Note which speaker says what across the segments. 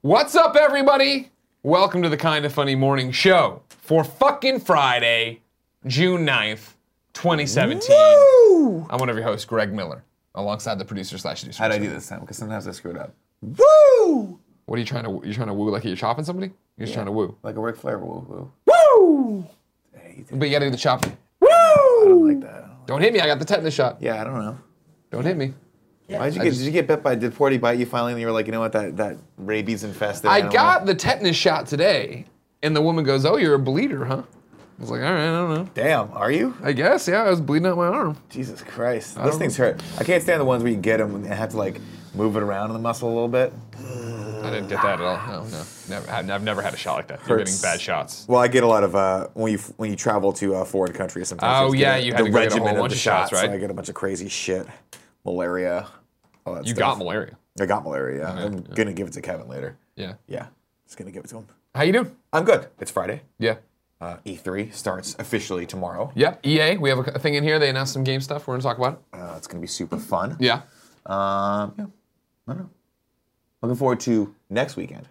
Speaker 1: What's up, everybody? Welcome to the Kind of Funny Morning Show for fucking Friday, June 9th, 2017.
Speaker 2: Woo!
Speaker 1: I'm one of your hosts, Greg Miller, alongside the producer slash producer.
Speaker 2: How'd I do this time? Because sometimes I screw it up. Woo!
Speaker 1: What are you trying to? You're trying to woo like you're chopping somebody. You're just trying to woo,
Speaker 2: Like a Ric Flair woo woo. Woo! Hey, you did-
Speaker 1: but you gotta do the chop.
Speaker 2: Woo! I don't like that. I don't like-
Speaker 1: Don't hit me. I got the tetanus shot.
Speaker 2: Yeah, I don't know.
Speaker 1: Don't hit me.
Speaker 2: Why did you get? did you get bit by? Did Forty bite you finally? And you were like, you know what? That that rabies infested.
Speaker 1: I
Speaker 2: animal."
Speaker 1: got the tetanus shot today, and the woman goes, "Oh, you're a bleeder, huh?" I was like, "All right, I don't know.
Speaker 2: Damn. Are you?
Speaker 1: I guess, yeah. I was bleeding out my arm.
Speaker 2: Jesus Christ. Those things hurt. I can't stand the ones where you get them and have to like move it around in the muscle a little bit.
Speaker 1: I didn't get that at all. No, no, never. I've I've never had a shot like that. You're
Speaker 2: Hurts.
Speaker 1: getting bad shots.
Speaker 2: Well, I get a lot of uh, when you when you travel to uh, foreign countries. Sometimes
Speaker 1: Oh,
Speaker 2: just
Speaker 1: yeah,
Speaker 2: get
Speaker 1: you
Speaker 2: the
Speaker 1: had to go get a
Speaker 2: regimen
Speaker 1: whole
Speaker 2: of
Speaker 1: bunch
Speaker 2: the
Speaker 1: of shots,
Speaker 2: so
Speaker 1: right?
Speaker 2: I get a bunch of crazy shit, malaria, all that
Speaker 1: You
Speaker 2: stuff.
Speaker 1: got malaria.
Speaker 2: I got malaria. I'm gonna give it to Kevin later.
Speaker 1: Yeah.
Speaker 2: Yeah, just gonna give it to him.
Speaker 1: How you doing?
Speaker 2: I'm good. It's Friday.
Speaker 1: Yeah.
Speaker 2: Uh, E3 starts officially tomorrow.
Speaker 1: Yeah. EA. We have a a thing in here. They announced some game stuff. We're gonna talk about it.
Speaker 2: Uh, it's gonna be super fun.
Speaker 1: Yeah.
Speaker 2: Um, yeah. I don't know. Looking forward to next weekend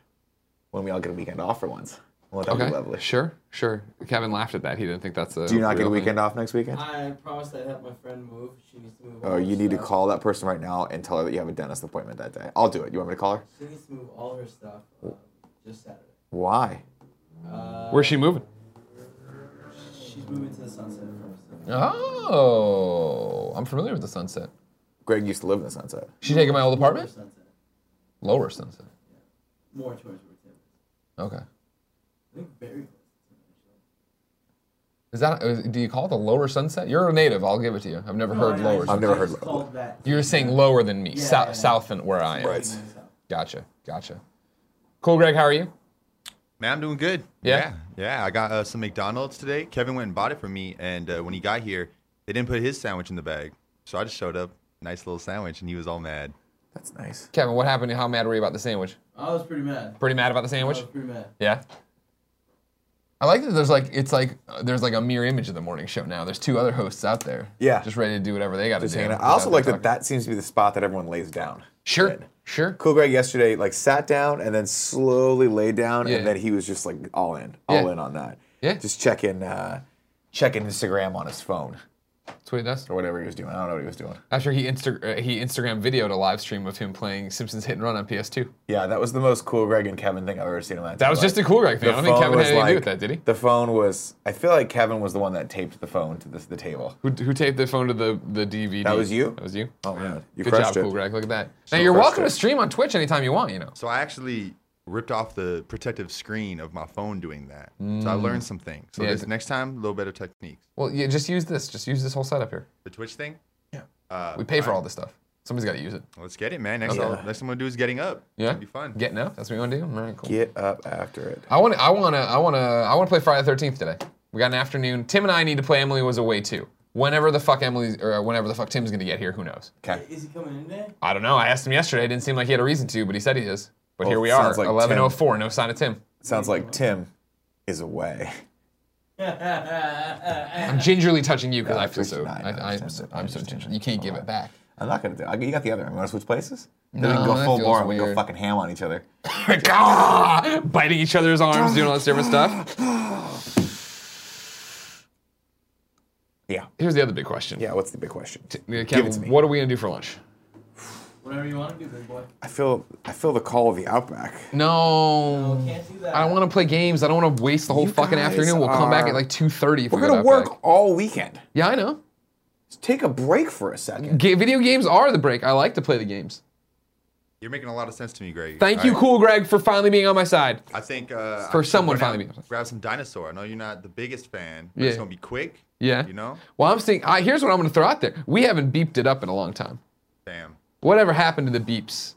Speaker 2: when we all get a weekend off for once. Well, that'd
Speaker 1: Okay.
Speaker 2: be lovely.
Speaker 1: Sure. Sure. Kevin laughed at that. He didn't think that's a.
Speaker 2: Do you not get a
Speaker 1: real thing.
Speaker 2: weekend off next weekend?
Speaker 3: I promised I'd help my friend move. She needs to move.
Speaker 2: Oh,
Speaker 3: all
Speaker 2: you
Speaker 3: her
Speaker 2: need to
Speaker 3: stuff.
Speaker 2: call that person right now and tell her that you have a dentist appointment that day. I'll do it. You want me to call her?
Speaker 3: She needs to move all her stuff um, just Saturday.
Speaker 2: Why?
Speaker 3: Uh,
Speaker 1: Where's she moving?
Speaker 3: she's moving to the sunset first.
Speaker 1: Oh, I'm familiar with the sunset.
Speaker 2: Greg used to live in the Sunset.
Speaker 1: She taking my old
Speaker 3: Lower
Speaker 1: apartment?
Speaker 3: sunset.
Speaker 1: Lower sunset.
Speaker 3: More towards where Tim. is.
Speaker 1: Okay.
Speaker 3: I think very close. to Tim, actually.
Speaker 1: Is that? is- Do you call it the lower sunset? You're a native. I'll give it to you. I've never heard
Speaker 3: No, I- I
Speaker 1: lower.
Speaker 3: just-
Speaker 1: Sunset.
Speaker 2: I've never
Speaker 3: I
Speaker 2: heard
Speaker 3: just
Speaker 2: lower.
Speaker 3: called that.
Speaker 1: You're saying lower than me,
Speaker 3: Yeah,
Speaker 1: sou-
Speaker 3: yeah, yeah.
Speaker 1: south and where I am.
Speaker 2: Right.
Speaker 1: Gotcha. Gotcha. Cool, Greg. How are you?
Speaker 4: Man, I'm doing good.
Speaker 1: Yeah?
Speaker 4: yeah. yeah, I got uh, some McDonald's today. Kevin went and bought it for me, and uh, when he got here, they didn't put his sandwich in the bag, so I just showed up, nice little sandwich, and he was all mad.
Speaker 2: That's nice.
Speaker 1: Kevin, what happened? How mad were you about the sandwich?
Speaker 3: I was pretty mad.
Speaker 1: Pretty mad about the
Speaker 3: I
Speaker 1: sandwich.
Speaker 3: was pretty mad.
Speaker 1: Yeah. I like that. There's like it's like uh, there's like a mirror image of the morning show now. There's two other hosts out there.
Speaker 2: Yeah.
Speaker 1: Just ready to do whatever they got to
Speaker 2: Just
Speaker 1: do.
Speaker 2: hanging out. I
Speaker 1: without
Speaker 2: also
Speaker 1: them
Speaker 2: like
Speaker 1: talking.
Speaker 2: that that seems to be the spot that everyone lays down.
Speaker 1: Sure.
Speaker 2: Good.
Speaker 1: Sure.
Speaker 2: Cool Greg yesterday like sat down and then slowly laid down
Speaker 1: Yeah.
Speaker 2: and then he was just like all in, all
Speaker 1: Yeah.
Speaker 2: in on that.
Speaker 1: Yeah.
Speaker 2: Just checking, uh, checking Instagram on his phone
Speaker 1: That's what he does.
Speaker 2: or whatever he was doing. I don't know what he was doing.
Speaker 1: After he Insta- uh, he Instagram videoed a live stream of him playing Simpsons Hit and Run on PS2.
Speaker 2: Yeah, that was the most cool Greg and Kevin thing I've ever seen in my
Speaker 1: That was just a cool Greg thing. I don't think Kevin had anything to do with that, did he?
Speaker 2: The phone was. I feel like Kevin was the one that taped the phone to the, the table.
Speaker 1: Who, who taped the phone to the, the DVD?
Speaker 2: That was you?
Speaker 1: That was you.
Speaker 2: Oh man, you
Speaker 1: Good
Speaker 2: crushed
Speaker 1: job,
Speaker 2: it.
Speaker 1: cool Greg. Look at that. Now you're
Speaker 2: crushed
Speaker 1: welcome
Speaker 2: it.
Speaker 1: to stream on Twitch anytime you want. You know.
Speaker 4: So I actually ripped off the protective screen of my phone doing that. So I learned some things. So
Speaker 1: Mm. Yeah,
Speaker 4: this
Speaker 1: th-
Speaker 4: next time, a little better techniques.
Speaker 1: Well, yeah, just use this. Just use this whole setup here.
Speaker 4: The Twitch thing, Uh,
Speaker 1: We pay for all this stuff. Somebody's got to use it.
Speaker 4: let's get it, man. Next, I'll- next I'm gonna do is getting up.
Speaker 1: Yeah.
Speaker 4: It'll be fun.
Speaker 1: Getting up. That's what you want to do. All right, cool.
Speaker 2: Get up after it.
Speaker 1: I want to. I want to. I want to. I want to play Friday the Thirteenth today. We got an afternoon. Tim and I need to play. Emily was away too. Whenever the fuck Emily's or whenever the fuck Tim's gonna get here, who knows?
Speaker 2: Okay.
Speaker 3: Is he coming in today?
Speaker 1: I don't know. I asked him yesterday. It didn't seem like he had a reason to, but he said he is. But
Speaker 2: Well,
Speaker 1: here we are,
Speaker 2: sounds like
Speaker 1: eleven oh four. No sign of Tim.
Speaker 2: Sounds like Tim is away.
Speaker 1: I'm gingerly touching you because I feel so.
Speaker 2: I
Speaker 1: I,
Speaker 2: understand.
Speaker 1: I,
Speaker 2: I
Speaker 1: am so, I'm so ginger. You can't give it back.
Speaker 2: I'm not gonna do. I, you got the other. one. You want to switch places? Then we
Speaker 1: No,
Speaker 2: can go
Speaker 1: that
Speaker 2: full
Speaker 1: feels
Speaker 2: bore. and We can go
Speaker 1: weird.
Speaker 2: fucking ham on each other.
Speaker 1: Ah! biting each other's arms, doing all this different stuff.
Speaker 2: Yeah.
Speaker 1: Here's the other big question.
Speaker 2: Yeah. What's the big question?
Speaker 1: Yeah,
Speaker 2: Give
Speaker 1: Kevin,
Speaker 2: it to me.
Speaker 1: what are we gonna do for lunch?
Speaker 3: Whatever you want to do, big boy.
Speaker 2: I feel. I feel the call of the outback.
Speaker 1: No.
Speaker 3: No, can't do that.
Speaker 1: I don't want to play games. I don't want to waste the whole
Speaker 2: You
Speaker 1: fucking
Speaker 2: guys
Speaker 1: afternoon. We'll come back at
Speaker 2: are-
Speaker 1: like 2.30 if
Speaker 2: We're
Speaker 1: we go
Speaker 2: gonna
Speaker 1: that
Speaker 2: work
Speaker 1: back.
Speaker 2: all weekend.
Speaker 1: Yeah, I know.
Speaker 2: Just take a break for a second.
Speaker 1: Ga- video games are the break. I like to play the games.
Speaker 4: You're making a lot of sense to me, Greg.
Speaker 1: Thank you,
Speaker 4: All right.
Speaker 1: Cool Greg, for finally being on my side.
Speaker 4: I think uh,
Speaker 1: For
Speaker 4: I should
Speaker 1: someone
Speaker 4: go down
Speaker 1: finally
Speaker 4: and
Speaker 1: being-
Speaker 4: grab some dinosaur. I know you're not the biggest fan. But It's
Speaker 1: Yeah.
Speaker 4: gonna be quick.
Speaker 1: Yeah.
Speaker 4: You know,
Speaker 1: Well, I'm seeing. I, here's what I'm going to throw out there. We haven't beeped it up in a long time.
Speaker 4: damn.
Speaker 1: Whatever happened to the beeps?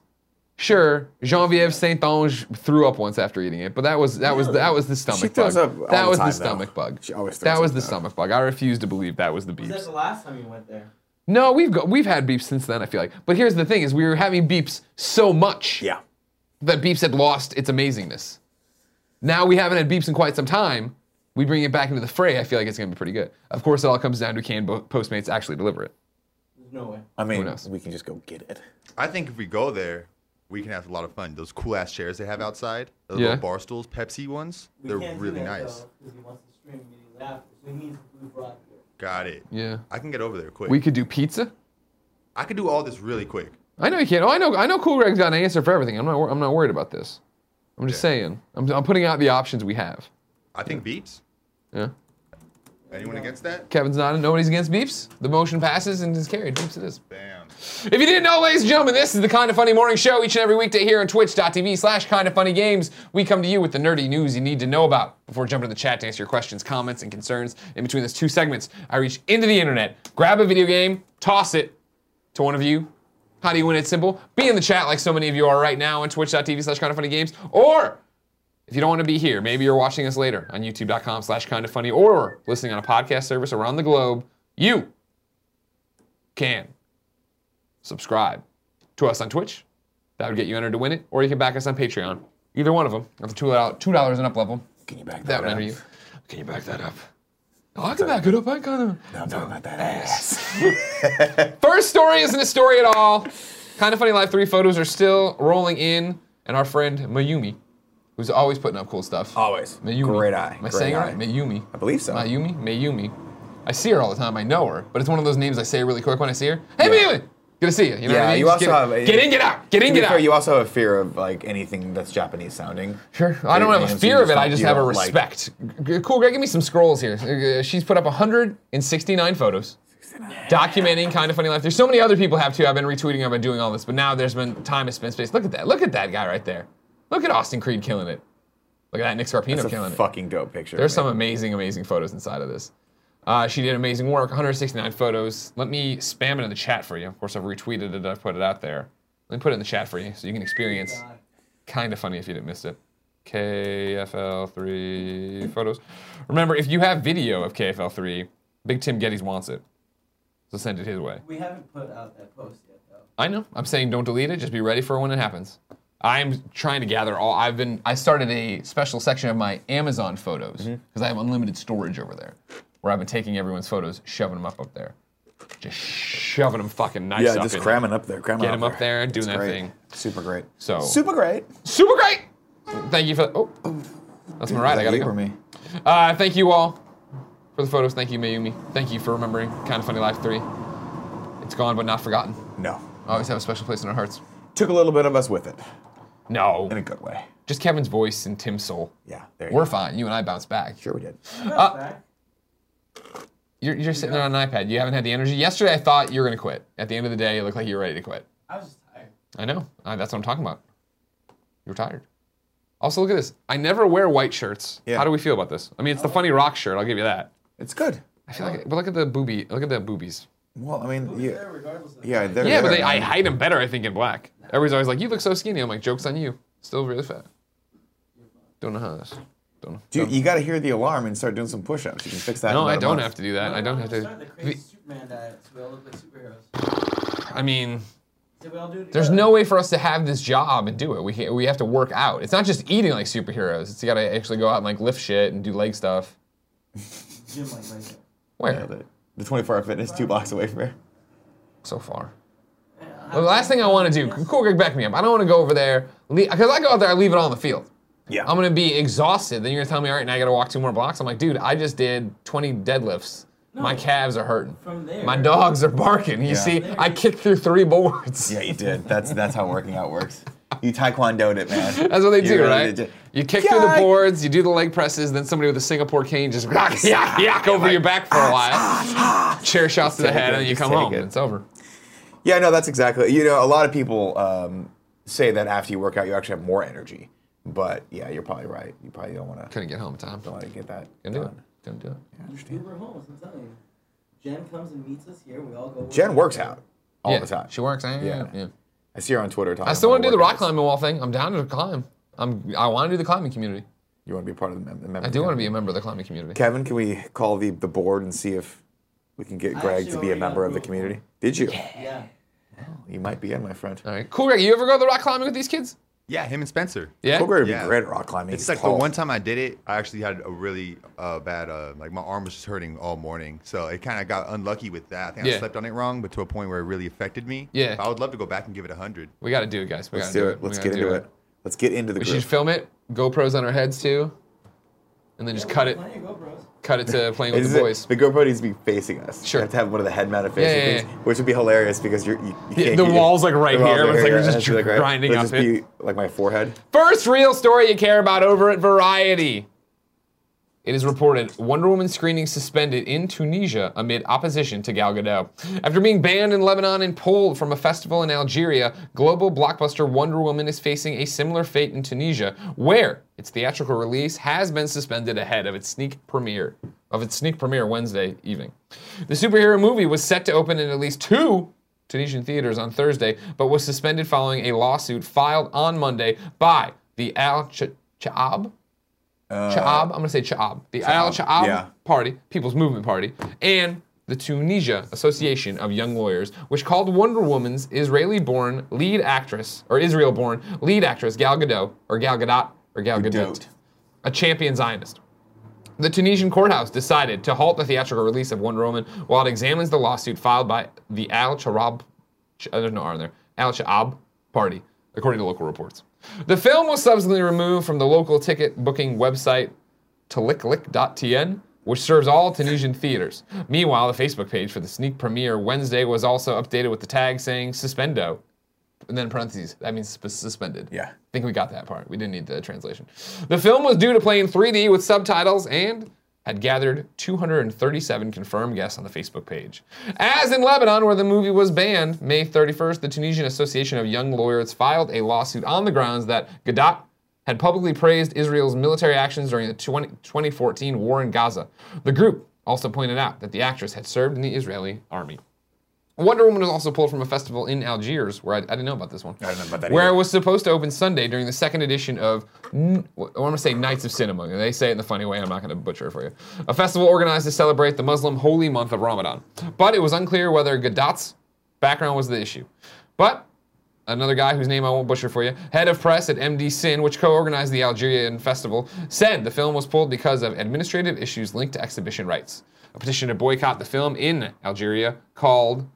Speaker 1: Sure, Genevieve Saint Ange threw up once after eating it, but that was that was that was the stomach
Speaker 2: She throws
Speaker 1: bug.
Speaker 2: up all
Speaker 1: that
Speaker 2: the
Speaker 1: was
Speaker 2: time,
Speaker 1: the
Speaker 2: though.
Speaker 1: stomach bug.
Speaker 2: She always
Speaker 1: that
Speaker 2: throws
Speaker 1: was
Speaker 2: up,
Speaker 1: the
Speaker 2: though.
Speaker 1: stomach bug. I refuse to believe that was the
Speaker 3: Was that
Speaker 1: beeps.
Speaker 3: the last time you went there?
Speaker 1: No, we've go, we've had beeps since then. I feel like, but here's the thing: is we were having beeps so much
Speaker 2: Yeah.
Speaker 1: that beeps had lost its amazingness. Now we haven't had beeps in quite some time. We bring it back into the fray. I feel like it's going to be pretty good. Of course, it all comes down to can Bo- Postmates actually deliver it.
Speaker 3: There's no way.
Speaker 2: I mean,
Speaker 1: knows?
Speaker 2: we can just go get it.
Speaker 4: I think if we go there, we can have a lot of fun. Those cool ass chairs they have outside, the
Speaker 1: Yeah.
Speaker 4: little bar stools, Pepsi ones,
Speaker 3: We
Speaker 4: they're
Speaker 3: can't do
Speaker 4: really
Speaker 3: that,
Speaker 4: nice.
Speaker 3: though, 'cause he wants to stream meetings after, so he needs to be brought here.
Speaker 4: Got it.
Speaker 1: Yeah.
Speaker 4: I can get over there quick.
Speaker 1: We could do pizza.
Speaker 4: I could do all this really quick.
Speaker 1: I know you can't. Oh, I know. I know. Cool Greg's got an answer for everything. I'm not. wor- I'm not worried about this. I'm just
Speaker 4: Yeah.
Speaker 1: saying. I'm, I'm putting out the options we have.
Speaker 4: I think beats.
Speaker 1: Yeah.
Speaker 4: Anyone against that?
Speaker 1: Kevin's not. Nobody's against Beeps. The motion passes and is carried. Beeps it is.
Speaker 4: Bam.
Speaker 1: If you didn't know, ladies and gentlemen, this is the Kind of Funny Morning Show each and every weekday here on twitch.tv slash kind of funny games. We come to you with the nerdy news you need to know about before jumping to the chat to answer your questions, comments, and concerns. In between those two segments, I reach into the internet, grab a video game, toss it to one of you. How do you win it? Simple. Be in the chat like so many of you are right now on twitch.tv slash kind of funny games. Or if you don't want to be here, maybe you're watching us later on youtube.com slash kind of funny or listening on a podcast service around the globe, you can subscribe to us on Twitch. That would get you entered to win it, or you can back us on Patreon. Either one of them. At the two dollars and up level,
Speaker 2: Can you back
Speaker 1: that would enter you. Can you back that up? Oh, I can back it up. I kind of.
Speaker 2: I'm talking about that ass.
Speaker 1: First story isn't a story at all. Kind of funny. Live three photos are still rolling in, and our friend Mayumi, who's always putting up cool stuff.
Speaker 2: Always.
Speaker 1: Mayumi.
Speaker 2: Great eye.
Speaker 1: Am I
Speaker 2: Great
Speaker 1: saying it
Speaker 2: eye.
Speaker 1: right? Mayumi. I
Speaker 2: believe so.
Speaker 1: Mayumi. Mayumi. I see her all the time. I know her, but it's one of those names I say really quick when I see her. Hey,
Speaker 2: Yeah.
Speaker 1: Mayumi. Good to see you. You know
Speaker 2: Yeah,
Speaker 1: what I mean?
Speaker 2: you
Speaker 1: Just get, in-
Speaker 2: also have-
Speaker 1: get in, get out. Get in,
Speaker 2: To be
Speaker 1: get
Speaker 2: fair,
Speaker 1: out.
Speaker 2: you also have a fear of like anything that's Japanese sounding.
Speaker 1: Sure. I don't have a
Speaker 2: Names
Speaker 1: fear
Speaker 2: you
Speaker 1: of it. I just
Speaker 2: you
Speaker 1: have a
Speaker 2: don't like.
Speaker 1: respect. G- Cool, Greg. Give me some scrolls here. Uh, She's put up 169 photos. Documenting kind of funny life. There's so many other people have too. I've been retweeting. I've been doing all this, but now there's been time has been space. Look at that. Look at that guy right there. Look at Austin Creed killing it. Look at that Nick Scarpino
Speaker 2: It's
Speaker 1: killing
Speaker 2: a
Speaker 1: it.
Speaker 2: fucking dope picture.
Speaker 1: There's
Speaker 2: man.
Speaker 1: some amazing, amazing photos inside of this. Uh, she did amazing work, 169 photos. Let me spam it in the chat for you. Of course, I've retweeted it, I've put it out there. Let me put it in the chat for you so you can experience.
Speaker 3: Uh,
Speaker 1: Kind of funny if you didn't miss it. KFL3 photos. Remember, if you have video of KFL3, Big Tim Geddes wants it. So send it his way.
Speaker 3: We haven't put out that post yet, though.
Speaker 1: I know. I'm saying don't delete it. Just be ready for when it happens. I'm trying to gather all. I've been. I started a special section of my Amazon photos
Speaker 2: Mm-hmm.
Speaker 1: because I have unlimited storage over there, where I've been taking everyone's photos, shoving them up up there, just shoving them fucking nice
Speaker 2: Yeah,
Speaker 1: up
Speaker 2: just
Speaker 1: in.
Speaker 2: cramming up there. Cramming
Speaker 1: Get him up there, doing
Speaker 2: It's
Speaker 1: that
Speaker 2: great.
Speaker 1: thing.
Speaker 2: Super great.
Speaker 1: So
Speaker 2: Super great.
Speaker 1: super great. Thank you for. Oh, that's my ride. I gotta
Speaker 2: Uber
Speaker 1: go.
Speaker 2: me.
Speaker 1: Uh, thank you all for the photos. Thank you, Mayumi. Thank you for remembering Kind of Funny Life Three. It's gone but not forgotten.
Speaker 2: No.
Speaker 1: Always have a special place in our hearts.
Speaker 2: Took a little bit of us with it
Speaker 1: No.
Speaker 2: in a good way.
Speaker 1: just Kevin's voice and Tim's soul.
Speaker 2: Yeah. There you
Speaker 1: We're
Speaker 2: go.
Speaker 1: fine. You and I bounce back.
Speaker 2: Sure, we did.
Speaker 1: Uh,
Speaker 3: That's back.
Speaker 1: You're, you're sitting there on an iPad. You haven't had the energy. Yesterday, I thought you were going to quit. At the end of the day, you looked like you were ready to quit.
Speaker 3: I was just tired.
Speaker 1: I know. I, that's what I'm talking about. You're tired. Also, look at this. I never wear white shirts.
Speaker 2: Yeah.
Speaker 1: How do we feel about this? I mean, it's the funny rock shirt. I'll give you that.
Speaker 2: It's good.
Speaker 1: I feel like, but look at the boobie. Look at the boobies.
Speaker 2: Well, I mean,
Speaker 3: Who's there
Speaker 2: yeah,
Speaker 3: regardless of
Speaker 2: yeah, they're
Speaker 1: Yeah, but
Speaker 2: there,
Speaker 1: they, I
Speaker 2: man.
Speaker 1: hide them better, I think, in black. Everybody's always like, "You look so skinny." I'm like, "Jokes on you. Still really fat." Don't know how this. Don't know.
Speaker 2: Dude, you got to hear the alarm and start doing some push-ups. You can fix that.
Speaker 1: No,
Speaker 2: in
Speaker 1: I
Speaker 2: about a
Speaker 1: don't
Speaker 2: month.
Speaker 1: have to do that. I don't have
Speaker 3: Start the
Speaker 1: to.
Speaker 3: crazy Superman diet so we all look like superheroes.
Speaker 1: I mean,
Speaker 3: So we all do it
Speaker 1: There's
Speaker 3: together.
Speaker 1: no way for us to have this job and do it. We, ha- we have to work out. It's not just eating like superheroes. It's you gotta actually go out and like lift shit and do leg stuff.
Speaker 3: gym like right there.
Speaker 1: Where?
Speaker 2: The- The 24-hour fitness two blocks away from here.
Speaker 1: So far. The last thing I want to do, cool, Greg, back me up. I don't want to go over there because I go out there, I leave it all on the field.
Speaker 2: Yeah.
Speaker 1: I'm gonna be exhausted. Then you're gonna tell me, all right, now I gotta walk two more blocks. I'm like, dude, I just did 20 deadlifts. My
Speaker 3: No.
Speaker 1: calves are hurting.
Speaker 3: From there.
Speaker 1: My dogs are barking. You
Speaker 2: Yeah.
Speaker 1: see, I kicked through three boards.
Speaker 2: Yeah, you did. That's that's how working out works. You taekwondoed it, man.
Speaker 1: That's what they
Speaker 2: You
Speaker 1: do,
Speaker 2: really
Speaker 1: right?
Speaker 2: did.
Speaker 1: You kick through the
Speaker 2: Yeah.
Speaker 1: boards, you do the leg presses, then somebody with a Singapore cane just yak, yak, yak over your back for a while. Chair shots to the
Speaker 2: Ah, Take
Speaker 1: head,
Speaker 2: it,
Speaker 1: and you
Speaker 2: just
Speaker 1: come
Speaker 2: take
Speaker 1: home.
Speaker 2: it.
Speaker 1: It's over.
Speaker 2: Yeah, no, that's exactly. You know, a lot of people um, say that after you work out, you actually have more energy. But yeah, you're probably right. You probably don't want to
Speaker 1: Couldn't get home in time.
Speaker 2: want to get that
Speaker 1: Couldn't do it.
Speaker 2: done.
Speaker 1: Couldn't do it.
Speaker 3: We were homeless, I'm telling you. Jen comes and meets us here. We all go.
Speaker 2: Jen works out all
Speaker 1: Yeah,
Speaker 2: the time.
Speaker 1: She works. Yeah. yeah.
Speaker 2: Yeah. I see her on Twitter. Talking
Speaker 1: I still want to do the rock
Speaker 2: climbing.
Speaker 1: climbing wall thing. I'm down to climb. I'm. I want to do the climbing community.
Speaker 2: You want to be part of the, mem- the member?
Speaker 1: I do want to be a member of the climbing community.
Speaker 2: Kevin, can we call the, the board and see if we can get
Speaker 3: I
Speaker 2: Greg
Speaker 3: actually
Speaker 2: to be a
Speaker 3: already got
Speaker 2: member of the
Speaker 3: approval.
Speaker 2: community? Did you?
Speaker 3: Yeah.
Speaker 2: You might be in, my friend.
Speaker 1: All right, cool, Greg. You ever go to the rock climbing with these kids?
Speaker 4: Yeah, him and Spencer.
Speaker 1: Yeah.
Speaker 2: Cool Grey would
Speaker 4: Yeah.
Speaker 2: be great at rock climbing.
Speaker 4: It's
Speaker 2: He's
Speaker 4: like the
Speaker 2: tall.
Speaker 4: one time I did it, I actually had a really uh, bad, uh, like my arm was just hurting all morning. So it kind of got unlucky with that. I think
Speaker 1: Yeah.
Speaker 4: I slept on it wrong, but to a point where it really affected me.
Speaker 1: Yeah.
Speaker 4: But I would love to go back and give it a 100.
Speaker 1: We got to do it, guys. We
Speaker 2: Let's
Speaker 1: gotta
Speaker 2: do it.
Speaker 1: We
Speaker 2: Let's
Speaker 1: gotta
Speaker 2: get
Speaker 1: do
Speaker 2: into it. Let's get into the
Speaker 1: We should
Speaker 2: group.
Speaker 1: film it. GoPros on our heads too, and then just cut it.
Speaker 3: Plenty of GoPros.
Speaker 1: Cut it to playing with
Speaker 2: Is
Speaker 1: the
Speaker 2: it-
Speaker 1: boys.
Speaker 2: The GoPro needs to be facing us.
Speaker 1: Sure.
Speaker 2: You have to have one of the head mounted
Speaker 1: Yeah,
Speaker 2: facing
Speaker 1: yeah,
Speaker 2: things, which would be hilarious because you're, you, you
Speaker 1: Yeah,
Speaker 2: can't
Speaker 1: the
Speaker 2: get-
Speaker 1: wall's, like, right
Speaker 2: the wall's
Speaker 1: here, but it's like you're
Speaker 2: it
Speaker 1: just
Speaker 2: has to be, right-
Speaker 1: grinding
Speaker 2: it'll
Speaker 1: up
Speaker 2: just
Speaker 1: it.
Speaker 2: be, like my forehead.
Speaker 1: First real story you care about over at Variety. It is reported Wonder Woman screening suspended in Tunisia amid opposition to Gal Gadot. After being banned in Lebanon and pulled from a festival in Algeria, global blockbuster Wonder Woman is facing a similar fate in Tunisia, where its theatrical release has been suspended ahead of its sneak premiere of its sneak premiere Wednesday evening. The superhero movie was set to open in at least two Tunisian theaters on Thursday, but was suspended following a lawsuit filed on Monday by the Al Ch- Chaab. Chaab, I'm going to say Chaab. The Al Chaab
Speaker 2: yeah.
Speaker 1: Party, People's Movement Party, and the Tunisia Association of Young Lawyers, which called Wonder Woman's Israeli-born lead actress, or Israel-born lead actress Gal Gadot, or Gal Gadot, or Gal Gadot,
Speaker 2: Gadot.
Speaker 1: a champion Zionist. The Tunisian courthouse decided to halt the theatrical release of Wonder Woman while it examines the lawsuit filed by the Al Charab, Ch- uh, there's no R in there, Al Shaab party, according to local reports. The film was subsequently removed from the local ticket booking website tliklik.tn, which serves all Tunisian theaters. Meanwhile, the Facebook page for the sneak premiere Wednesday was also updated with the tag saying suspendo. And then parentheses, that means sus- suspended.
Speaker 2: Yeah.
Speaker 1: I think we got that part. We didn't need the translation. The film was due to play in 3D with subtitles and had gathered 237 confirmed guests on the Facebook page. As in Lebanon, where the movie was banned, May 31st, the Tunisian Association of Young Lawyers filed a lawsuit on the grounds that Gadot had publicly praised Israel's military actions during the 20, 2014 war in Gaza. The group also pointed out that the actress had served in the Israeli army. Wonder Woman was also pulled from a festival in Algiers, where I, I didn't know about this one. I
Speaker 2: didn't know about that
Speaker 1: Where
Speaker 2: either.
Speaker 1: it was supposed to open Sunday during the second edition of, N- I want to say Nights of Cinema. They say it in the funny way. I'm not going to butcher it for you. A festival organized to celebrate the Muslim holy month of Ramadan, but it was unclear whether Gadot's background was the issue. But another guy whose name I won't butcher for you, head of press at MD Sin, which co-organized the Algerian festival, said the film was pulled because of administrative issues linked to exhibition rights. A petition to boycott the film in Algeria called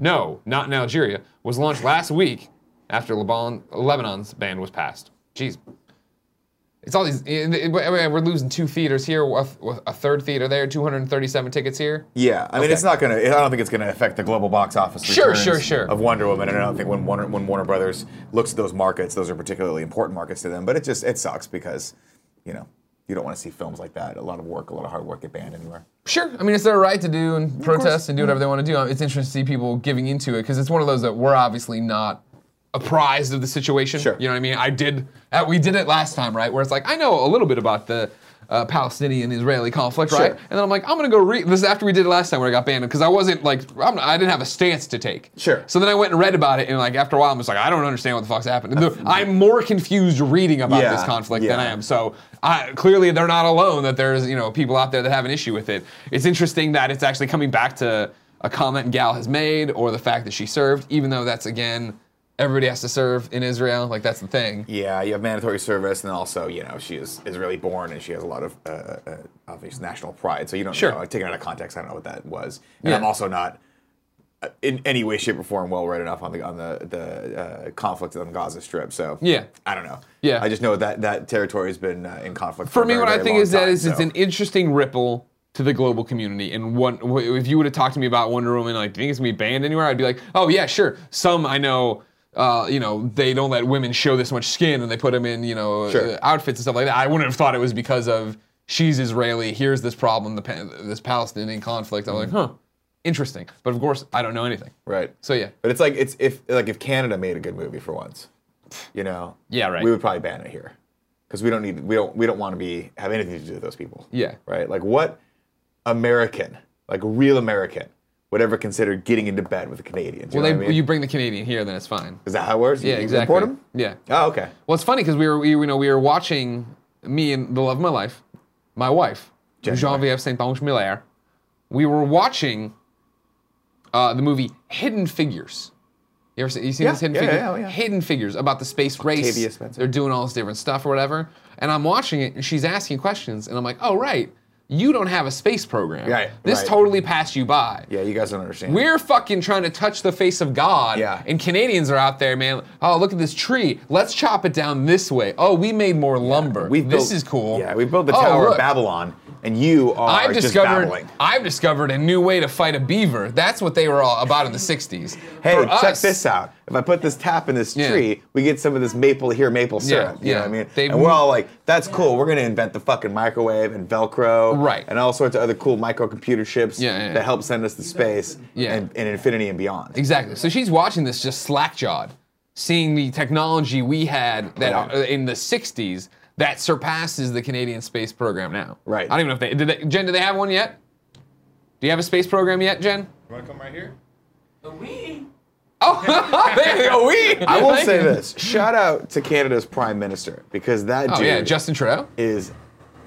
Speaker 1: no, not in Algeria, was launched last week after Lebanon, Lebanon's ban was passed. Jeez. It's all these. it- it- We're losing two theaters here, a a third theater there, 237 tickets here.
Speaker 2: Yeah, I mean, it's not gonna. I don't think it's gonna affect the global box office.
Speaker 1: Sure,
Speaker 2: returns
Speaker 1: sure, sure.
Speaker 2: Of Wonder Woman, and I don't think when Warner, when Warner Brothers looks at those markets, those are particularly important markets to them. But it just it sucks because, you know, you don't want to see films like that. A lot of work, a lot of hard work get banned anywhere.
Speaker 1: Sure. I mean, it's their right to do and protest and do whatever they want to do. Uh, It's interesting to see people giving into it because it's one of those that we're obviously not apprised of the situation.
Speaker 2: Sure.
Speaker 1: You know what I mean? I did. uh, We did it last time, right? Where it's like I know a little bit about the. Uh, Palestinian-Israeli conflict,
Speaker 2: Sure.
Speaker 1: right? And then I'm like, I'm gonna go read this is after we did it last time where I got banned because I wasn't like, I'm, I didn't have a stance to take.
Speaker 2: Sure.
Speaker 1: So then I went and read about it, and like after a while, I'm just like, I don't understand what the fuck's happened. And the- I'm more confused reading about
Speaker 2: Yeah,
Speaker 1: this conflict than
Speaker 2: yeah.
Speaker 1: I am. So I, clearly, they're not alone. That there's you know people out there that have an issue with it. It's interesting that it's actually coming back to a comment Gal has made, or the fact that she served, even though that's again everybody has to serve in Israel. Like that's the thing.
Speaker 2: Yeah, you have mandatory service, and also you know she is Israeli born, and she has a lot of uh, uh, obvious national pride. So you don't
Speaker 1: Sure.
Speaker 2: know. Like, taken out of context, I don't know what that was, and
Speaker 1: Yeah.
Speaker 2: I'm also not uh, in any way, shape, or form well read enough on the on the the uh, conflict on the Gaza Strip. So
Speaker 1: Yeah.
Speaker 2: I don't know.
Speaker 1: Yeah.
Speaker 2: I just know that that territory has been uh, in conflict
Speaker 1: for me, what I think is that
Speaker 2: that
Speaker 1: is it's an interesting ripple to the global community. And one, w- if you would have talked to me about Wonder Woman, like, do you think it's gonna be banned anywhere? I'd be like, oh yeah, sure. Some I know, uh, you know, they don't let women show this much skin, and they put them in, you know,
Speaker 2: Sure.
Speaker 1: uh, outfits and stuff like that. I wouldn't have thought it was because of she's Israeli. Here's this problem, the pa- this Palestinian conflict. I'm like,
Speaker 2: Mm-hmm.
Speaker 1: huh, interesting. But of course, I don't know anything.
Speaker 2: right.
Speaker 1: So yeah,
Speaker 2: But it's like it's if like if Canada made a good movie for once, you know.
Speaker 1: Yeah, right.
Speaker 2: We would probably ban it here because we don't need we don't we don't want to be have anything to do with those people.
Speaker 1: Yeah.
Speaker 2: Right. Like what American, like real American, would ever consider getting into bed with a Canadian? Do
Speaker 1: well,
Speaker 2: you
Speaker 1: they,
Speaker 2: know what I mean?
Speaker 1: you bring the Canadian here, then it's fine.
Speaker 2: is that how it works?
Speaker 1: Yeah,
Speaker 2: you
Speaker 1: exactly.
Speaker 2: Import 'em?
Speaker 1: Yeah.
Speaker 2: Oh, okay.
Speaker 1: Well, it's funny because we were, we, you know, we were watching me and the love of my life, my wife,
Speaker 2: Jennifer.
Speaker 1: Genevieve Saint Ange Miller. We were watching uh, the movie Hidden Figures, You ever see, you seen
Speaker 2: Yeah,
Speaker 1: this hidden
Speaker 2: yeah,
Speaker 1: figure?
Speaker 2: yeah, oh, yeah.
Speaker 1: Hidden figures about the space
Speaker 2: Octavia
Speaker 1: race.
Speaker 2: Spencer.
Speaker 1: They're doing all this different stuff or whatever. And I'm watching it, and she's asking questions, and I'm like, oh right, you don't have a space program.
Speaker 2: Right,
Speaker 1: This
Speaker 2: right.
Speaker 1: totally passed you by.
Speaker 2: Yeah, you guys don't understand.
Speaker 1: We're fucking trying to touch the face of God.
Speaker 2: Yeah.
Speaker 1: And Canadians are out there, man. Oh, look at this tree. Let's chop it down this way. Oh, we made more lumber.
Speaker 2: We've
Speaker 1: this
Speaker 2: built-
Speaker 1: is cool.
Speaker 2: Yeah, we built the
Speaker 1: Oh,
Speaker 2: Tower
Speaker 1: look.
Speaker 2: of Babylon, and you are
Speaker 1: I've
Speaker 2: just
Speaker 1: discovered
Speaker 2: babbling.
Speaker 1: I've discovered a new way to fight a beaver. That's what they were all about in the 60s.
Speaker 2: Hey,
Speaker 1: For
Speaker 2: check
Speaker 1: us-
Speaker 2: this out. If I put this tap in this
Speaker 1: Yeah.
Speaker 2: tree, we get some of this maple here maple syrup.
Speaker 1: Yeah,
Speaker 2: you
Speaker 1: yeah.
Speaker 2: know what I mean?
Speaker 1: They've-
Speaker 2: and we're all like, that's cool. We're going to invent the fucking microwave and Velcro
Speaker 1: Right.
Speaker 2: and all sorts of other cool microcomputer chips
Speaker 1: Yeah, yeah, yeah.
Speaker 2: that help send us to space
Speaker 1: Yeah.
Speaker 2: and, and infinity and beyond.
Speaker 1: Exactly. So she's watching this just slackjawed, seeing the technology we had that
Speaker 2: Right.
Speaker 1: uh, in the 60s that surpasses the Canadian space program now.
Speaker 2: Right.
Speaker 1: I don't even know if they did they, Jen, do they have one yet? Do you have a space program yet, Jen?
Speaker 4: You want to come right here?
Speaker 3: We?
Speaker 1: there you go. We.
Speaker 2: I will say this shout out to Canada's Prime Minister because that
Speaker 1: Oh
Speaker 2: dude
Speaker 1: yeah, Justin Trudeau.
Speaker 2: is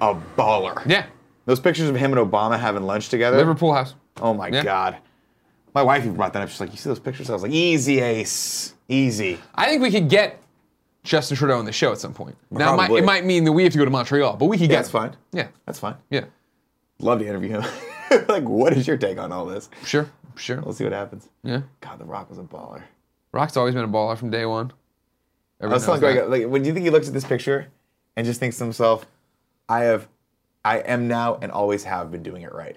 Speaker 2: a baller.
Speaker 1: Yeah,
Speaker 2: Those pictures of him and Obama having lunch together.
Speaker 1: Liverpool house.
Speaker 2: Oh my
Speaker 1: Yeah.
Speaker 2: God. My wife even brought that up. She's like, you see those pictures? I was like, easy, Ace. Easy.
Speaker 1: I think we could get Justin Trudeau on the show at some point. Now it might,
Speaker 2: Probably.
Speaker 1: it might mean that we have to go to Montreal, but we could get.
Speaker 2: that's
Speaker 1: him.
Speaker 2: fine.
Speaker 1: Yeah,
Speaker 2: That's fine.
Speaker 1: yeah,
Speaker 2: Love to interview him. like, what is your take on all this?
Speaker 1: sure, sure.
Speaker 2: We'll see what happens.
Speaker 1: Yeah,
Speaker 2: God, The Rock was a baller.
Speaker 1: Rock's always been a baller from day one.
Speaker 2: I was telling Greg, like, when do you think he looks at this picture and just thinks to himself, I have, I am now and always have been doing it right?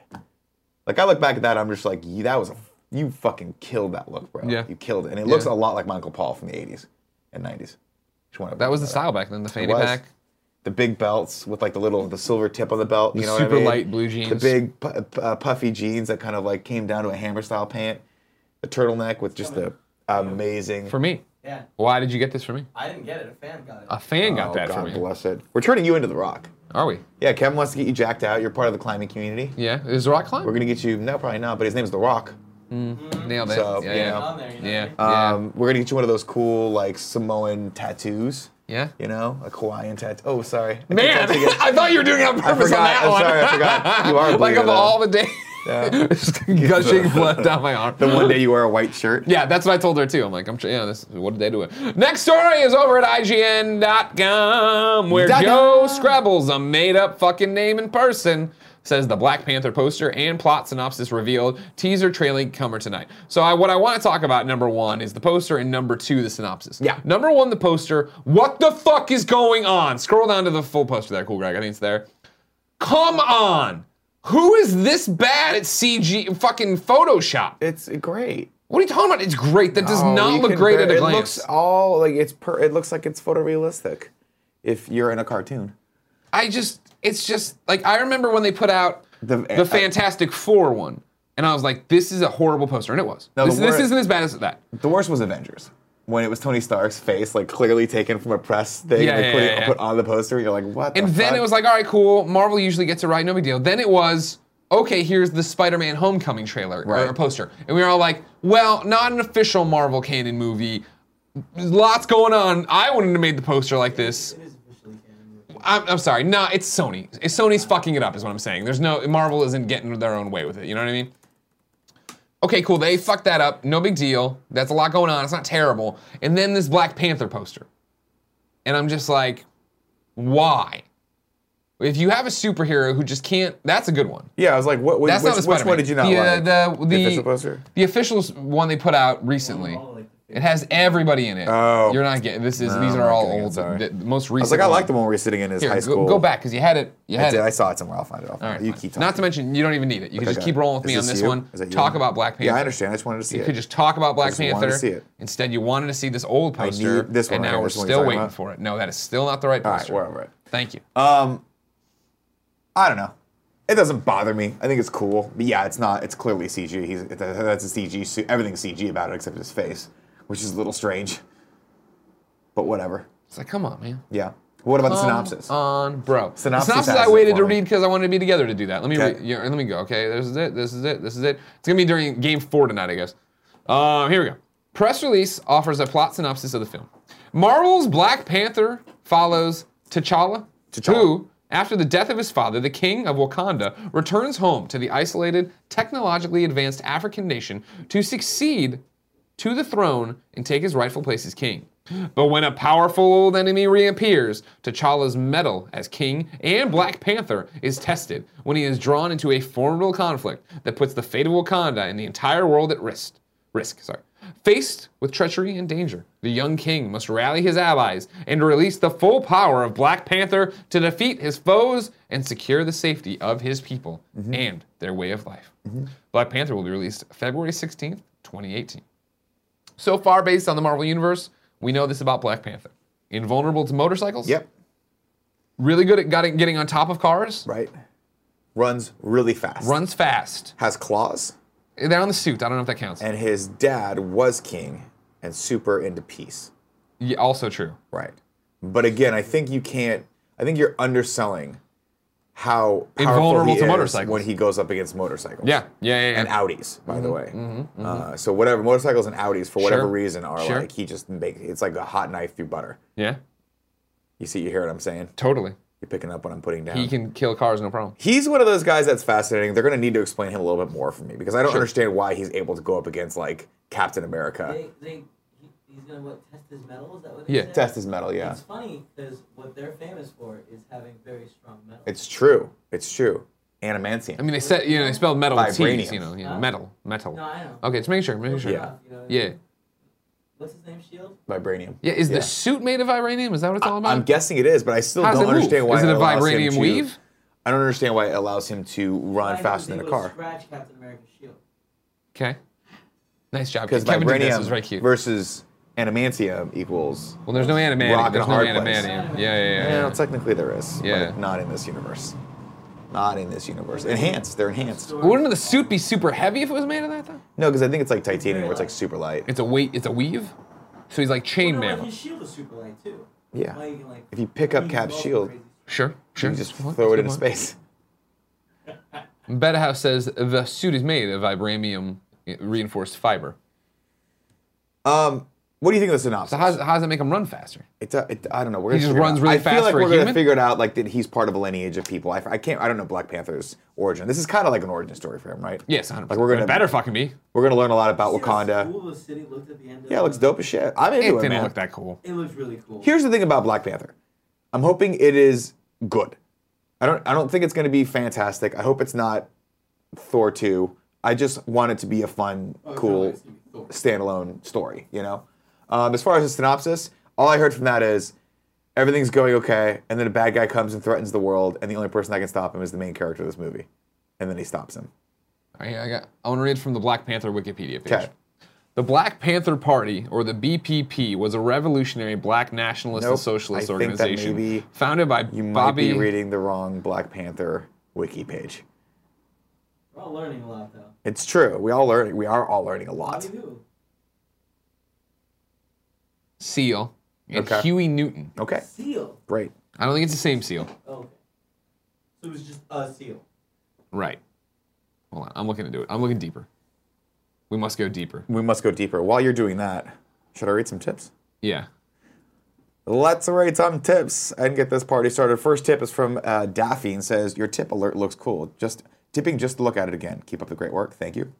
Speaker 2: Like, I look back at that, I'm just like, "Yeah, that was a, you fucking killed that look, bro.
Speaker 1: Yeah.
Speaker 2: You killed it. And it looks
Speaker 1: Yeah.
Speaker 2: a lot like my Uncle Paul from the 80s and 90s. Just wanna
Speaker 1: that
Speaker 2: bring
Speaker 1: was the
Speaker 2: up.
Speaker 1: style back then. The fanny
Speaker 2: was.
Speaker 1: pack.
Speaker 2: the big belts with like the little the silver tip on the belt. You know what I
Speaker 1: super
Speaker 2: mean?
Speaker 1: light blue jeans.
Speaker 2: The big pu- pu- uh, puffy jeans that kind of like came down to a hammer style pant. The turtleneck with just the amazing.
Speaker 1: For me,
Speaker 3: Yeah.
Speaker 1: why did you get this for me?
Speaker 3: I didn't get it. A fan got it.
Speaker 1: A fan got
Speaker 2: Oh,
Speaker 1: that
Speaker 2: God
Speaker 1: for me.
Speaker 2: bless it. We're turning you into the Rock.
Speaker 1: Are we?
Speaker 2: Yeah, Kevin wants to get you jacked out. You're part of the climbing community.
Speaker 1: Yeah. Is Rock climb?
Speaker 2: We're gonna get you. No, probably not. But his name's The Rock.
Speaker 1: Nailed it.
Speaker 2: So,
Speaker 1: yeah,
Speaker 2: you
Speaker 1: yeah.
Speaker 2: know.
Speaker 3: on there, you know?
Speaker 1: yeah. yeah.
Speaker 2: Um, We're gonna get you one of those cool like Samoan tattoos.
Speaker 1: Yeah.
Speaker 2: You know, a Hawaiian tattoo. Oh, sorry. I
Speaker 1: Man,
Speaker 2: keep touching it.
Speaker 1: I thought you were doing it on
Speaker 2: I
Speaker 1: purpose on
Speaker 2: forgot.
Speaker 1: that
Speaker 2: I'm
Speaker 1: one.
Speaker 2: sorry. I forgot. You are a
Speaker 1: like
Speaker 2: believer,
Speaker 1: of
Speaker 2: though.
Speaker 1: all the days,
Speaker 2: Yeah.
Speaker 1: just gushing blood down my arm.
Speaker 2: The one day you wear a white shirt.
Speaker 1: Yeah, that's what I told her too. I'm like, I'm tr- yeah, this what did they do it? Next story is over at IGN.com where
Speaker 2: Dot
Speaker 1: Joe
Speaker 2: com.
Speaker 1: Scrabble's a made-up fucking name in person. Says the Black Panther poster and plot synopsis revealed. Teaser trailing comer tonight. So I, what I want to talk about number one is the poster and number two the synopsis.
Speaker 2: Yeah.
Speaker 1: Number one the poster. What the fuck is going on? Scroll down to the full poster there, cool Greg. I think it's there. Come on. Who is this bad at CG fucking Photoshop?
Speaker 2: It's great.
Speaker 1: What are you talking about? It's great. That does
Speaker 2: Oh, you
Speaker 1: not look
Speaker 2: can
Speaker 1: great
Speaker 2: ver-
Speaker 1: at a
Speaker 2: it
Speaker 1: glance.
Speaker 2: looks all like it's per, it looks like it's photorealistic if you're in a cartoon.
Speaker 1: I just, it's just like I remember when they put out the,
Speaker 2: The- uh,
Speaker 1: Fantastic Four one, and I was like, this is a horrible poster, and it was.
Speaker 2: No, the
Speaker 1: this, this
Speaker 2: wor-
Speaker 1: isn't as bad as that.
Speaker 2: The worst was Avengers when it was Tony Stark's face like clearly taken from a press thing
Speaker 1: Yeah,
Speaker 2: they
Speaker 1: yeah,
Speaker 2: put,
Speaker 1: yeah, yeah.
Speaker 2: put on the poster. You're like, what?
Speaker 1: And
Speaker 2: the
Speaker 1: then
Speaker 2: fuck?
Speaker 1: it was like, all right, cool. Marvel usually gets it right, no big deal. Then it was, okay, here's the Spider-Man Homecoming trailer or
Speaker 2: Right.
Speaker 1: poster, and we were all like, well, not an official Marvel canon movie. Lots going on. I wouldn't have made the poster like this.
Speaker 3: It is officially canon.
Speaker 1: I'm, I'm sorry. Nah, it's Sony. It's Sony's fucking it up, is what I'm saying. There's no Marvel isn't getting their own way with it. You know what I mean? Okay, cool. They fucked that up. No big deal. That's a lot going on. It's not terrible. And then this Black Panther poster, and I'm just like, why? If you have a superhero who just can't, that's a good one.
Speaker 2: yeah, I was like, what? Which,
Speaker 1: That's not the
Speaker 2: which, which
Speaker 1: Spider-Man.
Speaker 2: one did you not
Speaker 1: the, uh,
Speaker 2: like?
Speaker 1: The, the,
Speaker 2: official poster?
Speaker 1: The official one they put out recently.
Speaker 3: Oh, like the
Speaker 1: It has everybody in it.
Speaker 2: Oh.
Speaker 1: You're not getting. This is.
Speaker 2: No,
Speaker 1: these
Speaker 2: I'm
Speaker 1: are
Speaker 2: not
Speaker 1: all
Speaker 2: getting it,
Speaker 1: old.
Speaker 2: sorry.
Speaker 1: The, the most
Speaker 2: I
Speaker 1: recent.
Speaker 2: was like, I
Speaker 1: one.
Speaker 2: like the one where he's sitting in his
Speaker 1: Here,
Speaker 2: high
Speaker 1: go-
Speaker 2: school.
Speaker 1: Go, back because you had it. You
Speaker 2: I,
Speaker 1: had
Speaker 2: did,
Speaker 1: it.
Speaker 2: I saw it somewhere. I'll find it. I'll find
Speaker 1: All right,
Speaker 2: it. You
Speaker 1: fine.
Speaker 2: keep talking.
Speaker 1: Not to mention, you don't even need it. You can just
Speaker 2: Okay.
Speaker 1: keep rolling with
Speaker 2: Is
Speaker 1: me on this
Speaker 2: you?
Speaker 1: one.
Speaker 2: Is that you?
Speaker 1: Talk about Black Panther.
Speaker 2: Yeah, I understand. I just wanted to see
Speaker 1: You
Speaker 2: it.
Speaker 1: could just talk about Black
Speaker 2: just wanted to
Speaker 1: Panther.
Speaker 2: see it.
Speaker 1: Instead, you wanted to see this old poster,
Speaker 2: need this one
Speaker 1: and
Speaker 2: right
Speaker 1: now
Speaker 2: here,
Speaker 1: we're
Speaker 2: this one you're
Speaker 1: still
Speaker 2: talking
Speaker 1: waiting
Speaker 2: about?
Speaker 1: for it. No, that is still not the right
Speaker 2: all right,
Speaker 1: poster.
Speaker 2: we're over it.
Speaker 1: Thank you.
Speaker 2: Um, I don't know. It doesn't bother me. I think it's cool. But yeah, it's not. It's clearly CG. He's that's a CG suit. Everything's CG about it except his face, which is a little strange. But whatever.
Speaker 1: it's like, come on, man.
Speaker 2: Yeah. What about the
Speaker 1: Come
Speaker 2: synopsis?
Speaker 1: On, bro.
Speaker 2: Synopsis
Speaker 1: the synopsis
Speaker 2: has
Speaker 1: I
Speaker 2: it
Speaker 1: waited
Speaker 2: for
Speaker 1: to
Speaker 2: me.
Speaker 1: read because I wanted to be together to do that. Let me
Speaker 2: Okay.
Speaker 1: read. yeah, let me go. Okay, this is it. This is it. This is it. It's gonna be during game four tonight, I guess. Um, here we go. Press release offers a plot synopsis of the film. Marvel's Black Panther follows T'Challa,
Speaker 2: T'Challa.
Speaker 1: who, after the death of his father, the king of Wakanda, returns home to the isolated, technologically advanced African nation to succeed to the throne and take his rightful place as king. But when a powerful old enemy reappears, T'Challa's mettle as king and Black Panther is tested when he is drawn into a formidable conflict that puts the fate of Wakanda and the entire world at risk. Risk, sorry. Faced with treachery and danger, the young king must rally his allies and release the full power of Black Panther to defeat his foes and secure the safety of his people and their way of life. Black Panther will be released February 16th, 2018. So far, based on the Marvel Universe, we know this about Black Panther. Invulnerable to motorcycles.
Speaker 2: Yep.
Speaker 1: Really good at got- getting on top of cars.
Speaker 2: Right. Runs really fast.
Speaker 1: Runs fast.
Speaker 2: Has claws.
Speaker 1: They're on the suit. I don't know if that counts.
Speaker 2: And his dad was king and super into peace.
Speaker 1: Yeah, also true.
Speaker 2: Right. But again, I think you can't. I think you're underselling how powerful
Speaker 1: Invulnerable
Speaker 2: he
Speaker 1: to
Speaker 2: is
Speaker 1: motorcycles.
Speaker 2: when he goes up against motorcycles.
Speaker 1: Yeah. Yeah. Yeah. yeah.
Speaker 2: And Audis, by the way. Uh, so whatever motorcycles and Audis, for whatever
Speaker 1: Mm-hmm. Sure.
Speaker 2: reason, are
Speaker 1: Sure.
Speaker 2: like he just make it's like a hot knife through butter.
Speaker 1: yeah.
Speaker 2: You see, you hear what I'm saying?
Speaker 1: Totally.
Speaker 2: You're picking up what I'm putting down.
Speaker 1: He can kill cars, no problem.
Speaker 2: he's one of those guys that's fascinating. They're going to need to explain him a little bit more for me because I don't understand why he's able to go up against like Captain America.
Speaker 3: They, they, he, he's gonna what test his metal? Is that what they
Speaker 1: Yeah,
Speaker 3: said?
Speaker 2: Test his metal, yeah.
Speaker 3: It's funny because what they're famous for is having very strong metal.
Speaker 2: It's true. It's true. Adamantium.
Speaker 1: I mean, they said you know they spelled metal with T's,
Speaker 2: Vibranium.
Speaker 1: you know, you know,
Speaker 3: Huh?
Speaker 1: metal, metal.
Speaker 3: no, I know.
Speaker 1: Okay, just making sure, making sure.
Speaker 2: Yeah.
Speaker 3: You know,
Speaker 1: Yeah.
Speaker 3: What's his name? Shield.
Speaker 2: vibranium.
Speaker 1: Yeah, is
Speaker 2: Yeah.
Speaker 1: the suit made of vibranium? Is that what it's all about?
Speaker 2: I'm guessing it is, but I still
Speaker 1: How does
Speaker 2: don't
Speaker 1: it move?
Speaker 2: understand why
Speaker 1: Is it a
Speaker 2: allows him
Speaker 1: vibranium
Speaker 2: to-
Speaker 1: weave?
Speaker 2: I don't understand why it allows him to run
Speaker 3: Why
Speaker 2: faster
Speaker 3: was
Speaker 2: than a
Speaker 3: able to
Speaker 2: car.
Speaker 3: Scratch Captain America's shield.
Speaker 1: Okay. Nice job.
Speaker 2: Because
Speaker 1: Kevin did this. It
Speaker 2: vibranium
Speaker 1: was very cute.
Speaker 2: versus adamantium equals.
Speaker 1: well, there's no
Speaker 2: rock
Speaker 1: animanium.
Speaker 2: and
Speaker 1: There's
Speaker 2: a
Speaker 1: no
Speaker 2: hard place.
Speaker 1: animanium. Yeah, yeah, yeah.
Speaker 2: Well, technically there is,
Speaker 1: Yeah.
Speaker 2: but not in this universe. Not in this universe. Enhanced. They're enhanced.
Speaker 3: Story-
Speaker 1: Wouldn't the suit be super heavy if it was made of that though?
Speaker 2: No, because I think it's like titanium, where it's like super light.
Speaker 1: It's a weight. It's a weave. So he's like
Speaker 3: Well, no, like,
Speaker 1: chainmail.
Speaker 3: His shield is super light too.
Speaker 2: Yeah.
Speaker 3: Why you can, like,
Speaker 2: If you pick up
Speaker 3: can
Speaker 2: Cap's
Speaker 3: do all
Speaker 2: shield-
Speaker 3: kinds of crazy
Speaker 1: Sure, sure.
Speaker 2: You just
Speaker 1: Come on,
Speaker 2: throw it
Speaker 1: come
Speaker 2: into
Speaker 1: on.
Speaker 2: space.
Speaker 1: Beta House says the suit is made of vibranium eh, reinforced fiber.
Speaker 2: Um, what do you think of the
Speaker 1: So
Speaker 2: synopsis?
Speaker 1: how does, how does it make him run faster?
Speaker 2: It, uh, it, I don't know. We're gonna
Speaker 1: just
Speaker 2: figure it
Speaker 1: runs
Speaker 2: out.
Speaker 1: really
Speaker 2: I
Speaker 1: fast
Speaker 2: feel like
Speaker 1: for a
Speaker 2: we're
Speaker 1: human?
Speaker 2: gonna figure it out. Like that he's part of a lineage of people. I, f- I can't. I don't know Black Panther's origin. This is kind of like an origin story for him, right?
Speaker 1: Yes, 100%.
Speaker 2: Like we're
Speaker 1: It
Speaker 2: gonna
Speaker 1: better fucking be.
Speaker 2: We're gonna learn a lot about
Speaker 3: stuff. See how
Speaker 2: Wakanda.
Speaker 3: Cool the city looked at the end. Of
Speaker 2: Yeah, it looks dope as shit. I'm
Speaker 1: It
Speaker 2: into it,
Speaker 1: didn't
Speaker 2: man.
Speaker 1: look that cool.
Speaker 3: It looks really cool.
Speaker 2: Here's the thing about Black Panther. I'm hoping it is good. I don't. I don't think it's gonna be fantastic. I hope it's not Thor two. I just want it to be a fun,
Speaker 3: Oh,
Speaker 2: cool.
Speaker 3: no, it's gonna be cool.
Speaker 2: standalone story, you know? Um, as far as the synopsis, all I heard from that is everything's going okay, and then a bad guy comes and threatens the world, and the only person that can stop him is the main character of this movie. And then he stops him.
Speaker 1: All right, I got. I want to read from the Black Panther Wikipedia page.
Speaker 2: Okay.
Speaker 1: The Black Panther Party, or the BPP, was a revolutionary black nationalist and
Speaker 2: Nope,
Speaker 1: socialist
Speaker 2: I think that
Speaker 1: organization
Speaker 2: maybe
Speaker 1: founded by
Speaker 2: You might
Speaker 1: Bobby.
Speaker 2: be reading the wrong Black Panther wiki page.
Speaker 3: We're all learning a lot though.
Speaker 2: It's true. We all learn. We are all learning a lot.
Speaker 3: Bobby who?
Speaker 1: Seal and
Speaker 2: Okay.
Speaker 1: Huey Newton.
Speaker 2: Okay,
Speaker 3: Seal.
Speaker 2: great.
Speaker 1: I don't think it's the same seal.
Speaker 3: Oh, okay. So it was just a seal.
Speaker 1: Right. Hold on. I'm looking into it. I'm looking deeper. We must go deeper.
Speaker 2: We must go deeper. While you're doing that, should I read some tips?
Speaker 1: Yeah.
Speaker 2: Let's rate some tips and get this party started. First tip is from uh, Daphne and says, Your tip alert looks cool. Just tipping, just to look at it again. Keep up the great work. Thank you.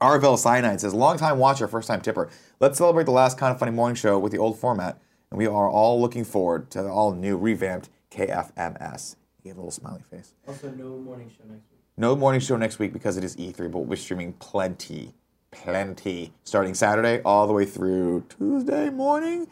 Speaker 2: Arvel Cyanide says, Long time watcher, first time tipper. Let's celebrate the last kind of funny morning show with the old format. And we are all looking forward to the all new revamped KFMS. He gave a little smiley face.
Speaker 3: Also, no morning show next week.
Speaker 2: No morning show next week because it is E3, but we'll be streaming plenty, plenty, starting Saturday all the way through Tuesday morning.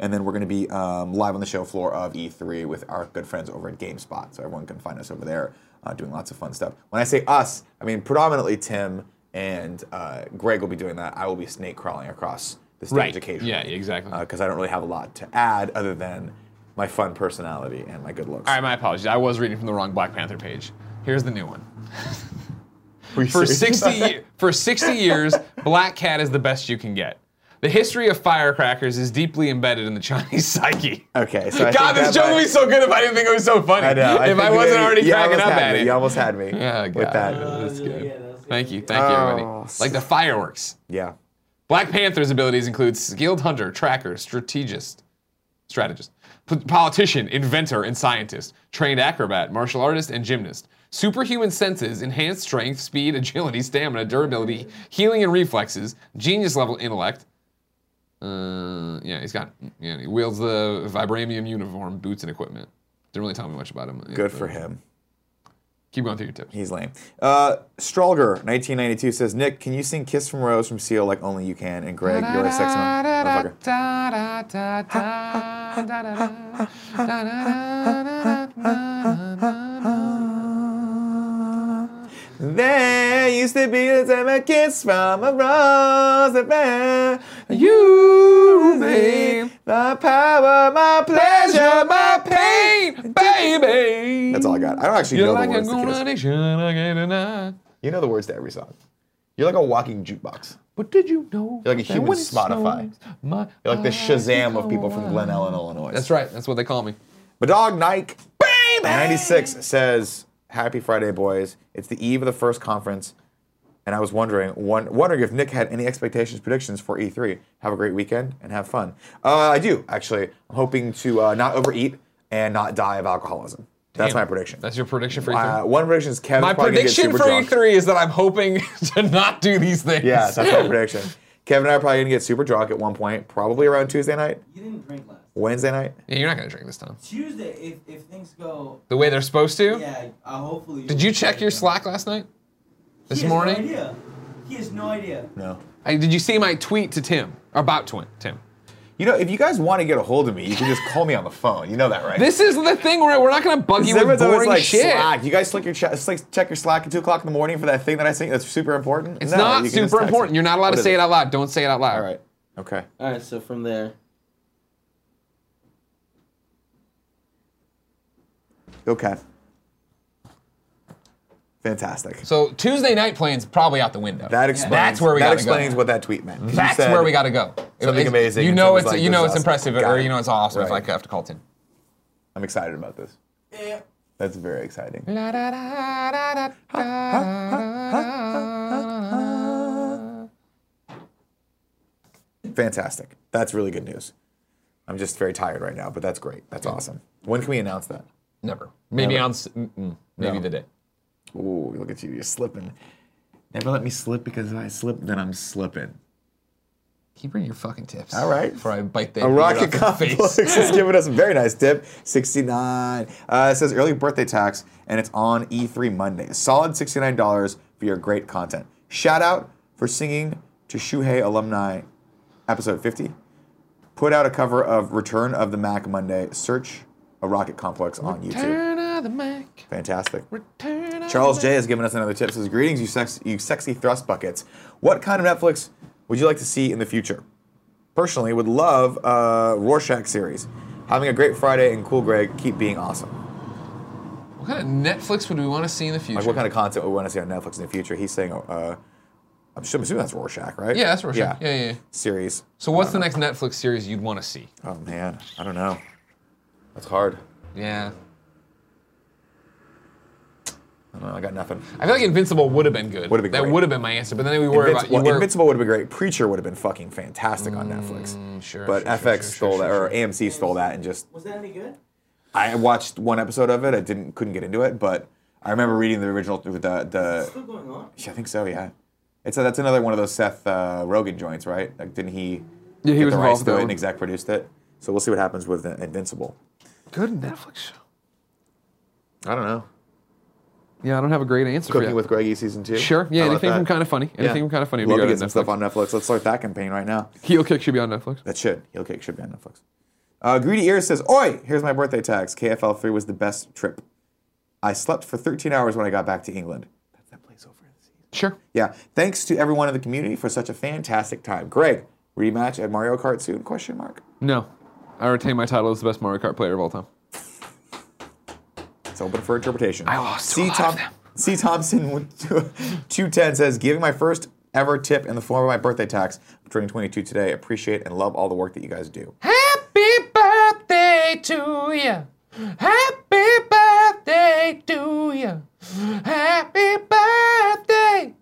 Speaker 2: And then we're going to be um, live on the show floor of E3 with our good friends over at GameSpot. So everyone can find us over there uh, doing lots of fun stuff. When I say us, I mean predominantly Tim and uh, Greg will be doing that. I will be snake crawling across the stage occasionally
Speaker 1: Yeah. Exactly.
Speaker 2: because I don't really have a lot to add other than my fun personality and my good looks.
Speaker 1: All right. My apologies. I was reading from the wrong Black Panther page. Here's the new one.
Speaker 2: Were you
Speaker 1: For
Speaker 2: serious?
Speaker 1: 60 ye- for 60 years, Black Cat is the best you can get. The history of firecrackers is deeply embedded in the Chinese psyche.
Speaker 2: Okay, so I
Speaker 1: God,
Speaker 2: think
Speaker 1: this
Speaker 2: that
Speaker 1: joke
Speaker 2: might-
Speaker 1: would be so good if I didn't think it was so funny.
Speaker 2: I know.
Speaker 1: if I
Speaker 2: think
Speaker 1: wasn't
Speaker 2: you-
Speaker 1: already
Speaker 2: you
Speaker 1: cracking
Speaker 2: almost
Speaker 1: up
Speaker 2: had
Speaker 1: at
Speaker 2: me.
Speaker 1: it.
Speaker 2: You almost had me
Speaker 1: Yeah, God.
Speaker 2: with that.
Speaker 1: That's
Speaker 3: yeah,
Speaker 1: good.
Speaker 3: yeah, that was
Speaker 1: Thank
Speaker 3: good.
Speaker 1: you, thank you,
Speaker 2: Oh,
Speaker 1: everybody. Like the fireworks.
Speaker 2: Yeah.
Speaker 1: Black Panther's abilities include skilled hunter, tracker, strategist, strategist, p- politician, inventor, and scientist, trained acrobat, martial artist, and gymnast. superhuman senses, enhanced strength, speed, agility, stamina, durability, healing and reflexes, genius level intellect. Uh, yeah, he's got. Yeah, he wields the vibranium uniform, boots, and equipment. Didn't really tell me much about him.
Speaker 2: Good for him.
Speaker 1: Keep going through your tips.
Speaker 2: He's lame. Uh, Stroger, 1992, says Nick, can you sing "Kiss from a Rose" from Seal like only you can? And Greg, you're a sex motherfucker. There used to be a time a kiss from a rose affair. You made my power, my pleasure, my pain.
Speaker 1: baby.
Speaker 2: That's all I got. I don't actually
Speaker 1: You're
Speaker 2: know
Speaker 1: like a
Speaker 2: the words to Kiss.
Speaker 1: golden nation again tonight.
Speaker 2: You know the words to every song. You're like a walking jukebox.
Speaker 1: But did you know?
Speaker 2: You're like a
Speaker 1: that
Speaker 2: human
Speaker 1: when it
Speaker 2: Spotify.
Speaker 1: snows, my
Speaker 2: You're like the
Speaker 1: eyes
Speaker 2: Shazam of
Speaker 1: become
Speaker 2: people from Glen
Speaker 1: wide.
Speaker 2: Ellen, Illinois.
Speaker 1: That's right. That's what they call me.
Speaker 2: But dog Nike baby 96 says, "Happy Friday, boys. It's the eve of the first conference, and I was wondering one, wondering if Nick had any expectations, predictions for E3. Have a great weekend and have fun. Uh, I do actually. I'm hoping to uh, not overeat and not die of alcoholism. That's
Speaker 1: Damn.
Speaker 2: my prediction.
Speaker 1: That's your prediction for E3.
Speaker 2: uh, one prediction E is Kevin's
Speaker 1: my
Speaker 2: probably gonna get
Speaker 1: prediction
Speaker 2: super
Speaker 1: for
Speaker 2: drunk.
Speaker 1: E3 is that I'm hoping to not do these things.
Speaker 2: Yeah, that's my prediction. Kevin and I are probably gonna get super drunk at one point, probably around Tuesday night,
Speaker 3: You didn't drink last.
Speaker 2: Wednesday night.
Speaker 1: Yeah, you're not gonna drink this time.
Speaker 3: Tuesday, if, if things go,
Speaker 1: The way they're supposed to.
Speaker 3: yeah, uh, hopefully.
Speaker 1: Did you check your Slack last night? This
Speaker 3: he
Speaker 1: morning?
Speaker 3: Has no idea. He has no idea.
Speaker 2: No.
Speaker 1: I, did you see my tweet to Tim about Twin? Tim.
Speaker 2: You know, if you guys want to get a hold of me, you can just call me on the phone. You know that, right?
Speaker 1: This is the thing where we're not gonna bug you with
Speaker 2: Everyone's always
Speaker 1: boring
Speaker 2: like
Speaker 1: shit.
Speaker 2: Slack. You guys click your chat, like check your Slack at two o'clock in the morning for that thing that I think that's super important.
Speaker 1: It's not super important. You're not allowed to say it out loud. Don't say it out loud.
Speaker 2: All right. Okay.
Speaker 3: All right, so from there,
Speaker 2: Okay. Fantastic.
Speaker 1: So Tuesday night plans probably out the window.
Speaker 2: That explains.
Speaker 1: That's where we
Speaker 2: that
Speaker 1: gotta
Speaker 2: explains
Speaker 1: go.
Speaker 2: what that tweet meant. 'Cause you
Speaker 1: That's
Speaker 2: said-
Speaker 1: where we gotta go.
Speaker 2: something
Speaker 1: It's-
Speaker 2: amazing
Speaker 1: You
Speaker 2: and
Speaker 1: know
Speaker 2: someone's
Speaker 1: it's
Speaker 2: like,
Speaker 1: you
Speaker 2: this
Speaker 1: know
Speaker 2: is
Speaker 1: it's
Speaker 2: awesome.
Speaker 1: impressive,
Speaker 2: Got
Speaker 1: or
Speaker 2: it.
Speaker 1: you know it's awesome if I
Speaker 2: Right.
Speaker 1: have to call Tim.
Speaker 2: I'm excited about this.
Speaker 3: eh,
Speaker 2: That's very exciting.
Speaker 1: Mm-hmm.
Speaker 2: Fantastic. That's really good news. I'm just very tired right now, but that's great. That's awesome. When can we announce that?
Speaker 1: Never. Maybe
Speaker 2: Never.
Speaker 1: on s- mm-mm. maybe
Speaker 2: No.
Speaker 1: the day.
Speaker 2: Ooh, look at you. You're slipping. Never let me slip because if I slip, then I'm slipping.
Speaker 1: Keep reading your fucking tips.
Speaker 2: All right.
Speaker 1: Before I bite that
Speaker 2: A
Speaker 1: beard
Speaker 2: rocket
Speaker 1: off your
Speaker 2: complex
Speaker 1: face.
Speaker 2: is giving us a very nice tip. 69. Uh, it says early birthday tax, and it's on E3 Monday. Solid $69 for your great content. Shout out for singing to Shuhei alumni, episode 50. Put out a cover of Return of the Mac Monday. Search a rocket complex on YouTube.
Speaker 1: Turn on the mic.
Speaker 2: Fantastic.
Speaker 1: Return of
Speaker 2: Charles
Speaker 1: the
Speaker 2: J has given us another tip. Says, "Greetings, you, sex- you sexy thrust buckets. What kind of Netflix would you like to see in the future? Personally, would love uh, Rorschach series. Having a great Friday and cool, Greg. Keep being awesome.
Speaker 1: Mac. What kind of Netflix would we want to see in the future?
Speaker 2: Like, what kind of content we want to see on Netflix in the future? He's saying, uh, I'm sure- I'm assuming that's Rorschach, right?
Speaker 1: yeah, that's what we're yeah. yeah, yeah, yeah.
Speaker 2: Series.
Speaker 1: So what's the next Netflix series you'd want to see?
Speaker 2: Oh man, I don't know. That's hard.
Speaker 1: Yeah.
Speaker 2: I don't know. I got nothing.
Speaker 1: I feel like Invincible would have been good.
Speaker 2: Would've been
Speaker 1: that
Speaker 2: great.
Speaker 1: would have been my answer, but then we worry
Speaker 2: Invinci- well,
Speaker 1: about you were,
Speaker 2: Invincible would have been great. Preacher would have been fucking fantastic on Netflix.
Speaker 1: Mm, sure,
Speaker 2: But
Speaker 1: sure,
Speaker 2: FX
Speaker 1: sure, sure,
Speaker 2: stole
Speaker 1: sure,
Speaker 2: that,
Speaker 1: sure,
Speaker 2: or AMC stole that, and just
Speaker 3: was that any good?
Speaker 2: I watched one episode of it. I didn't couldn't get into it, but I remember reading the original the the.
Speaker 3: Still going on?
Speaker 2: I think so, yeah. It's a, that's another one of those Seth uh, Rogen joints, right? Like, didn't he?
Speaker 1: Yeah, he
Speaker 2: get
Speaker 1: was involved
Speaker 2: the
Speaker 1: with
Speaker 2: rights to
Speaker 1: that
Speaker 2: it
Speaker 1: one.
Speaker 2: and exec produced it. So we'll see what happens with Invincible.
Speaker 1: good Netflix show.
Speaker 2: I don't know.
Speaker 1: Yeah, I don't have a great answer
Speaker 2: Cooking
Speaker 1: for that.
Speaker 2: with Greggy season two.
Speaker 1: Sure. Yeah,
Speaker 2: How about
Speaker 1: anything
Speaker 2: that?
Speaker 1: from kind of funny. Anything from kind of funny. would be
Speaker 2: Love to
Speaker 1: good
Speaker 2: get some stuff
Speaker 1: Netflix.
Speaker 2: on Netflix. Let's start that campaign right now.
Speaker 1: Heel Kick should be on Netflix.
Speaker 2: That should. Heel Cake should be on Netflix. Uh, Greedy Ear says, Oi, here's my birthday tax. KFL 3 was the best trip. I slept for 13 hours when I got back to England. That's that place over in the sea.
Speaker 1: Sure.
Speaker 2: Yeah. Thanks to everyone in the community for such a fantastic time. Greg, rematch at Mario Kart soon? Question mark.
Speaker 1: No. I retain my title as the best Mario Kart player of all time.
Speaker 2: It's open for interpretation.
Speaker 1: I lost to a
Speaker 2: C.
Speaker 1: lot of
Speaker 2: Tom-
Speaker 1: them.
Speaker 2: C. Thompson two ten says, giving my first ever tip in the form of my birthday tax for 2022 today. Appreciate and love all the work that you guys do.
Speaker 1: Happy birthday to you. Happy birthday to you. Happy birthday.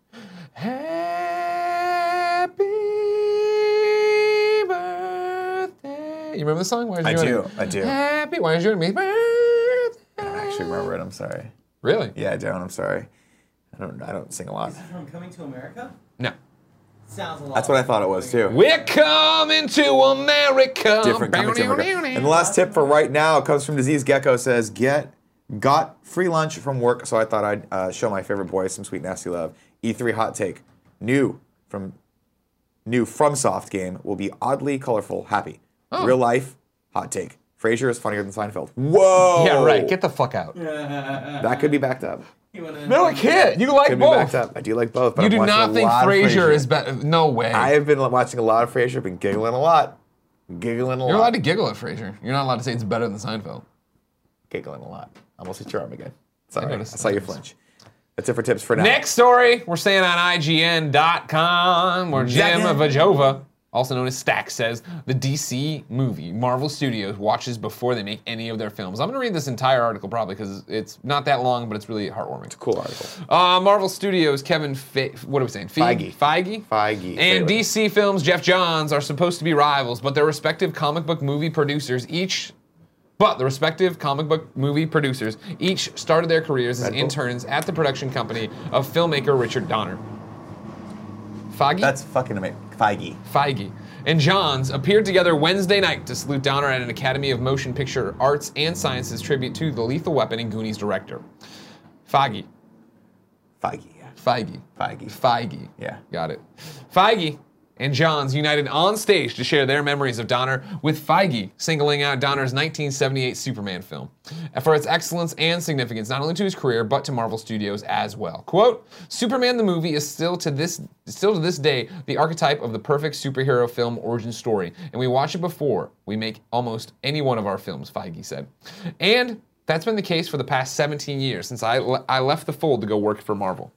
Speaker 1: Happy birthday. You remember the song? Why is
Speaker 2: I
Speaker 1: you doing
Speaker 2: do,
Speaker 1: it?
Speaker 2: I do.
Speaker 1: Happy. Why is you doing me? Birthday.
Speaker 2: I actually remember it. I'm sorry.
Speaker 1: Really?
Speaker 2: Yeah, Darren, I'm sorry. I don't. I don't sing a lot.
Speaker 3: Is it from Coming to America?
Speaker 1: No.
Speaker 3: Sounds a lot.
Speaker 2: That's what I
Speaker 3: like
Speaker 2: thought it was
Speaker 3: Coming
Speaker 2: too.
Speaker 1: We're coming to America.
Speaker 2: Different coming to America. And the last tip for right now comes from Disease Gecko. Says get got free lunch from work, so I thought I'd uh, show my favorite boy some sweet nasty love. E3 hot take. New from new FromSoft game will be oddly colorful, happy.
Speaker 1: Oh.
Speaker 2: Real life hot take. Frasier is funnier than Seinfeld. Whoa.
Speaker 1: Yeah, right. Get the fuck out.
Speaker 2: that could be backed up.
Speaker 3: You wanna-
Speaker 1: No, I can't. You like
Speaker 2: Could be
Speaker 1: both.
Speaker 2: backed up. I do like both. But
Speaker 1: You
Speaker 2: I'm
Speaker 1: do
Speaker 2: watching
Speaker 1: not
Speaker 2: a
Speaker 1: think
Speaker 2: lot of
Speaker 1: Frasier
Speaker 2: Frasier.
Speaker 1: is better. No way.
Speaker 2: I have been watching a lot of Frasier, been giggling a lot. Giggling a
Speaker 1: You're
Speaker 2: lot.
Speaker 1: allowed to giggle at Frasier. You're not allowed to say it's better than Seinfeld.
Speaker 2: giggling a lot. Almost hit your arm again. Sorry. I,
Speaker 1: noticed
Speaker 2: saw you flinch. That's it for tips for now.
Speaker 1: Next story we're saying on IGN.com where Jim
Speaker 2: Zagan.
Speaker 1: Vajova, also known as Stack, says the DC movie Marvel Studios watches before they make any of their films. I'm going to read this entire article probably because it's not that long, but it's really heartwarming.
Speaker 2: Cool article.
Speaker 1: Uh, Marvel Studios, Kevin, Fe- what are we saying? Fe-
Speaker 2: Feige.
Speaker 1: Feige?
Speaker 2: Feige.
Speaker 1: And
Speaker 2: Say it
Speaker 1: DC Films, Jeff Johns, are supposed to be rivals, but their respective comic book movie producers each. But the respective comic book movie producers each started their careers as
Speaker 2: Bull.
Speaker 1: interns at the production company of filmmaker Richard Donner. Feige?
Speaker 2: That's fucking amazing. Feige.
Speaker 1: Feige, and Johns appeared together Wednesday night to salute Donner at an Academy of Motion Picture Arts and Sciences tribute to the Lethal Weapon and Goonies director. Feige.
Speaker 2: Feige. yeah.
Speaker 1: Feige.
Speaker 2: Feige.
Speaker 1: Feige.
Speaker 2: Yeah.
Speaker 1: Got it. Feige and Johns united on stage to share their memories of Donner, with Feige singling out Donner's 1978 Superman film for its excellence and significance, not only to his career but to Marvel Studios as well. "Quote: Superman the movie is still to this still to this day the archetype of the perfect superhero film origin story, and we watch it before we make almost any one of our films," Feige said, and. That's been the case for the past 17 years since I, le- I left the fold to go work for Marvel.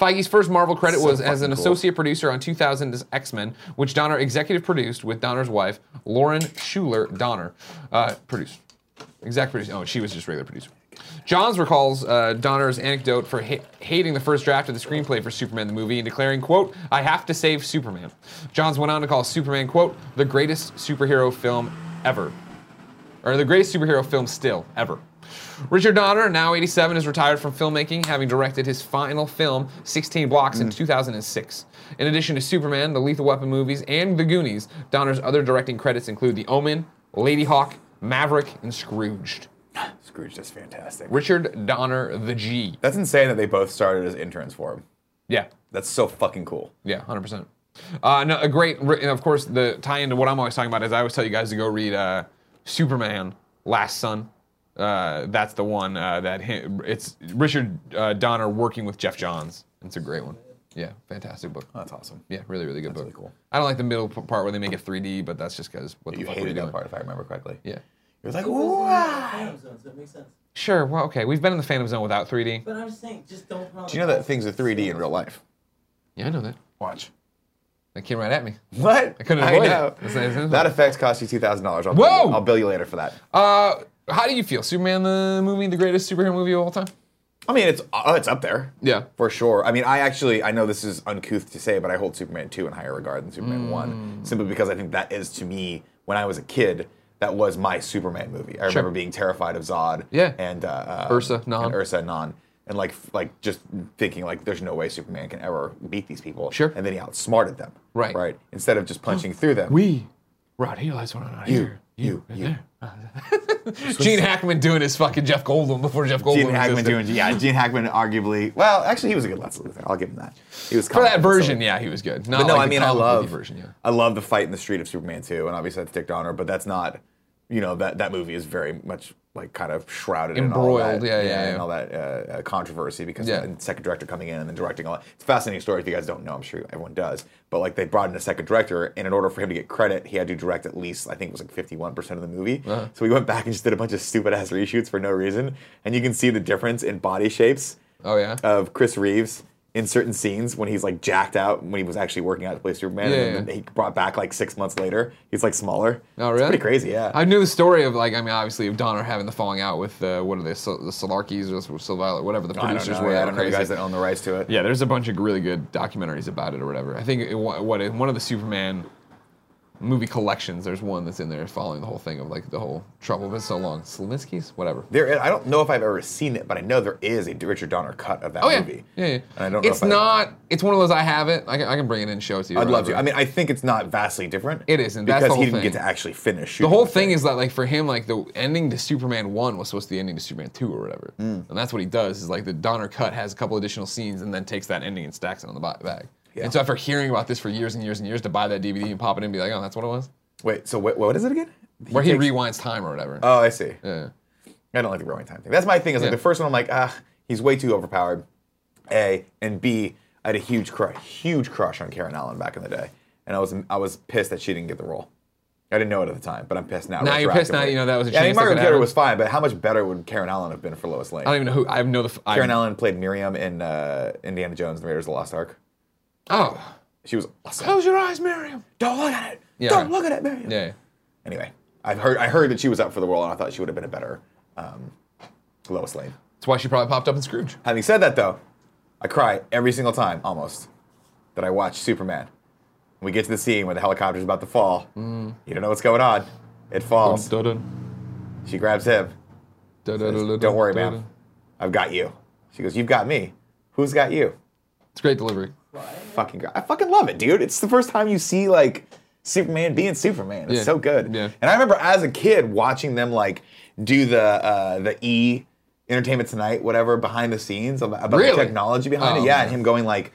Speaker 1: Feige's first Marvel credit
Speaker 2: So
Speaker 1: was as an
Speaker 2: fucking cool.
Speaker 1: associate producer on 2000's X Men, which Donner executive produced with Donner's wife, Lauren Schuler Donner. Uh, produced. Exec producer. Oh, she was just regular producer. Johns recalls uh, Donner's anecdote for ha- hating the first draft of the screenplay for Superman the movie and declaring, quote, I have to save Superman. Johns went on to call Superman, quote, the greatest superhero film ever or the greatest superhero film still ever. Richard Donner, now 87, is retired from filmmaking, having directed his final film, 16 Blocks, in 2006. In addition to Superman, the Lethal Weapon movies, and The Goonies, Donner's other directing credits include The Omen, Lady Hawk, Maverick, and Scrooged.
Speaker 2: Scrooge is fantastic.
Speaker 1: Richard Donner, the G.
Speaker 2: That's insane that they both started as interns for him.
Speaker 1: Yeah,
Speaker 2: That's so fucking cool.
Speaker 1: Yeah, hundred percent. Uh, no, a great, ri- and of course, the tie into what I'm always talking about is I always tell you guys to go read uh, Superman: Last Son. Uh, that's the one uh, that hi- it's Richard uh, Donner working with Jeff Johns. It's a great one. Yeah, fantastic book.
Speaker 2: That's awesome.
Speaker 1: Yeah, really, really good book.
Speaker 2: really cool.
Speaker 1: I don't like the middle p- part where they make it 3D, but that's just because what the
Speaker 2: You
Speaker 1: fuck were you
Speaker 2: hated
Speaker 1: doing?
Speaker 2: that part, if I remember correctly.
Speaker 1: Yeah,
Speaker 2: It was like,
Speaker 3: It was
Speaker 2: ooh.
Speaker 3: in the Phantom Zone, so it makes sense.
Speaker 1: sure. Well, okay, we've been in the Phantom Zone without 3D.
Speaker 3: But I'm just saying, just don't. put on
Speaker 2: Do
Speaker 3: the
Speaker 2: you know that
Speaker 3: clothes.
Speaker 2: things are 3D in real life?
Speaker 1: Yeah, I know that.
Speaker 2: Watch.
Speaker 1: That came right at me.
Speaker 2: What? I
Speaker 1: couldn't avoid it. It's- it's-
Speaker 2: That effect cost you two thousand dollars. I'll
Speaker 1: Whoa!
Speaker 2: Bill you, I'll bill you later for that.
Speaker 1: Uh, how do you feel? Superman the movie, the greatest superhero movie of all time?
Speaker 2: I mean, it's oh, it's up there.
Speaker 1: Yeah.
Speaker 2: For sure. I mean, I actually, I know this is uncouth to say, but I hold Superman 2 in higher regard than Superman
Speaker 1: Hmm.
Speaker 2: 1, simply because I think that is to me, when I was a kid, that was my Superman movie. I remember being terrified of Zod
Speaker 1: Yeah.
Speaker 2: and uh, uh,
Speaker 1: Ursa Nahn.
Speaker 2: And Ursa Non. And like, f- like just thinking like, there's no way Superman can ever beat these people.
Speaker 1: Sure.
Speaker 2: And then he outsmarted them.
Speaker 1: Right.
Speaker 2: Right. Instead of just punching through them.
Speaker 1: We. Rod, he lies one on
Speaker 2: you, you, you.
Speaker 1: Gene Hackman doing his fucking Jeff Goldblum before Jeff Goldblum.
Speaker 2: Gene Hackman
Speaker 1: existed.
Speaker 2: doing, yeah, Gene Hackman arguably, well, actually, he was a good Lex Luthor. I'll give him that. He was
Speaker 1: For that version, yeah, he was good. Not
Speaker 2: But no,
Speaker 1: like
Speaker 2: I
Speaker 1: the
Speaker 2: mean, I
Speaker 1: comic
Speaker 2: love
Speaker 1: movie version. Yeah.
Speaker 2: I love the fight in the street of Superman 2, and obviously that's Dick Donner, but that's not, you know, that that movie is very much like kind of shrouded in all
Speaker 1: Embroiled,
Speaker 2: that,
Speaker 1: yeah, yeah,
Speaker 2: and
Speaker 1: yeah.
Speaker 2: all that uh, uh, controversy because
Speaker 1: Yeah.
Speaker 2: of the second director coming in and then directing all. That. It's a fascinating story if you guys don't know. I'm sure everyone does, but like they brought in a second director, and in order for him to get credit, he had to direct at least I think it was like 51 percent of the movie.
Speaker 1: Uh-huh.
Speaker 2: So we went back and just did a bunch of stupid ass reshoots for no reason, and you can see the difference in body shapes
Speaker 1: Oh yeah.
Speaker 2: of Chris Reeves in certain scenes when he's like jacked out when he was actually working out to play Superman.
Speaker 1: Yeah,
Speaker 2: and then he brought back like six months later. He's like smaller.
Speaker 1: Oh,
Speaker 2: It's
Speaker 1: really?
Speaker 2: pretty crazy, yeah.
Speaker 1: I knew the story of like I mean obviously of Donner having the falling out with uh, what are they Sol- the Solarkis or Silviolet whatever the
Speaker 2: I don't
Speaker 1: producers
Speaker 2: know.
Speaker 1: were.
Speaker 2: yeah, I
Speaker 1: that
Speaker 2: don't
Speaker 1: were
Speaker 2: know the
Speaker 1: crazy.
Speaker 2: guys that own the rights to it.
Speaker 1: Yeah, there's a bunch of really good documentaries about it or whatever. I think it, wa- what in one of the Superman movie collections. There's one that's in there following the whole thing of like the whole trouble. But so long, Slavinsky's, whatever.
Speaker 2: There, I don't know if I've ever seen it, but I know there is a Richard Donner cut of that
Speaker 1: Oh yeah,
Speaker 2: movie.
Speaker 1: yeah, yeah.
Speaker 2: And I don't know
Speaker 1: It's
Speaker 2: if I-
Speaker 1: not. It's one of those I have it. I can, I can bring it in and show it to you. or
Speaker 2: I'd love to.
Speaker 1: whatever.
Speaker 2: I mean, I think it's not vastly different.
Speaker 1: It isn't. That's
Speaker 2: because
Speaker 1: the whole
Speaker 2: he didn't
Speaker 1: thing.
Speaker 2: get to actually finish.
Speaker 1: the whole thing is that like for him, like the ending to Superman one was supposed to be the ending to Superman two or whatever,
Speaker 2: Hmm.
Speaker 1: and that's what he does. Is like the Donner cut has a couple additional scenes and then takes that ending and stacks it on the bo- bag.
Speaker 2: Yeah.
Speaker 1: And so after hearing about this for years and years and years, to buy that DVD and pop it in and be like, oh, that's what it was.
Speaker 2: Wait. So what, what is it again?
Speaker 1: Where he
Speaker 2: takes-
Speaker 1: rewinds time or whatever.
Speaker 2: Oh, I see.
Speaker 1: yeah.
Speaker 2: I don't like the growing time thing. That's my thing. Is like
Speaker 1: Yeah.
Speaker 2: the first one. I'm like, ah, he's way too overpowered. A and B. I had a huge crush, huge crush on Karen Allen back in the day, and I was I was pissed that she didn't get the role. I didn't know it at the time, but I'm pissed now.
Speaker 1: Now you're pissed now,
Speaker 2: retroactively.
Speaker 1: you know, that was a
Speaker 2: Yeah, I
Speaker 1: chance
Speaker 2: mean,
Speaker 1: that could
Speaker 2: Margaret Kidder
Speaker 1: happen. Oh,
Speaker 2: was fine, but how much better would Karen Allen have been for Lois Lane?
Speaker 1: I don't even know who. I know the. f- I-
Speaker 2: Karen Allen played Miriam in uh, Indiana Jones: and The Raiders of the Lost Ark.
Speaker 1: Oh,
Speaker 2: She was awesome.
Speaker 1: close your eyes, Miriam.
Speaker 2: Don't look at it.
Speaker 1: Yeah.
Speaker 2: Don't look at it, Miriam.
Speaker 1: Yeah.
Speaker 2: Anyway, I've heard I heard that she was up for the role, and I thought she would have been a better um, Lois Lane.
Speaker 1: That's why she probably popped up in Scrooge.
Speaker 2: Having said that, though, I cry every single time, almost, that I watch Superman. We get to the scene where the helicopter's about to fall. You don't know what's going on. It falls. She grabs him. Don't
Speaker 1: Don't
Speaker 2: worry, ma'am. I've got you. She goes, You've got me. Who's got you?
Speaker 1: It's great delivery.
Speaker 2: Fucking God. I fucking love it, dude. It's the first time you see like Superman being Superman. It's
Speaker 1: Yeah.
Speaker 2: so good.
Speaker 1: Yeah.
Speaker 2: And I remember as a kid watching them like do the uh, the E Entertainment Tonight, whatever, behind the scenes about, about
Speaker 1: Really?
Speaker 2: the technology behind
Speaker 1: Oh,
Speaker 2: it. Yeah,
Speaker 1: man.
Speaker 2: and him going like.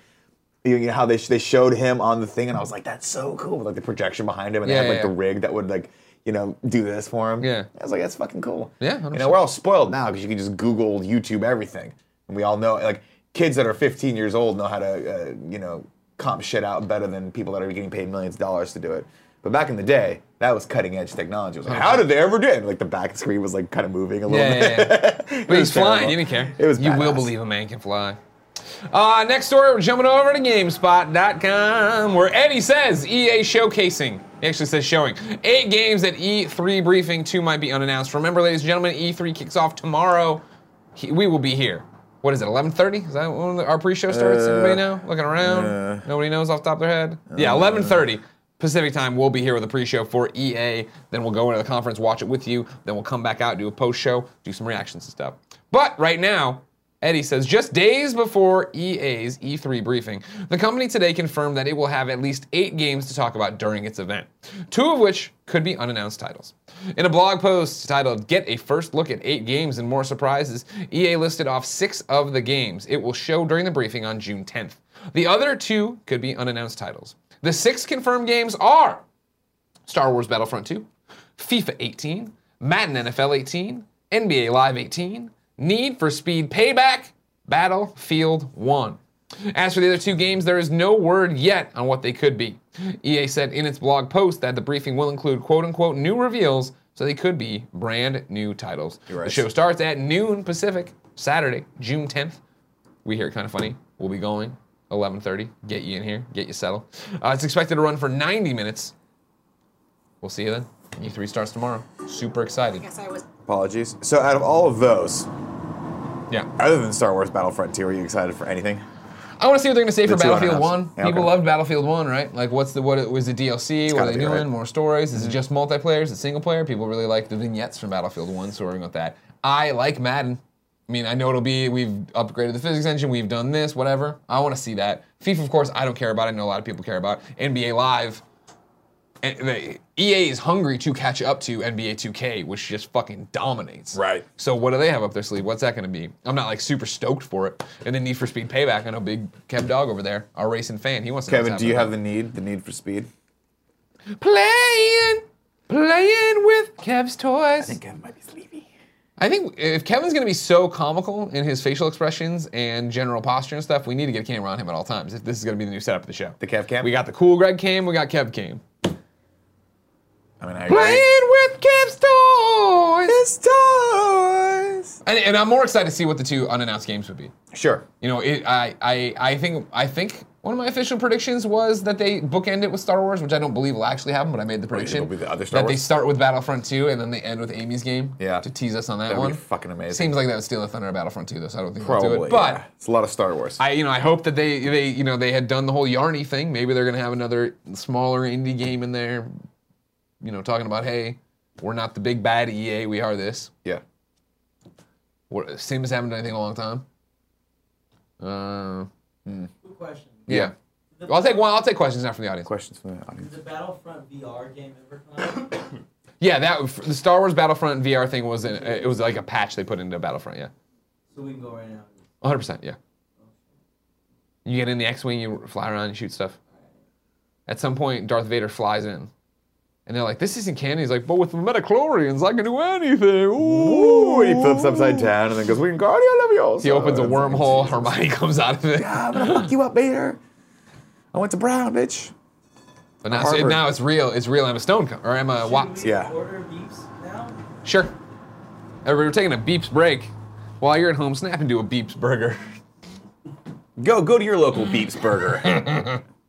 Speaker 2: You know how they, sh- they showed him on the thing, and I was like, "That's so cool!" With like the projection behind him, and
Speaker 1: Yeah,
Speaker 2: they had
Speaker 1: yeah,
Speaker 2: like the
Speaker 1: yeah.
Speaker 2: rig that would like, you know, do this for him.
Speaker 1: Yeah.
Speaker 2: I was like, "That's fucking cool."
Speaker 1: Yeah,
Speaker 2: you know, we're all spoiled now because you can just Google YouTube everything, and we all know like kids that are 15 years old know how to uh, you know comp shit out better than people that are getting paid millions of dollars to do it. But back in the day, that was cutting edge technology. It was like, how did they ever do it? And, like the back screen was like kind of moving a little
Speaker 1: Yeah,
Speaker 2: bit.
Speaker 1: yeah, yeah.
Speaker 2: It
Speaker 1: But
Speaker 2: was
Speaker 1: he's flying.
Speaker 2: terrible.
Speaker 1: You didn't care.
Speaker 2: It was
Speaker 1: You will
Speaker 2: badass.
Speaker 1: believe a man can fly. Uh, next story, we're jumping over to GameSpot.com, where Eddie says EA showcasing. He actually says showing. Eight games at E3 briefing, two might be unannounced. Remember, ladies and gentlemen, E3 kicks off tomorrow. He- we will be here. What is it, 11.30? Is that when our pre-show starts? Anybody know? Looking around? Nobody knows off the top of their head? yeah, 11.30. Pacific time, we'll be here with a pre-show for EA. Then we'll go into the conference, watch it with you. Then we'll come back out, do a post-show, do some reactions and stuff. But right now, Eddie says, just days before E EA's E3 briefing, the company today confirmed that it will have at least eight games to talk about during its event, two of which could be unannounced titles. In a blog post titled, Get a First Look at Eight Games and More Surprises, EA listed off six of the games it will show during the briefing on June 10th. The other two could be unannounced titles. The six confirmed games are Star Wars Battlefront 2, FIFA 18, Madden NFL 18, NBA Live 18, Need for Speed Payback, Battlefield 1. As for the other two games, there is no word yet on what they could be. EA said in its blog post that the briefing will include quote unquote new reveals, so they could be brand new titles.
Speaker 2: right.
Speaker 1: The show starts at noon Pacific, Saturday, June 10th. We hear it kind of funny. We'll be going 11:30. Get you in here. Get you settled. Uh, it's expected to run for 90 minutes. We'll see you then. E3 starts tomorrow. Super excited.
Speaker 5: guess I was.
Speaker 2: Apologies. So out of all of those,
Speaker 1: Yeah.
Speaker 2: other than Star Wars Battlefront 2, are you excited for anything?
Speaker 1: I want to see what they're gonna say for
Speaker 2: The two
Speaker 1: Battlefield One.
Speaker 2: unannounced. Yeah,
Speaker 1: People
Speaker 2: okay.
Speaker 1: loved Battlefield One, right? Like, what's the what was the DLC? what are
Speaker 2: gotta
Speaker 1: they
Speaker 2: be,
Speaker 1: doing?
Speaker 2: right? Mm-hmm.
Speaker 1: More stories? Is it just multiplayer? Is it single player? People really like the vignettes from Battlefield One, so we're going with that. I like Madden. I mean, I know it'll be we've upgraded the physics engine, we've done this, whatever. I want to see that. FIFA, of course, I don't care about. I know a lot of people care about NBA Live. and they, EA is hungry to catch up to NBA 2K, which just fucking dominates.
Speaker 2: Right.
Speaker 1: So what do they have up their sleeve? What's that going to be? I'm not like super stoked for it. And then Need for Speed Payback. I know Big Kev Dog over there, our racing fan. He wants to. know
Speaker 2: Kevin,
Speaker 1: what's
Speaker 2: do you have
Speaker 1: happening.
Speaker 2: the need, the need for speed?
Speaker 1: playing, playing with Kev's toys? I think,
Speaker 2: Kevin might be sleepy.
Speaker 1: if Kevin's going to be so comical in his facial expressions and general posture and stuff, we need to get a camera on him at all times. If this is going to be the new setup of the show,
Speaker 2: The Kev cam?
Speaker 1: We got the cool Greg cam. We got Kev cam.
Speaker 2: I mean, I
Speaker 1: Playing
Speaker 2: agree.
Speaker 1: with Kev's toys.
Speaker 2: toys.
Speaker 1: And, and I'm more excited to see what the two unannounced games would be.
Speaker 2: Sure.
Speaker 1: You know, it, I, I, I think I think one of my official predictions was that they bookend it with Star Wars, which I don't believe will actually happen, but I made the
Speaker 2: you think
Speaker 1: prediction
Speaker 2: it'll be the other Star
Speaker 1: that they
Speaker 2: Wars?
Speaker 1: start with Battlefront 2 and then they end with Amy's game.
Speaker 2: Yeah.
Speaker 1: To tease us on that
Speaker 2: That'd be
Speaker 1: one.
Speaker 2: fucking amazing.
Speaker 1: Seems like that would steal the thunder of Battlefront 2, though, so I don't think they'll do
Speaker 2: Probably.
Speaker 1: it. But
Speaker 2: yeah. it's a lot of Star Wars.
Speaker 1: I, you know, I hope that they, they, you know, they had done the whole Yarny thing. Maybe they're gonna have another smaller indie game in there, you know, talking about, hey, we're not the big bad EA, we are this.
Speaker 2: Yeah.
Speaker 1: What, same as haven't done anything in a long time. Uh,
Speaker 3: Quick question.
Speaker 1: yeah.
Speaker 3: Did the
Speaker 1: I'll take one. I'll take questions now from the audience.
Speaker 2: Questions from the
Speaker 3: Did
Speaker 2: audience.
Speaker 3: the Battlefront VR game ever come out?
Speaker 1: Yeah, that the Star Wars Battlefront VR thing was an, it was like a patch they put into Battlefront. Yeah,
Speaker 3: so we can go right now.
Speaker 1: 100. percent Yeah. You get in the X-wing, you fly around, you shoot stuff. At some point, Darth Vader flies in, and they're like, "This isn't canon." He's like, "But with the metachlorians, I can do anything." Ooh.
Speaker 2: Ooh, he flips upside down and then goes, "We can guard you, Ah, love
Speaker 1: He opens a wormhole. Hermione comes out of it.
Speaker 2: I'm gonna fuck you up, Vader. I went to Brown, bitch.
Speaker 1: But now, so
Speaker 2: Harvard.
Speaker 1: now it's real. It's real. Emma Stone com- or Emma Watts.
Speaker 3: Should we
Speaker 2: Yeah.
Speaker 3: Order beeps now.
Speaker 1: Sure. Everybody, we're taking a beeps break. While you're at home, snap into a beeps burger.
Speaker 2: Go, go to your local Beeps Burger.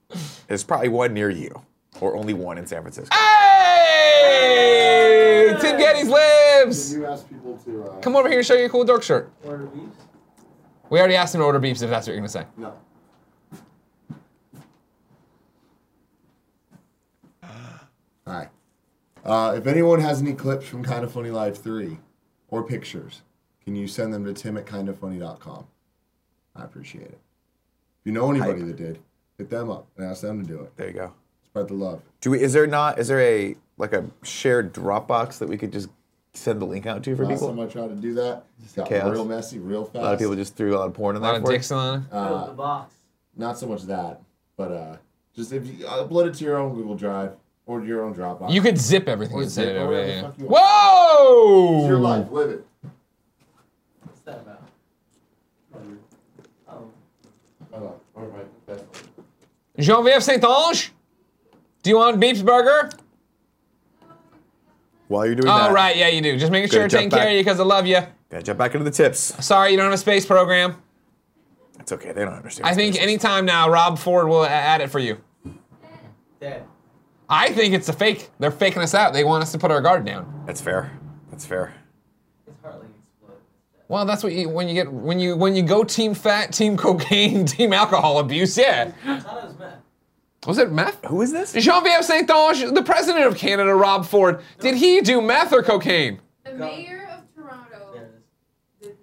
Speaker 2: There's probably one near you, or only one in San Francisco.
Speaker 1: Hey! Tim Geddes lives!
Speaker 5: Can you ask people to uh,
Speaker 1: Come over here and show your cool dork shirt.
Speaker 3: Order beeps.
Speaker 1: We already asked him to order beeps if that's what you're gonna say.
Speaker 5: No. Hi. Uh, if anyone has any clips from Kind of Funny Live 3 or pictures, can you send them to tim at kindoffunny.com? I appreciate it. If you know anybody that did, hit them up and ask them to do it.
Speaker 2: There you go.
Speaker 5: Spread the love.
Speaker 2: Do we? Is there not? Is there a like a shared Dropbox that we could just send the link out to for
Speaker 5: Last
Speaker 2: people?
Speaker 5: time I tried to do that, it got
Speaker 2: chaos.
Speaker 5: real messy, real fast.
Speaker 2: a lot of people just threw a lot of porn in
Speaker 1: A lot
Speaker 2: there.
Speaker 1: of
Speaker 2: for
Speaker 1: dicks
Speaker 2: us.
Speaker 1: on.
Speaker 5: Uh,
Speaker 3: the box.
Speaker 5: not so much that, but uh, just if you upload it to your own Google Drive or your own Dropbox.
Speaker 1: You could zip everything
Speaker 5: Or
Speaker 1: and send
Speaker 5: zip
Speaker 1: it
Speaker 5: or
Speaker 1: over.
Speaker 5: whatever the
Speaker 1: yeah, yeah.
Speaker 5: fuck you want.
Speaker 1: Whoa!
Speaker 5: It's your life. Live it.
Speaker 3: What's that about? Oh,
Speaker 5: My life. Or my best life.
Speaker 1: Jean-Vive Saint-Ange? Do you want beeps burger?
Speaker 2: While you're doing that,
Speaker 1: Oh, right, yeah, you do. Just making sure
Speaker 2: Good,
Speaker 1: you're taking
Speaker 2: jump
Speaker 1: care of
Speaker 2: back.
Speaker 1: you because I love you.
Speaker 2: gotta jump back into the tips.
Speaker 1: Sorry you don't have a space program.
Speaker 2: It's okay. They don't understand.
Speaker 1: I
Speaker 2: what's
Speaker 1: think
Speaker 2: going on.
Speaker 1: anytime now, Rob Ford will a- add it for you.
Speaker 3: dead.
Speaker 1: I think it's a fake. They're faking us out. They want us to put our guard down.
Speaker 2: That's fair. That's fair.
Speaker 3: It's hardly exploded. It's
Speaker 1: Well, that's what you when you get when you when you go team fat, team cocaine, team alcohol abuse. Yeah,
Speaker 3: dead. I thought it was meth.
Speaker 1: was it meth?
Speaker 2: Who is this?
Speaker 1: Jean-Vive Saint-Ange, the president of Canada, Rob Ford. Did he do meth or cocaine?
Speaker 6: The mayor of Toronto
Speaker 3: There it is.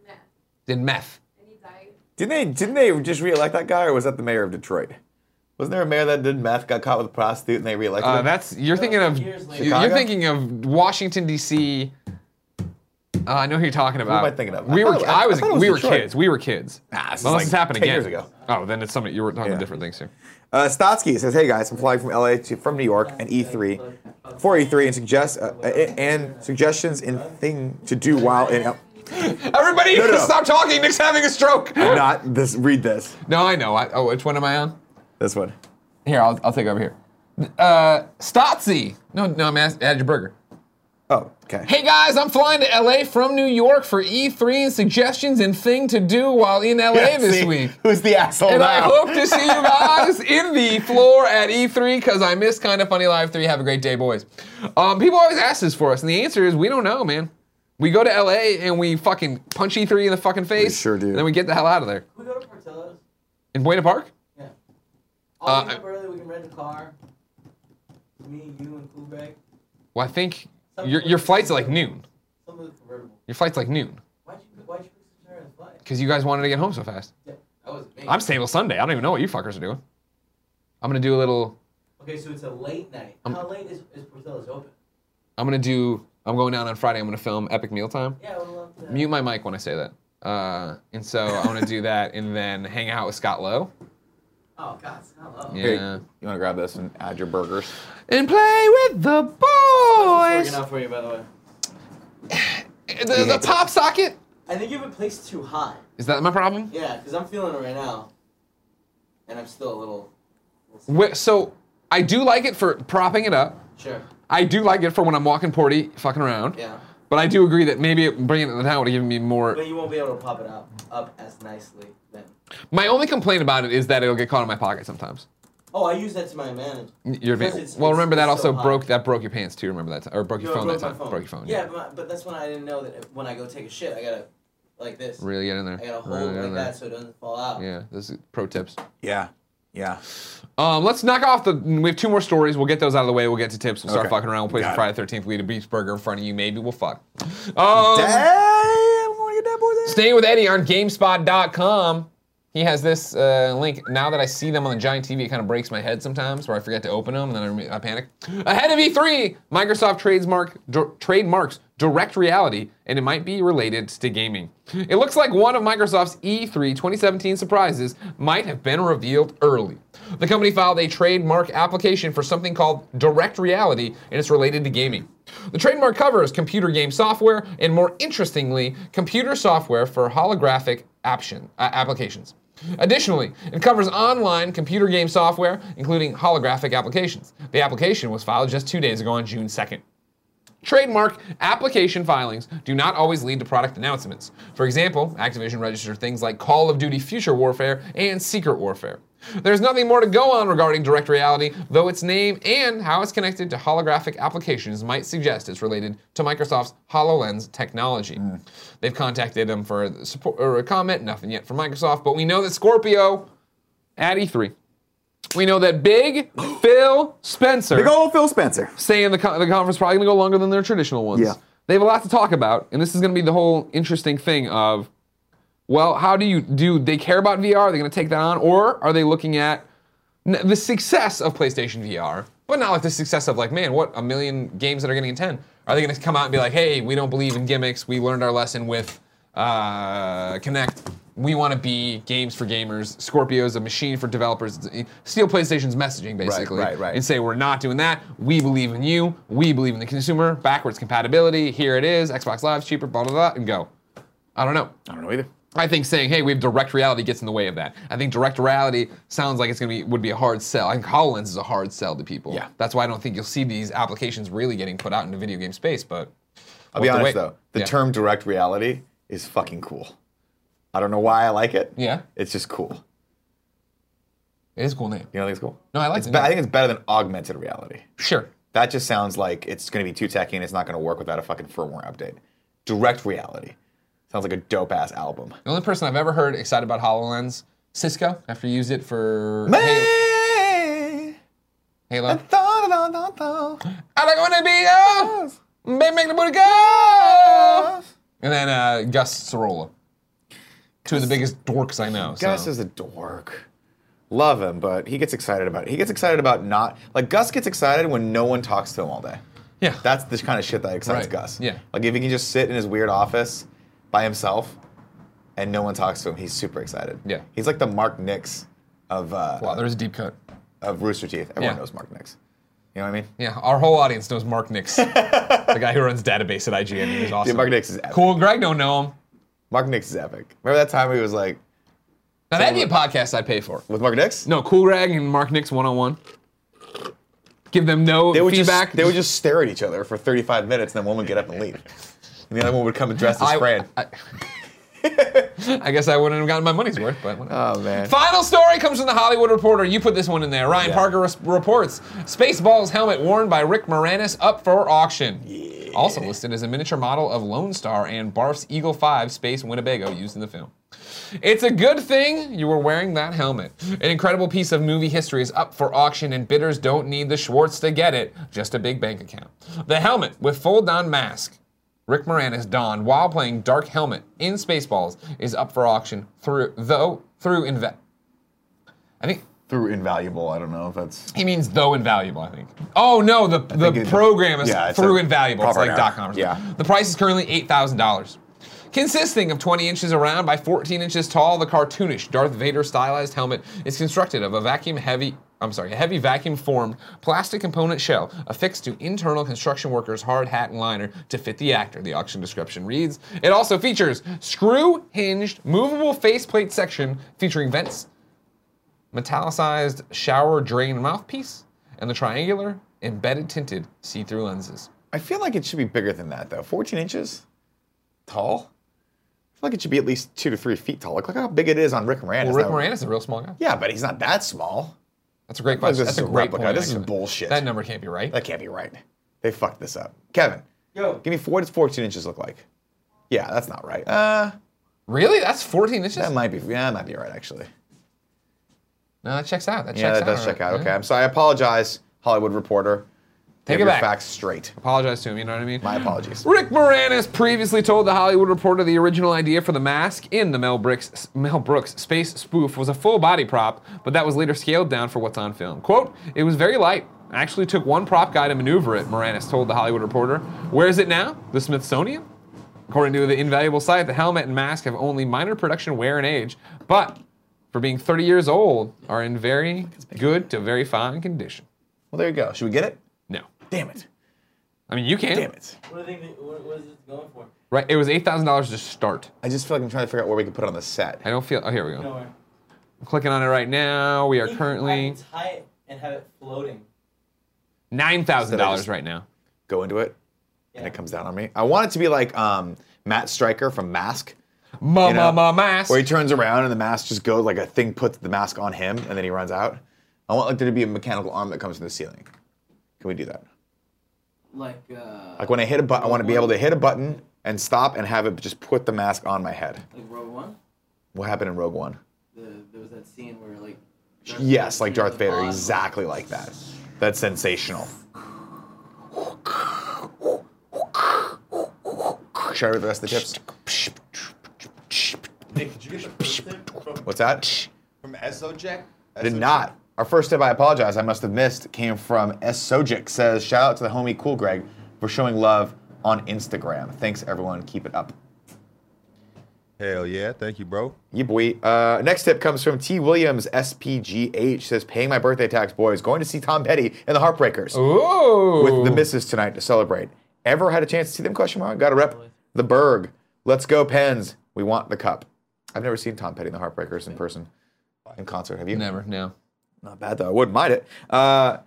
Speaker 6: did meth,
Speaker 1: Did meth.
Speaker 6: and he died.
Speaker 2: Didn't they? Didn't they just reelect that guy, or was that the mayor of Detroit? Wasn't there a mayor that did meth, got caught with a prostitute, and they reelected
Speaker 1: Uh,
Speaker 2: him?
Speaker 1: that's you're thinking of
Speaker 3: Years later.
Speaker 1: you're
Speaker 2: Chicago?
Speaker 1: thinking of Washington D.C. Uh, I know who you're talking about.
Speaker 2: am I thinking of? I
Speaker 1: We were
Speaker 2: thought it-
Speaker 1: I,
Speaker 2: I
Speaker 1: was
Speaker 2: thought it was
Speaker 1: we were
Speaker 2: Detroit.
Speaker 1: kids. We were kids.
Speaker 2: Nah, Ah, this is
Speaker 1: Unless
Speaker 2: like
Speaker 1: it's happened
Speaker 2: 10
Speaker 1: again.
Speaker 2: years ago.
Speaker 1: Oh, then it's something you were talking about
Speaker 2: Yeah.
Speaker 1: different things here.
Speaker 2: Uh, Stotsky says, "Hey guys, I'm flying from LA to from New York and E3 for E3 and suggest uh, uh, and suggestions in thing to do while in." L-
Speaker 1: Everybody,
Speaker 2: no, no.
Speaker 1: stop talking. Nick's having a stroke.
Speaker 2: I'm not this. Read this.
Speaker 1: No, I know. I, oh, which one am I on?
Speaker 2: This one.
Speaker 1: Here, I'll, I'll take over here. Uh, Stotzi. No, no, I'm ask, add your burger.
Speaker 2: Oh, okay.
Speaker 1: Hey guys, I'm flying to LA from New York for E3 and suggestions and thing to do while in LA
Speaker 2: Yeah,
Speaker 1: this
Speaker 2: see?
Speaker 1: week.
Speaker 2: Who's the asshole
Speaker 1: And I
Speaker 2: now?
Speaker 1: hope to see you guys in the floor at E3 because I missed Kind of Funny Live 3. Have a great day, boys. Um, people always ask this for us, and the answer is we don't know, man. We go to LA and we fucking punch E3 in the fucking face.
Speaker 2: sure do.
Speaker 1: And then we get the hell out of there.
Speaker 3: Can we go to Portillo's?
Speaker 1: In Buena Park?
Speaker 3: Yeah. I'll
Speaker 1: Uh,
Speaker 3: wake up early. We can rent a car. Me, you, and Cool Greg.
Speaker 1: Well, I think your, your flight's at like noon.
Speaker 3: Some of the convertible.
Speaker 1: Your flight's like noon
Speaker 3: Why'd you why'd you pick such a flight?
Speaker 1: because you guys wanted to get home so fast.
Speaker 3: Yeah, that was me.
Speaker 1: I'm staying till Sunday. I don't even know what you fuckers are doing. I'm gonna do a little.
Speaker 3: Okay, so it's a late night. How late is, is Portillo's open?
Speaker 1: I'm gonna do. I'm going down on Friday. I'm gonna film Epic Mealtime.
Speaker 3: Yeah, um, I would love to.
Speaker 1: Mute my mic when I say that. Uh, and so I want to do that, and then hang out with Scott Lowe.
Speaker 3: Oh God, it's not love.
Speaker 1: Yeah.
Speaker 2: Here, you want to grab this and add your burgers?
Speaker 1: And play with the
Speaker 3: It's
Speaker 1: boys.
Speaker 3: working out for you, by the way.
Speaker 1: The, the pop socket.
Speaker 3: I think you have it placed too high.
Speaker 1: Is that my problem?
Speaker 3: Yeah, because I'm feeling it right now, and I'm still a little.
Speaker 1: Wh- So I do like it for propping it up.
Speaker 3: Sure.
Speaker 1: I do like it for when I'm walking porty, fucking around.
Speaker 3: Yeah.
Speaker 1: But I do agree that maybe it, bringing it down would have given me more.
Speaker 3: But you won't be able to pop it up up as nicely then.
Speaker 1: My only complaint about it is that it'll get caught in my pocket sometimes.
Speaker 3: Oh, I use that to my advantage.
Speaker 1: Your advan-
Speaker 3: Because it's-
Speaker 1: well,
Speaker 3: it's-
Speaker 1: remember that
Speaker 3: it's so
Speaker 1: also
Speaker 3: hot.
Speaker 1: broke that broke your pants too. Remember that time, or broke your
Speaker 3: No,
Speaker 1: phone
Speaker 3: I broke
Speaker 1: that
Speaker 3: my
Speaker 1: time. Broke your phone.
Speaker 3: Yeah, but, but that's when I didn't know that if- when I go take a shit, I gotta like this.
Speaker 1: really get in there.
Speaker 3: I gotta hold
Speaker 1: Really
Speaker 3: it
Speaker 1: get
Speaker 3: like
Speaker 1: in there.
Speaker 3: that so it doesn't fall out.
Speaker 1: Yeah, this is pro tips.
Speaker 2: Yeah. Yeah.
Speaker 1: Um, let's knock off the. We have two more stories. We'll get those out of the way. We'll get to tips. We'll start
Speaker 2: Okay.
Speaker 1: fucking around. We'll play some
Speaker 2: Got it.
Speaker 1: Friday Thirteenth. We'll eat a beef burger in front of you. Maybe we'll fuck. Um,
Speaker 2: Damn, wanna get that boy there?
Speaker 1: Staying with Eddie on GameSpot.com. He has this uh, link. Now that I see them on the giant TV, it kind of breaks my head sometimes, where I forget to open them and then I, rem- I panic. Ahead of E3, Microsoft trademark dr- trademarks direct reality, and it might be related to gaming. It looks like one of Microsoft's E E3 2017 surprises might have been revealed early. The company filed a trademark application for something called direct reality, and it's related to gaming. The trademark covers computer game software and, more interestingly, computer software for holographic option, uh, applications. Additionally, it covers online computer game software, including holographic applications. The application was filed just two days ago on June 2nd. Trademark application filings do not always lead to product announcements. For example, Activision registered things like Call of Duty Future Warfare and Secret Warfare. There's nothing more to go on regarding direct reality, though its name and how it's connected to holographic applications might suggest it's related to Microsoft's HoloLens technology. They've contacted them for support or a comment, nothing yet from Microsoft, but we know that Scorpio at E3. We know that Big Phil Spencer
Speaker 2: Big old Phil Spencer.
Speaker 1: saying the, con- the conference probably going to go longer than their traditional ones.
Speaker 2: Yeah.
Speaker 1: They have a lot to talk about, and this is going to be the whole interesting thing of, well, how do you do? They care about VR. Are they going to take that on, or are they looking at n- the success of PlayStation VR, but not like the success of like, man, what a million games that are getting in ten? Are they going to come out and be like, hey, we don't believe in gimmicks. We learned our lesson with uh, Connect. We want to be games for gamers. Scorpio's a machine for developers. Steal PlayStation's messaging, basically,
Speaker 2: right, right.
Speaker 1: and say we're not doing that. We believe in you. We believe in the consumer. Backwards compatibility. Here it is. Xbox Live's cheaper. Blah blah blah. And go. I don't know.
Speaker 2: I don't know either.
Speaker 1: I think saying, "Hey, we have direct reality" gets in the way of that. I think direct reality sounds like it's going to be would be a hard sell. I think Hololens is a hard sell to people.
Speaker 2: Yeah.
Speaker 1: That's why I don't think you'll see these applications really getting put out into video game space. But
Speaker 2: I'll be
Speaker 1: Well, the
Speaker 2: honest
Speaker 1: way-
Speaker 2: though, the
Speaker 1: yeah.
Speaker 2: term direct reality is fucking cool. I don't know why I like it.
Speaker 1: Yeah.
Speaker 2: It's just cool.
Speaker 1: it is a cool name.
Speaker 2: You know, I think it's cool.
Speaker 1: No, I like
Speaker 2: It's
Speaker 1: the
Speaker 2: be-
Speaker 1: name.
Speaker 2: I think it's better than augmented reality.
Speaker 1: Sure.
Speaker 2: That just sounds like it's going to be too techy and it's not going to work without a fucking firmware update. Direct reality sounds like a dope ass album.
Speaker 1: The only person I've ever heard excited about Hololens, Cisco, after he used it for Halo.
Speaker 2: May-
Speaker 1: Halo.
Speaker 2: Da-da-da-da-da.
Speaker 1: I like when it be oh, baby make the booty go. And then uh, Gus Sorolla, two of the biggest dorks I know. so.
Speaker 2: Gus is a dork. Love him, but he gets excited about it. He gets excited about not like Gus gets excited when no one talks to him all day.
Speaker 1: yeah.
Speaker 2: That's the kind of shit that excites
Speaker 1: Right.
Speaker 2: Gus.
Speaker 1: Yeah.
Speaker 2: Like if he can just sit in his weird office by himself and no one talks to him, he's super excited.
Speaker 1: Yeah.
Speaker 2: He's like the Mark Nix of uh,
Speaker 1: wow, there's a deep cut.
Speaker 2: of Rooster Teeth. Everyone
Speaker 1: Yeah.
Speaker 2: knows Mark Nix. You know what I mean?
Speaker 1: Yeah, our whole audience knows Mark Nix, the guy who runs database at IGN. He's awesome.
Speaker 2: Dude, Mark Nix is epic.
Speaker 1: Cool. Greg don't know him.
Speaker 2: Mark Nix is epic. Remember that time he was like
Speaker 1: Now that'd be a podcast I'd pay for.
Speaker 2: with Mark Nix?
Speaker 1: No, Cool Greg and Mark Nix one on one. Give them no
Speaker 2: They would
Speaker 1: feedback.
Speaker 2: just they would just stare at each other for 35 minutes, and then one would get up and leave, and the other one would come and dress as
Speaker 1: I,
Speaker 2: Fran.
Speaker 1: I, I guess I wouldn't have gotten my money's worth, but whatever.
Speaker 2: oh man.
Speaker 1: Final story comes from the Hollywood Reporter. You put this one in there. Ryan
Speaker 2: Yeah.
Speaker 1: Parker res- reports Spaceballs helmet worn by Rick Moranis up for auction. Also listed as a miniature model of Lone Star and Barf's Eagle 5 Space Winnebago used in the film. It's a good thing you were wearing that helmet. An incredible piece of movie history is up for auction, and bidders don't need the Schwartz to get it, just a big bank account. The helmet with fold down mask Rick Moranis donned while playing Dark Helmet in Spaceballs is up for auction through though through inve- I think
Speaker 2: Through invaluable. I don't know if that's.
Speaker 1: he means though invaluable. I think. Oh no, the
Speaker 2: think
Speaker 1: the
Speaker 2: it's-
Speaker 1: program is
Speaker 2: yeah, it's
Speaker 1: through
Speaker 2: a
Speaker 1: invaluable. It's
Speaker 2: proper
Speaker 1: like
Speaker 2: noun.
Speaker 1: dot com. or
Speaker 2: Yeah.
Speaker 1: something. The price is currently eight thousand dollars. Consisting of 20 inches around by 14 inches tall, the cartoonish Darth Vader stylized helmet is constructed of a vacuum heavy. I'm sorry, a heavy vacuum formed plastic component shell affixed to internal construction workers' hard hat and liner to fit the actor. The auction description reads It also features screw hinged movable faceplate section featuring vents, metallicized shower drain mouthpiece, and the triangular embedded tinted see-through lenses.
Speaker 2: I feel like it should be bigger than that though. 14 inches tall. I feel like it should be at least two to three feet tall. Look, look how big it is on Rick Moranis.
Speaker 1: Well, Rick
Speaker 2: That-
Speaker 1: Moranis is a real small guy.
Speaker 2: Yeah, but he's not that small.
Speaker 1: That's a great
Speaker 2: Like,
Speaker 1: question.
Speaker 2: this
Speaker 1: That's
Speaker 2: is
Speaker 1: a
Speaker 2: a
Speaker 1: great
Speaker 2: replica.
Speaker 1: point.
Speaker 2: This is
Speaker 1: actually.
Speaker 2: bullshit.
Speaker 1: That number can't be right.
Speaker 2: That can't be right. They fucked this up. Kevin,
Speaker 3: Yo.
Speaker 2: give me four. What does 14 inches look like? Yeah, that's not right. Uh,
Speaker 1: really? That's 14 inches?
Speaker 2: that might be. Yeah, that might be right actually.
Speaker 1: No, that checks out. That
Speaker 2: Yeah,
Speaker 1: checks
Speaker 2: that
Speaker 1: out.
Speaker 2: does
Speaker 1: all
Speaker 2: check
Speaker 1: right.
Speaker 2: out.
Speaker 1: Yeah.
Speaker 2: Okay, I'm sorry. I apologize, Hollywood reporter.
Speaker 1: Take
Speaker 2: Give
Speaker 1: it
Speaker 2: your
Speaker 1: back.
Speaker 2: facts straight.
Speaker 1: Apologize to him. You know what I mean?
Speaker 2: My apologies.
Speaker 1: Rick Moranis previously told the Hollywood Reporter the original idea for the mask in the Mel Brooks, Mel Brooks space spoof was a full body prop, but that was later scaled down for what's on film. Quote, it was very light. Actually took one prop guy to maneuver it, Moranis told the Hollywood Reporter. Where is it now? The Smithsonian? According to the invaluable site, the helmet and mask have only minor production wear and age, but for being 30 years old, are in very good to very fine condition.
Speaker 2: Well, there you go. Should we get it?
Speaker 1: No.
Speaker 2: Damn it.
Speaker 1: I mean, you can.
Speaker 2: Damn it.
Speaker 3: What do you think? they- What, what is it going for?
Speaker 1: Right? It was $8,000 to start.
Speaker 2: I just feel like I'm trying to figure out where we can put it on the set.
Speaker 1: I don't feel. Oh, here we go.
Speaker 3: Nowhere.
Speaker 1: I'm clicking on it right now. We are
Speaker 3: Think I
Speaker 1: currently
Speaker 3: can tie it and have it floating.
Speaker 1: nine thousand dollars
Speaker 2: just-
Speaker 1: right now.
Speaker 2: Go into it,
Speaker 3: Yeah.
Speaker 2: and it comes down on me. I want it to be like um, Matt Stryker from Mask,
Speaker 1: Ma
Speaker 2: You
Speaker 1: ma
Speaker 2: know,
Speaker 1: ma mask.
Speaker 2: where he turns around and the mask just goes like a thing puts the mask on him, and then he runs out. I want like there to be a mechanical arm that comes from the ceiling. Can we do that?
Speaker 3: Like. Uh,
Speaker 2: Like when I hit a button, I want to be able to hit a button and stop and have it just put the mask on my head.
Speaker 3: Like Rogue One.
Speaker 2: What happened in Rogue One?
Speaker 3: The, there was that scene where like. Darth
Speaker 2: Yes,
Speaker 3: Vader
Speaker 2: like Darth
Speaker 3: was
Speaker 2: Vader,
Speaker 3: on.
Speaker 2: exactly like that. That's sensational. Should I read the rest of the tips?
Speaker 4: Nick, did you get the first tip from,
Speaker 2: What's that?
Speaker 4: from Esojek?
Speaker 2: I did not. Our first tip, I apologize, I must have missed, came from S. Sojic. Says, shout out to the homie Cool Greg for showing love on Instagram. Thanks, everyone. Keep it up.
Speaker 4: Hell yeah, thank you, bro.
Speaker 2: Yeah, boy. Uh, next tip comes from T. Williams, SPGH. Says, paying my birthday tax, boys. Going to see Tom Petty and the Heartbreakers.
Speaker 1: Ooh.
Speaker 2: with the misses tonight to celebrate. Ever had a chance to see them? Question mark. Got to rep the Berg. Let's go Pens. We want the cup. I've never seen Tom Petty and the Heartbreakers in person, in concert. Have you?
Speaker 1: Never. No.
Speaker 2: Not bad though. I wouldn't mind it. Uh,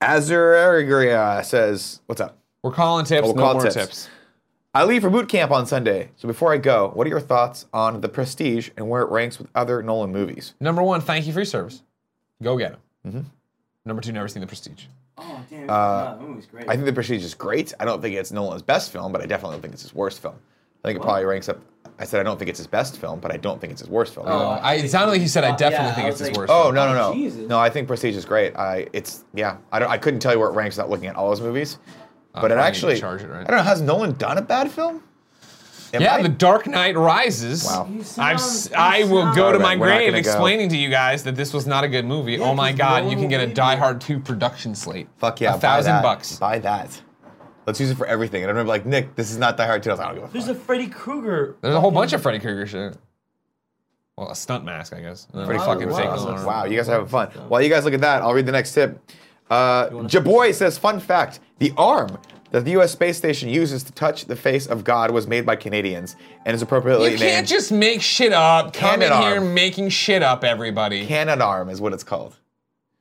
Speaker 2: Azuragria says, "What's up?
Speaker 1: We're calling tips.
Speaker 2: We'll
Speaker 1: no
Speaker 2: call
Speaker 1: more
Speaker 2: tips.
Speaker 1: tips.
Speaker 2: I leave for boot camp on Sunday. So before I go, what are your thoughts on The Prestige and where it ranks with other Nolan movies?
Speaker 1: Number one, thank you for your service. Go get them.
Speaker 2: Mm-hmm.
Speaker 1: Number two, never seen the Prestige.
Speaker 3: Oh damn! Uh, that movie's great.
Speaker 2: I think The Prestige is great. I don't think it's Nolan's best film, but I definitely don't think it's his worst film. I think it probably ranks up. I said I don't think it's his best film, but I don't think it's his worst film.
Speaker 1: Oh, I, it sounded like you said. I
Speaker 3: Uh,
Speaker 1: definitely
Speaker 3: yeah,
Speaker 1: think
Speaker 3: I
Speaker 1: it's
Speaker 3: was
Speaker 1: his
Speaker 3: like-
Speaker 1: worst.
Speaker 2: Oh
Speaker 1: film.
Speaker 2: no no no!
Speaker 3: Jesus.
Speaker 2: No, I think Prestige is great. I it's yeah. I don't. I couldn't tell you where it ranks without looking at all his movies. But
Speaker 1: probably Uh,
Speaker 2: it
Speaker 1: need to
Speaker 2: actually.
Speaker 1: charge it, right?
Speaker 2: I don't know. Has Nolan done a bad film? It
Speaker 1: Yeah,
Speaker 2: might-
Speaker 1: The Dark Knight Rises.
Speaker 2: Oh, Wow. You
Speaker 1: I'm,
Speaker 3: sound-
Speaker 1: s-
Speaker 3: you
Speaker 1: I will
Speaker 3: sound-
Speaker 1: go to
Speaker 2: Alright,
Speaker 1: my
Speaker 2: we're not
Speaker 1: grave
Speaker 2: gonna go.
Speaker 1: explaining to you guys that this was not a good movie. oh my
Speaker 3: 'cause
Speaker 1: God!
Speaker 3: no
Speaker 1: you
Speaker 3: one
Speaker 1: can get
Speaker 3: will
Speaker 1: a
Speaker 3: believe
Speaker 1: Die
Speaker 3: you.
Speaker 1: Hard 2 production slate.
Speaker 2: Fuck yeah!
Speaker 1: A
Speaker 2: buy
Speaker 1: thousand
Speaker 2: that.
Speaker 1: bucks.
Speaker 2: Buy that. Let's use it for everything. And I remember like Nick, this is not Die Hard 2. I was like, I don't give a
Speaker 3: There's
Speaker 2: fuck.
Speaker 3: a Freddy Krueger.
Speaker 1: There's a whole bunch of Freddy Krueger shit. Well, a stunt mask, I guess. Pretty
Speaker 3: Krueger
Speaker 1: fucking
Speaker 3: was
Speaker 1: fake.
Speaker 3: awesome.
Speaker 1: one.
Speaker 2: Wow, you guys are having fun. While you guys look at that, I'll read the next tip. Uh, Jaboy says, fun fact, the arm that the U.S. space station uses to touch the face of God was made by Canadians and is appropriately
Speaker 1: You
Speaker 2: named
Speaker 1: can't just make shit up. Come in
Speaker 2: Cannon
Speaker 1: here
Speaker 2: arm.
Speaker 1: making shit up, everybody.
Speaker 2: Cannon Arm is what it's called.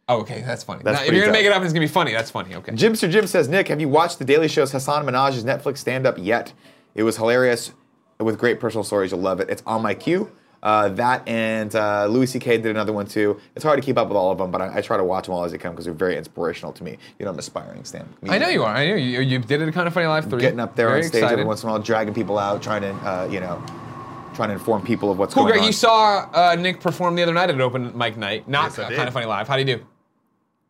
Speaker 1: Oh, okay, that's funny.
Speaker 2: That's
Speaker 1: Now, if
Speaker 2: pretty
Speaker 1: you're gonna make
Speaker 2: dope.
Speaker 1: it up, it's gonna be funny. That's funny. Okay.
Speaker 2: Jim Sir Jim says, Nick, have you watched The Daily Show's Hassan Minaj's Netflix stand up yet? It was hilarious with great personal stories. You'll love it. It's on my queue. Uh, that and uh, Louis C.K. did another one too. It's hard to keep up with all of them, but I, I try to watch them all as they come because they're very inspirational to me. You know, I'm aspiring stand
Speaker 1: I know you are. I know you. You did it. Kind of funny live three.
Speaker 2: Getting up there
Speaker 1: Very
Speaker 2: on stage
Speaker 1: excited.
Speaker 2: every once in a while, dragging people out, trying to, uh, you know, trying to inform people of what's
Speaker 1: Cool,
Speaker 2: going
Speaker 1: Greg.
Speaker 2: on.
Speaker 1: You saw uh, Nick perform the other night at open mic night. Not
Speaker 4: Yes, I did.
Speaker 1: kind of funny live. How do you do?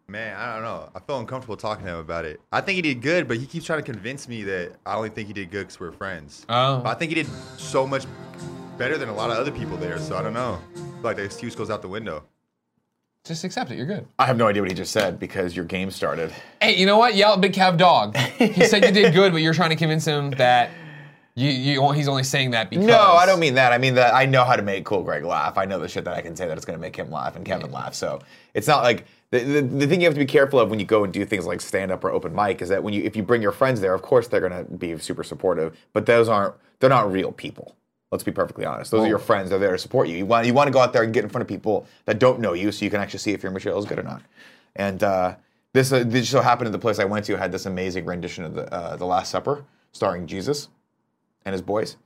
Speaker 4: Man, I don't know. I feel uncomfortable talking to him about it. I think he did good, but he keeps trying to convince me that I only think he did good because we're friends.
Speaker 1: Oh.
Speaker 4: But I think he did so much better than a lot of other people there, so I don't know. I feel Like the excuse goes out the window.
Speaker 1: Just accept it. You're good.
Speaker 2: I have no idea what he just said because your game started.
Speaker 1: Hey, you know what? Yell at Big Cav Dog. He said you did good, but you're trying to convince him that you, you he's only saying that because.
Speaker 2: No, I don't mean that. I mean that I know how to make Cool Greg laugh. I know the shit that I can say that it's going to make him laugh and Kevin laugh. So it's not like the, the, the thing you have to be careful of when you go and do things like stand up or open mic is that when you if you bring your friends there, of course they're going to be super supportive. But those aren't they're not real people. Let's be perfectly honest. Those are your friends. They're there to support you. You want you want to go out there and get in front of people that don't know you, so you can actually see if your material is good or not. And uh, this uh, this just so happened at the place I went to had this amazing rendition of the uh, the Last Supper starring Jesus and his boys.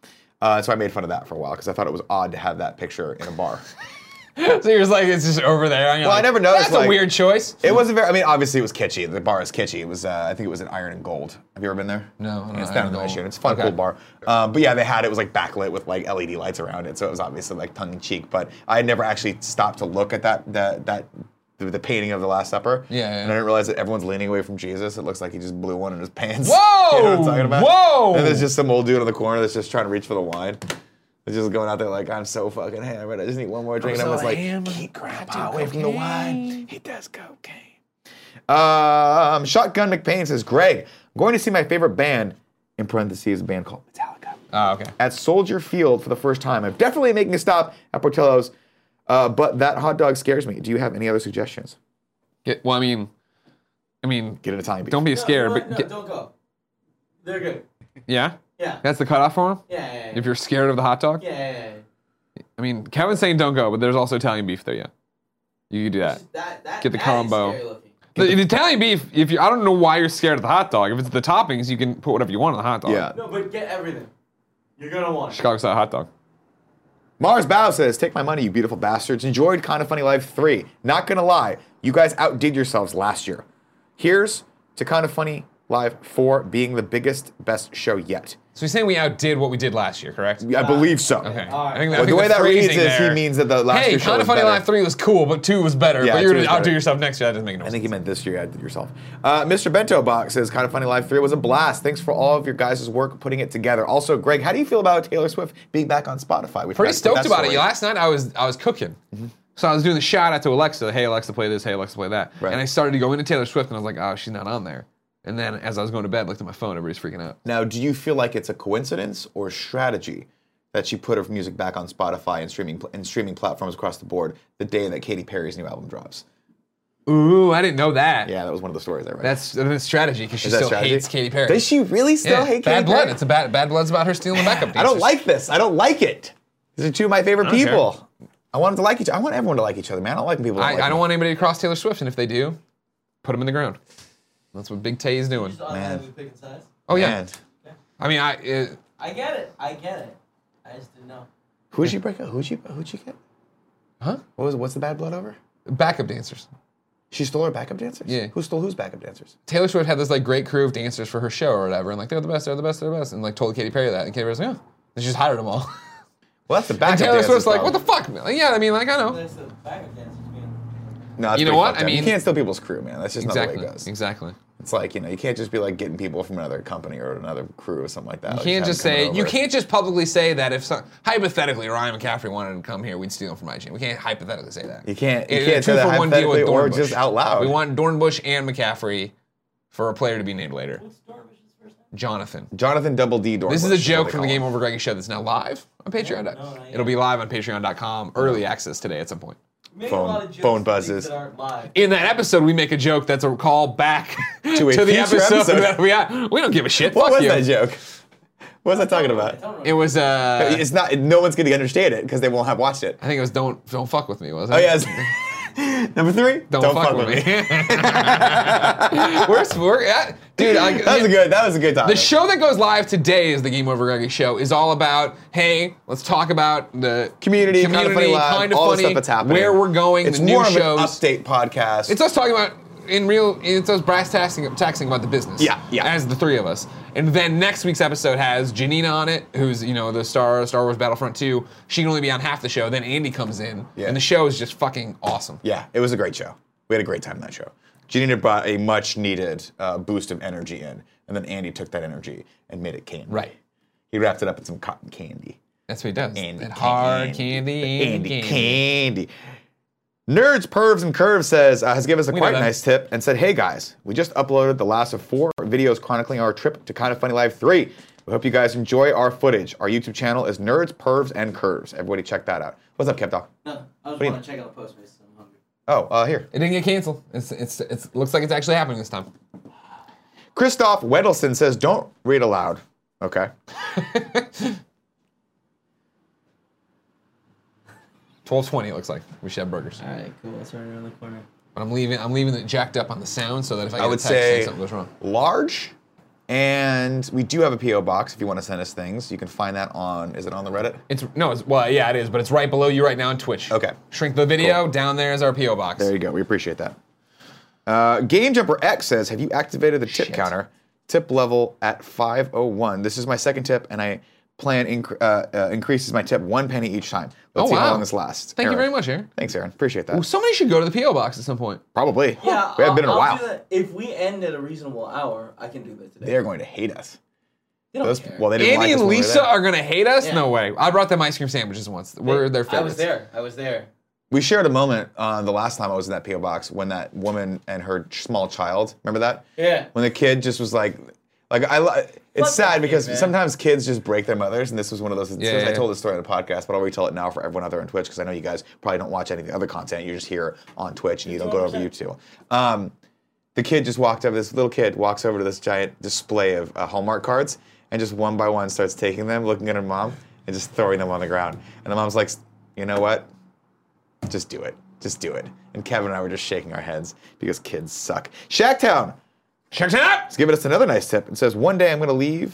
Speaker 2: Uh, so I made fun of that for a while because I thought it was odd to have that picture in a bar.
Speaker 1: so you're just like, it's just over there. And you're
Speaker 2: Well, I
Speaker 1: like,
Speaker 2: never noticed,
Speaker 1: That's a
Speaker 2: like-
Speaker 1: weird choice.
Speaker 2: It wasn't very. I mean, obviously, it was kitschy. The bar is kitschy. It was. Uh, I think it was an Iron and Gold. Have you ever been there?
Speaker 1: No, I don't know.
Speaker 2: it's
Speaker 1: Iron
Speaker 2: down in
Speaker 1: and
Speaker 2: the
Speaker 1: Gold.
Speaker 2: Mission. It's a fun,
Speaker 1: Okay.
Speaker 2: cool bar. Um, but yeah, they had it was like backlit with like LED lights around it, so it was obviously like tongue in cheek. But I had never actually stopped to look at that that that the, the painting of the Last Supper.
Speaker 1: Yeah, yeah,
Speaker 2: And I
Speaker 1: yeah.
Speaker 2: didn't realize that everyone's leaning away from Jesus. It looks like he just blew one in his pants.
Speaker 1: Whoa!
Speaker 2: you know what I'm talking about?
Speaker 1: Whoa!
Speaker 2: And there's just some old dude in the corner that's just trying to reach for the wine. It's just going out there like I'm so fucking hammered. I just need one more drink. and
Speaker 1: so
Speaker 2: I was like,
Speaker 1: hammered.
Speaker 2: keep grandpa away from the wine. He does cocaine. Um, Shotgun McPain says, Greg, I'm going to see my favorite band, in parentheses, a band called Metallica,
Speaker 1: Oh, okay.
Speaker 2: at Soldier Field for the first time. I'm definitely making a stop at Portillo's, uh, but that hot dog scares me. Do you have any other suggestions?
Speaker 1: Get, well, I mean, I mean,
Speaker 2: Get an Italian beef.
Speaker 1: don't be scared.
Speaker 3: No,
Speaker 1: but
Speaker 3: no,
Speaker 1: get-
Speaker 3: don't go. They're good.
Speaker 1: yeah,
Speaker 3: Yeah. Yeah.
Speaker 1: that's the cutoff for him.
Speaker 3: Yeah. yeah,
Speaker 1: If you're scared of the hot dog,
Speaker 3: yeah, yeah, yeah.
Speaker 1: I mean, Kevin's saying don't go, but there's also Italian beef there. Yeah, you could do that.
Speaker 3: That, that,
Speaker 1: Get the
Speaker 3: that is
Speaker 1: combo.
Speaker 3: scary looking.
Speaker 1: The, the Italian beef. If you, I don't know why you're scared of the hot dog. If it's the toppings, you can put whatever you want on the hot dog.
Speaker 2: Yeah.
Speaker 3: No, but get everything. You're gonna want. it.
Speaker 1: Chicago style hot dog.
Speaker 2: Mars Bow says, Take my money, you beautiful bastards. Enjoyed Kind of Funny Life 3. Not gonna lie, you guys outdid yourselves last year. Here's to Kind of Funny Live 4 being the biggest, best show yet.
Speaker 1: So he're saying we outdid what we did last year, correct?
Speaker 2: I believe so.
Speaker 1: Okay.
Speaker 3: All right.
Speaker 1: I think, I
Speaker 2: Well,
Speaker 1: think
Speaker 2: the way that reads
Speaker 1: phrasing
Speaker 2: is he
Speaker 1: there-
Speaker 2: means that the last
Speaker 1: hey,
Speaker 2: year's show
Speaker 1: Kinda
Speaker 2: was
Speaker 1: Funny
Speaker 2: better.
Speaker 1: Live 3 was cool, but 2 was better.
Speaker 2: Yeah,
Speaker 1: but you're
Speaker 2: 2
Speaker 1: going
Speaker 2: was
Speaker 1: to outdo
Speaker 2: better.
Speaker 1: yourself next year. That doesn't make no
Speaker 2: I
Speaker 1: sense.
Speaker 2: think he meant this year. I did yourself. Uh, Mr. Bento Box says, "Kind of funny live three was a blast. Thanks for all of your guys' work putting it together." Also, Greg, how do you feel about Taylor Swift being back on Spotify?
Speaker 1: Pretty
Speaker 2: We Mm-hmm. forgot to put
Speaker 1: stoked
Speaker 2: that
Speaker 1: about it.
Speaker 2: story.
Speaker 1: Last night I was I was cooking. So I was doing the shout out to Alexa, hey Alexa, play this, hey Alexa, play that.
Speaker 2: Right.
Speaker 1: And I started to go into Taylor Swift and I was like, oh, she's not on there. And then as I was going to bed, I looked at my phone, everybody's freaking out.
Speaker 2: Now, do you feel like it's a coincidence or strategy that she put her music back on Spotify and streaming pl- and streaming platforms across the board the day that Katy Perry's new album drops?
Speaker 1: Ooh, I didn't know that.
Speaker 2: Yeah, that was one of the stories I read.
Speaker 1: That's that's strategy because she
Speaker 2: Is that
Speaker 1: still
Speaker 2: strategy?
Speaker 1: hates Katy Perry.
Speaker 2: Does she really still
Speaker 1: Yeah,
Speaker 2: hate
Speaker 1: Bad
Speaker 2: Katy
Speaker 1: Blood.
Speaker 2: Perry?
Speaker 1: It's about Bad Blood's about her stealing the backup
Speaker 2: I don't
Speaker 1: dancers.
Speaker 2: like this. I don't like it. These are two of my favorite
Speaker 1: don't
Speaker 2: people. I want them to like each. I want everyone to like each other, man. I don't like when people. Don't
Speaker 1: I,
Speaker 2: like
Speaker 1: I don't
Speaker 2: me.
Speaker 1: want anybody to cross Taylor Swift, and if they do, put them in the ground. That's what Big Tay is doing.
Speaker 3: Just automatically picking sides.
Speaker 1: Oh yeah.
Speaker 2: Man.
Speaker 1: I mean, I uh, it,
Speaker 3: I get it. I get it. I just didn't know.
Speaker 2: Who'd you break up? Who'd you who'd she get?
Speaker 1: Huh?
Speaker 2: What was what's the bad blood over?
Speaker 1: backup dancers.
Speaker 2: She stole her backup dancers?
Speaker 1: Yeah.
Speaker 2: Who stole whose backup dancers?
Speaker 1: Taylor Swift had this like great crew of dancers for her show or whatever, and like they're the best, they're the best, they're the best, and like told Katy Perry that, and Katy Perry was like, oh, and she just hired them all.
Speaker 2: Well, that's the backup
Speaker 1: and Taylor
Speaker 2: dancers.
Speaker 1: Swift's like, what the
Speaker 2: problem.
Speaker 1: fuck? Like, yeah, I mean, like I know.
Speaker 3: That's the backup dancers, man.
Speaker 2: No, that's
Speaker 1: You know
Speaker 2: pretty
Speaker 1: what?
Speaker 2: fucked
Speaker 1: I
Speaker 2: up. you
Speaker 1: mean-
Speaker 2: can't steal people's crew, man. That's just not
Speaker 1: Exactly.
Speaker 2: the way it goes.
Speaker 1: Exactly.
Speaker 2: It's like you know, you can't just be like getting people from another company or another crew or something like that.
Speaker 1: You can't just say you can't just publicly say that if some, hypothetically Ryan McCaffrey wanted to come here, we'd steal him from IGN. We can't hypothetically say that.
Speaker 2: You can't- you
Speaker 1: It-
Speaker 2: can't
Speaker 1: it's
Speaker 2: say
Speaker 1: two
Speaker 2: that
Speaker 1: for one deal with
Speaker 2: hypothetically or
Speaker 1: Dornbush.
Speaker 2: just out loud.
Speaker 1: We want Dornbush and McCaffrey for a player to be named later.
Speaker 3: What's Darvish's first name?
Speaker 1: Jonathan.
Speaker 2: Jonathan Double D. Dornbush
Speaker 1: This is a
Speaker 2: what they
Speaker 1: joke from the
Speaker 2: call
Speaker 1: Game
Speaker 2: him.
Speaker 1: Over Greggy show that's now live on Patreon.
Speaker 3: No, not yet.
Speaker 1: It'll be live on Patreon.com. Early access today at some point.
Speaker 3: We make a
Speaker 2: Phone-
Speaker 3: lot of jokes
Speaker 2: phone
Speaker 3: to things
Speaker 2: buzzes.
Speaker 3: That aren't live.
Speaker 1: In that episode, we make a joke that's a call back to,
Speaker 2: a
Speaker 1: the
Speaker 2: future
Speaker 1: episode.
Speaker 2: episode.
Speaker 1: that we had. We don't give a shit.
Speaker 2: What
Speaker 1: Fuck
Speaker 2: was
Speaker 1: you.
Speaker 2: that joke? What was I talking
Speaker 3: I
Speaker 2: about?
Speaker 3: don't know.
Speaker 1: It was. Uh,
Speaker 2: It's not. No one's going to understand it because they won't have watched it.
Speaker 1: I think it was don't don't fuck with me. Was it?
Speaker 2: Oh yes. Number three.
Speaker 1: Don't, fuck, with me. we're, we're at, dude. I,
Speaker 2: That was a good. That was a good time.
Speaker 1: The show that goes live today is the Game Over Greggy show. Is all about hey, let's talk about the
Speaker 2: community, kind of funny, live,
Speaker 1: Kinda
Speaker 2: all
Speaker 1: Funny,
Speaker 2: the stuff that's happening,
Speaker 1: where we're going,
Speaker 2: It's
Speaker 1: the
Speaker 2: more
Speaker 1: new
Speaker 2: of
Speaker 1: shows.
Speaker 2: an update podcast.
Speaker 1: It's us talking about in real. It's us brass taxing, taxing about the business.
Speaker 2: Yeah, yeah.
Speaker 1: As the three of us, and then next week's episode has Janina on it, who's you know the star of Star Wars Battlefront Two. She can only be on half the show. Then Andy comes in,
Speaker 2: Yeah.
Speaker 1: and the show is just fucking awesome.
Speaker 2: yeah, it was a great show. We had a great time in that show. Janina brought a much needed uh, boost of energy in, and then Andy took that energy and made it candy.
Speaker 1: Right.
Speaker 2: He wrapped it up in some cotton candy.
Speaker 1: That's what he does.
Speaker 2: Andy
Speaker 1: that hard candy,
Speaker 2: candy,
Speaker 1: Andy, candy.
Speaker 2: candy. Nerds, Pervs, and Curves says uh, has given us a
Speaker 1: We know
Speaker 2: quite
Speaker 1: that.
Speaker 2: nice tip and said, "Hey guys, we just uploaded the last of four videos chronicling our trip to Kind of Funny Live three. We hope you guys enjoy our footage. Our YouTube channel is Nerds, Pervs, and Curves. Everybody, check that out. What's up, Kev Dog?
Speaker 3: No, I just
Speaker 2: do you-
Speaker 3: want to check out the Postmates. I'm hungry.
Speaker 2: Oh, uh, here,
Speaker 1: It didn't get canceled. It's it's it's looks like it's actually happening this time.
Speaker 2: Christoph Wedelson says, "Don't read aloud." Okay.
Speaker 1: Twelve twenty, it looks like we should have burgers.
Speaker 3: All right, cool. It's right around the corner.
Speaker 1: But I'm leaving. I'm leaving it jacked up on the sound so that if I, get
Speaker 2: I
Speaker 1: a
Speaker 2: would
Speaker 1: text saying
Speaker 2: say
Speaker 1: something goes wrong,
Speaker 2: large And we do have a PO box if you want to send us things. You can find that on. Is it on the Reddit?
Speaker 1: It's no, it's, well, yeah, it is, but it's right below you right now on Twitch.
Speaker 2: Okay.
Speaker 1: Shrink the video. Down there is our PO box.
Speaker 2: There you go. We appreciate that. Uh, Game Jumper X says, "Have you activated the tip
Speaker 1: Shit.
Speaker 2: counter? Tip level at 501. This is my second tip, and I plan inc- uh, uh, increases my tip one penny each time.
Speaker 1: Oh,
Speaker 2: Let's see
Speaker 1: wow.
Speaker 2: how long this lasts."
Speaker 1: Thank you
Speaker 2: Aaron.
Speaker 1: very much, Aaron.
Speaker 2: Thanks, Aaron. Appreciate that.
Speaker 1: Well, somebody should go to the PO box at some point.
Speaker 2: Probably.
Speaker 3: Yeah,
Speaker 2: we haven't been in a
Speaker 3: I'll- I'll do
Speaker 2: while.
Speaker 3: that. If we end at a reasonable hour, I can do that today.
Speaker 2: They are going to hate us.
Speaker 3: They don't
Speaker 2: Those,
Speaker 3: care.
Speaker 2: well, they didn't
Speaker 1: Andy
Speaker 2: like us
Speaker 1: and
Speaker 2: when we were
Speaker 1: Lisa
Speaker 2: there.
Speaker 1: are gonna hate us.
Speaker 3: Yeah.
Speaker 1: No way. I brought them ice cream sandwiches once. We're their favorites.
Speaker 3: I was there. I was there.
Speaker 2: We shared a moment uh, the last time I was in that PO box when that woman and her ch- small child. Remember that?
Speaker 3: Yeah.
Speaker 2: When the kid just was like, like I. li- It's
Speaker 3: Fuck that
Speaker 2: sad
Speaker 3: kid,
Speaker 2: because
Speaker 3: man.
Speaker 2: sometimes kids just break their mothers, and this was one of those.
Speaker 1: Yeah,
Speaker 2: I
Speaker 1: yeah.
Speaker 2: told this story on the podcast, but I'll retell it now for everyone out there on Twitch because I know you guys probably don't watch any of the other content. You're just here on Twitch and you don't go over
Speaker 3: 100%.
Speaker 2: YouTube. Um, the kid just walked over. This little kid walks over to this giant display of uh, Hallmark cards and just one by one starts taking them, looking at her mom, and just throwing them on the ground. And the mom's like, "You know what? just do it. Just do it. And Kevin and I were just shaking our heads because kids suck. Shacktown
Speaker 1: Check it out.
Speaker 2: has given us another nice tip and says, one day I'm going to leave.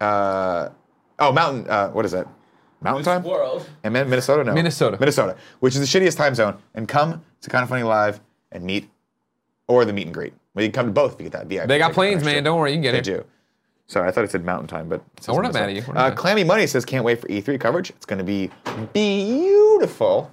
Speaker 2: Uh, oh, Mountain. Uh, what is that? Mountain time?
Speaker 3: World.
Speaker 2: And Min- Minnesota? No.
Speaker 1: Minnesota.
Speaker 2: Minnesota, which is the shittiest time zone. And come to Kind of Funny Live and meet or the meet and greet. We can come to both if you get that VIP.
Speaker 1: They got
Speaker 2: ticket for
Speaker 1: planes,
Speaker 2: next year.
Speaker 1: man. Don't worry, you can get
Speaker 2: They
Speaker 1: it.
Speaker 2: do. Sorry, I thought it said Mountain Time, but it says
Speaker 1: we're not mad
Speaker 2: Minnesota.
Speaker 1: at you. We're not
Speaker 2: Uh,
Speaker 1: mad.
Speaker 2: Clammy Money says can't wait for E3 coverage. It's going to be beautiful,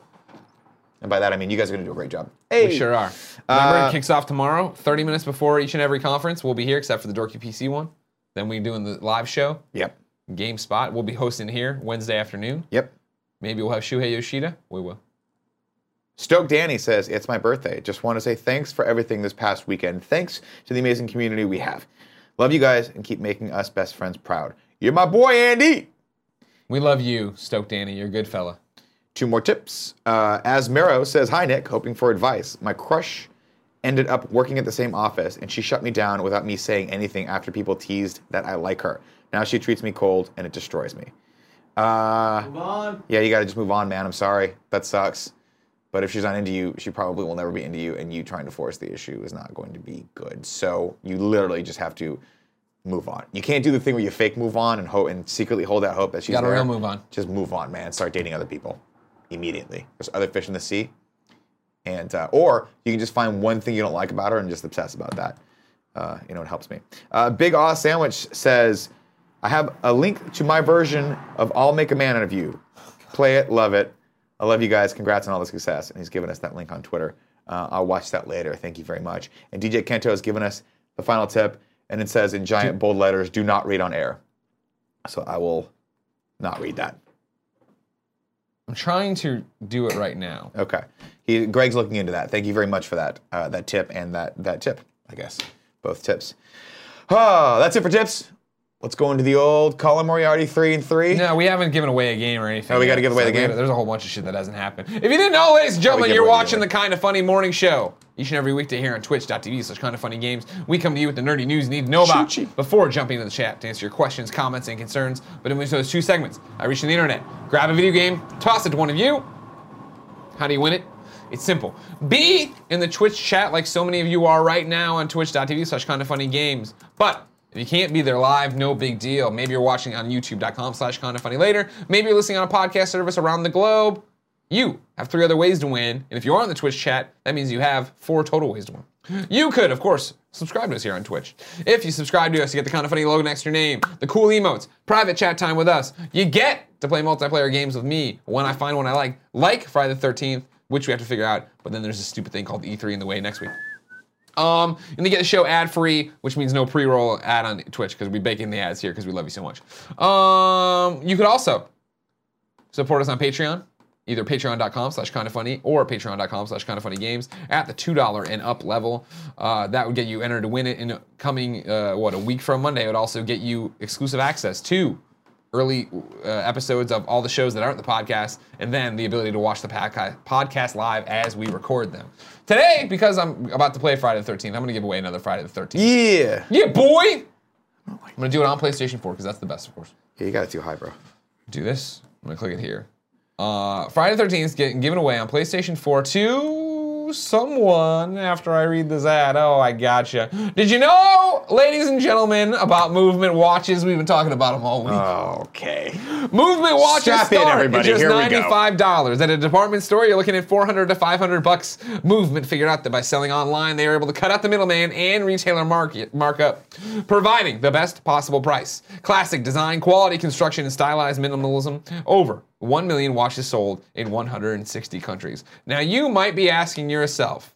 Speaker 2: and by that I mean you guys are going to do a great job.
Speaker 1: We sure are.
Speaker 2: Uh,
Speaker 1: Remember, it kicks off tomorrow, 30 minutes before each and every conference. We'll be here, except for the dorky PC one. Then we're doing the live show,
Speaker 2: Yep.
Speaker 1: Game Spot. We'll be hosting here Wednesday afternoon.
Speaker 2: Yep.
Speaker 1: Maybe we'll have Shuhei Yoshida. We will.
Speaker 2: Stoke Danny says, It's my birthday. Just want to say thanks for everything this past weekend. Thanks to the amazing community we have. Love you guys and keep making us best friends proud. You're my boy, Andy.
Speaker 1: We love you, Stoke Danny. You're a good fella.
Speaker 2: Two more tips. Uh, Asmero says, Hi, Nick, hoping for advice. My crush ended up working at the same office, and she shut me down without me saying anything after people teased that I like her. Now she treats me cold, and it destroys me. Uh,
Speaker 3: Move on.
Speaker 2: yeah, you got to just move on, man. I'm sorry. That sucks. But if she's not into you, she probably will never be into you, and you trying to force the issue is not going to be good. So you literally just have to move on. You can't do the thing where you fake move on and hope and secretly hold out hope that she's
Speaker 1: gotta
Speaker 2: there.
Speaker 1: real move on.
Speaker 2: Just move on, man. Start dating other people immediately. There's other fish in the sea, and uh, or you can just find one thing you don't like about her and just obsess about that. Uh, you know, it helps me. Uh, Big Aw Sandwich says, "I have a link to my version of I'll Make a Man Out of You. Play it, love it. I love you guys. Congrats on all the success." And he's given us that link on Twitter. Uh, I'll watch that later. Thank you very much. And DJ Kento has given us the final tip, and it says in giant bold letters, "Do not read on air." So I will not read that.
Speaker 1: I'm trying to do it right now.
Speaker 2: Okay. He, Greg's looking into that. Thank you very much for that uh, that tip and that that tip. I guess both tips. Ah, that's it for tips. Let's go into the old Colin Moriarty three and three.
Speaker 1: No, we haven't given away a game or anything.
Speaker 2: Oh, we
Speaker 1: yet.
Speaker 2: gotta give away the
Speaker 1: we-
Speaker 2: game?
Speaker 1: There's a whole bunch of shit that hasn't happened. If you didn't know, ladies and gentlemen,
Speaker 2: give
Speaker 1: you're
Speaker 2: away the
Speaker 1: watching the
Speaker 2: game.
Speaker 1: Kind of Funny Morning Show. Each and every weekday here on twitch.tv slash kind of funny games, we come to you with the nerdy news you need to know about
Speaker 2: Choo-choo.
Speaker 1: before jumping into the chat to answer your questions, comments, and concerns. But in between those two segments, I reach in the internet, grab a video game, toss it to one of you. How do you win it? It's simple. Be in the Twitch chat like so many of you are right now on twitch.tv slash kind of funny games. But if you can't be there live, no big deal. Maybe you're watching on youtube.com slash kind of funny later. Maybe you're listening on a podcast service around the globe. You have three other ways to win, and if you are on the Twitch chat, that means you have four total ways to win. You could, of course, subscribe to us here on Twitch. If you subscribe to us, you get the kind of funny logo next to your name, the cool emotes, private chat time with us. You get to play multiplayer games with me when I find one I like, like Friday the 13th, which we have to figure out, but then there's this stupid thing called E3 in the way next week. Um, and they get the show ad free, which means no pre roll ad on Twitch because we bake in the ads here because we love you so much. Um, you could also support us on Patreon, either patreon.com slash kind of funny or patreon.com slash kind of funny games at the $2 and up level. Uh, that would get you entered to win it in a coming, uh, what, a week from Monday. It would also get you exclusive access to early uh, episodes of all the shows that aren't the podcast and then the ability to watch the podca- podcast live as we record them. Today, because I'm about to play Friday the 13th, I'm going to give away another Friday the 13th.
Speaker 2: Yeah.
Speaker 1: Yeah, boy! I'm going to do it on PlayStation 4 because that's the best, of course
Speaker 2: Yeah, you got it too high, bro.
Speaker 1: do this. I'm gonna click it here. Uh, Friday the 13th is getting given away on PlayStation 4 to to someone after I read this ad. Oh, I gotcha. Did you know, ladies and gentlemen, about movement watches? We've been talking about them all week.
Speaker 2: Okay.
Speaker 1: Movement watches
Speaker 2: Strap in,
Speaker 1: start
Speaker 2: everybody.
Speaker 1: at just
Speaker 2: Here we go.
Speaker 1: ninety-five dollars at a department store. You're looking at four hundred to five hundred bucks. Movement figured out that by selling online, they are able to cut out the middleman and retailer market markup, providing the best possible price. Classic design, quality construction, and stylized minimalism. Over one million watches sold in 160 countries. Now you might be asking yourself,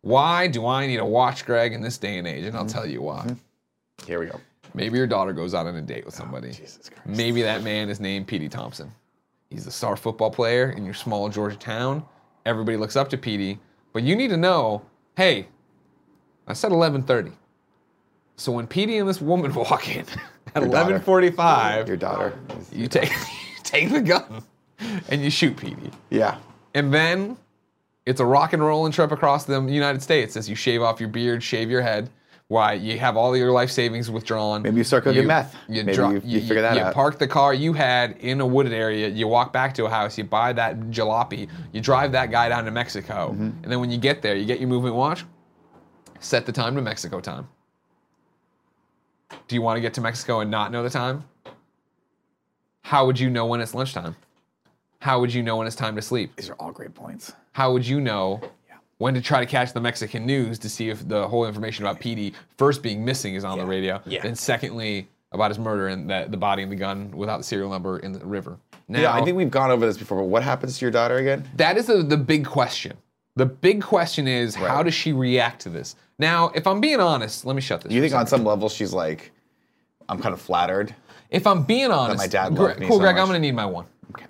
Speaker 1: why do I need a watch, Greg, in this day and age? And I'll
Speaker 2: Mm-hmm.
Speaker 1: tell you why.
Speaker 2: Here we go.
Speaker 1: Maybe your daughter goes out on a date with
Speaker 2: Oh,
Speaker 1: somebody. Maybe that man is named Petey Thompson. He's the star football player in your small Georgia town. Everybody looks up to Petey, but you need to know, hey, I said 11:30. So when Petey and this woman walk in at
Speaker 2: Your daughter.
Speaker 1: 11:45,
Speaker 2: Your daughter.
Speaker 1: you take you take the gun and you shoot Petey.
Speaker 2: Yeah.
Speaker 1: And then it's a rock and rolling trip across the United States as you shave off your beard, shave your head. Why you have all your life savings withdrawn?
Speaker 2: Maybe you start cooking
Speaker 1: You-
Speaker 2: meth.
Speaker 1: You
Speaker 2: Maybe
Speaker 1: dro-
Speaker 2: you- you figure that
Speaker 1: you
Speaker 2: out.
Speaker 1: park the car you had in a wooded area. You walk back to a house. You buy that jalopy. You drive that guy down to Mexico,
Speaker 2: Mm-hmm.
Speaker 1: and then when you get there, you get your movement watch. Set the time to Mexico time. Do you want to get to Mexico and not know the time? How would you know when it's lunchtime? How would you know when it's time to sleep?
Speaker 2: These are all great points.
Speaker 1: how would you know when to try to catch the Mexican news to see if the whole information about Petey first being missing is on the radio,
Speaker 2: Yeah.
Speaker 1: and secondly about his murder and that the body and the gun without the serial number in the river. Now,
Speaker 2: Yeah, I think we've gone over this before, but what happens to your daughter again?
Speaker 1: that is the, the big question. The big question is how does she react to this? Now, if I'm being honest, let me shut this.
Speaker 2: Do you
Speaker 1: for a
Speaker 2: think on some level she's like, I'm kind of flattered?
Speaker 1: If I'm being honest,
Speaker 2: dad
Speaker 1: Gre-
Speaker 2: loved me
Speaker 1: cool,
Speaker 2: so
Speaker 1: Greg,
Speaker 2: much.
Speaker 1: I'm gonna need my one. Okay.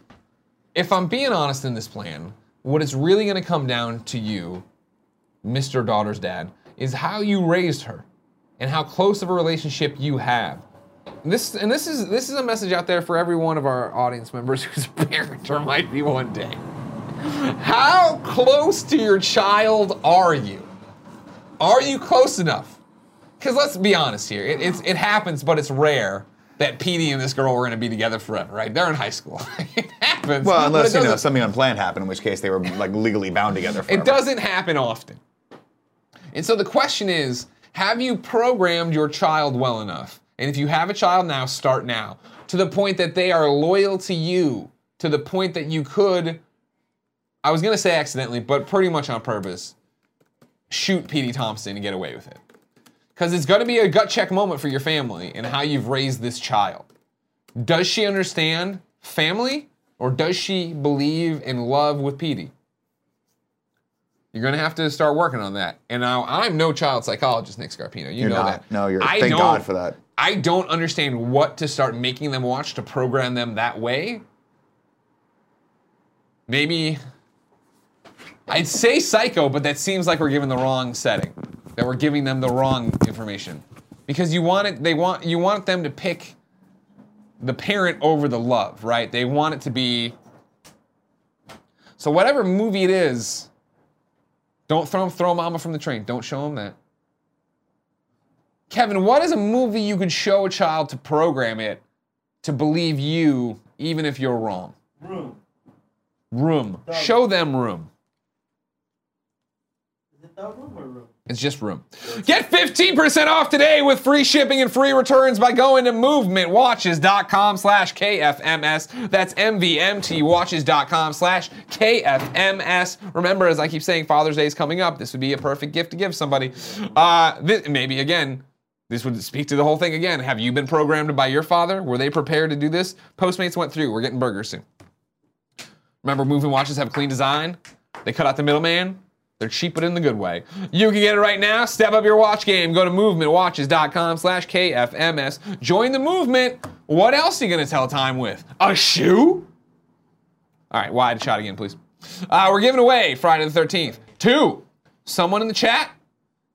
Speaker 1: If I'm being honest in this plan, what it's really gonna come down to you, Mr. Daughter's dad, is how you raised her, and how close of a relationship you have. And this and this is this is a message out there for every one of our audience members who's a parent or might be one day. How close to your child are you? Are you close enough? Because let's be honest here, it, it's, it happens, but it's rare that Petey and this girl were going to be together forever, right? They're in high school. it happens. but
Speaker 2: Well, unless,
Speaker 1: it
Speaker 2: you know,
Speaker 1: doesn't-
Speaker 2: something unplanned happened, in which case they were like legally bound together forever.
Speaker 1: It doesn't happen often. And so the question is have you programmed your child well enough? And if you have a child now, start now to the point that they are loyal to you, to the point that you could, I was going to say accidentally, but pretty much on purpose, shoot Petey Thompson and get away with it. Because it's going to be a gut check moment for your family and how you've raised this child. Does she understand family or does she believe in love with Petey? You're gonna have to start working on that. And now I'm no child psychologist, Nick Scarpino. You
Speaker 2: You're
Speaker 1: know
Speaker 2: not.
Speaker 1: that.
Speaker 2: No, you're.
Speaker 1: I
Speaker 2: thank
Speaker 1: don't-
Speaker 2: God for that.
Speaker 1: I don't understand what to start making them watch to program them that way. Maybe I'd say psycho, but that seems like we're giving the wrong setting. That we're giving them the wrong information. Because you want it they want you want them to pick the parent over the love, right? They want it to be So whatever movie it is, don't throw throw mama from the train. Don't show them that. Kevin, what is a movie you could show a child to program it to believe you even if you're wrong?
Speaker 3: Room.
Speaker 1: Room. Show them room.
Speaker 3: Is it that room or room?
Speaker 1: It's just room. Get 15% off today with free shipping and free returns by going to movementwatches.com slash KFMS. That's MVMTwatches.com slash KFMS. Remember, as I keep saying, Father's Day is coming up. This would be a perfect gift to give somebody. Uh, thi- maybe again, this would speak to the whole thing again. Have you been programmed by your father? Were they prepared to do this? Postmates went through. We're getting burgers soon. Remember, moving watches have a clean design. They cut out the middleman. They're cheap, but in the good way. You can get it right now. Step up your watch game. Go to movementwatches.com slash KFMS. Join the movement. What else are you going to tell time with? A shoe? All right, wide shot again, please. Uh, we're giving away Friday the 13th to someone in the chat.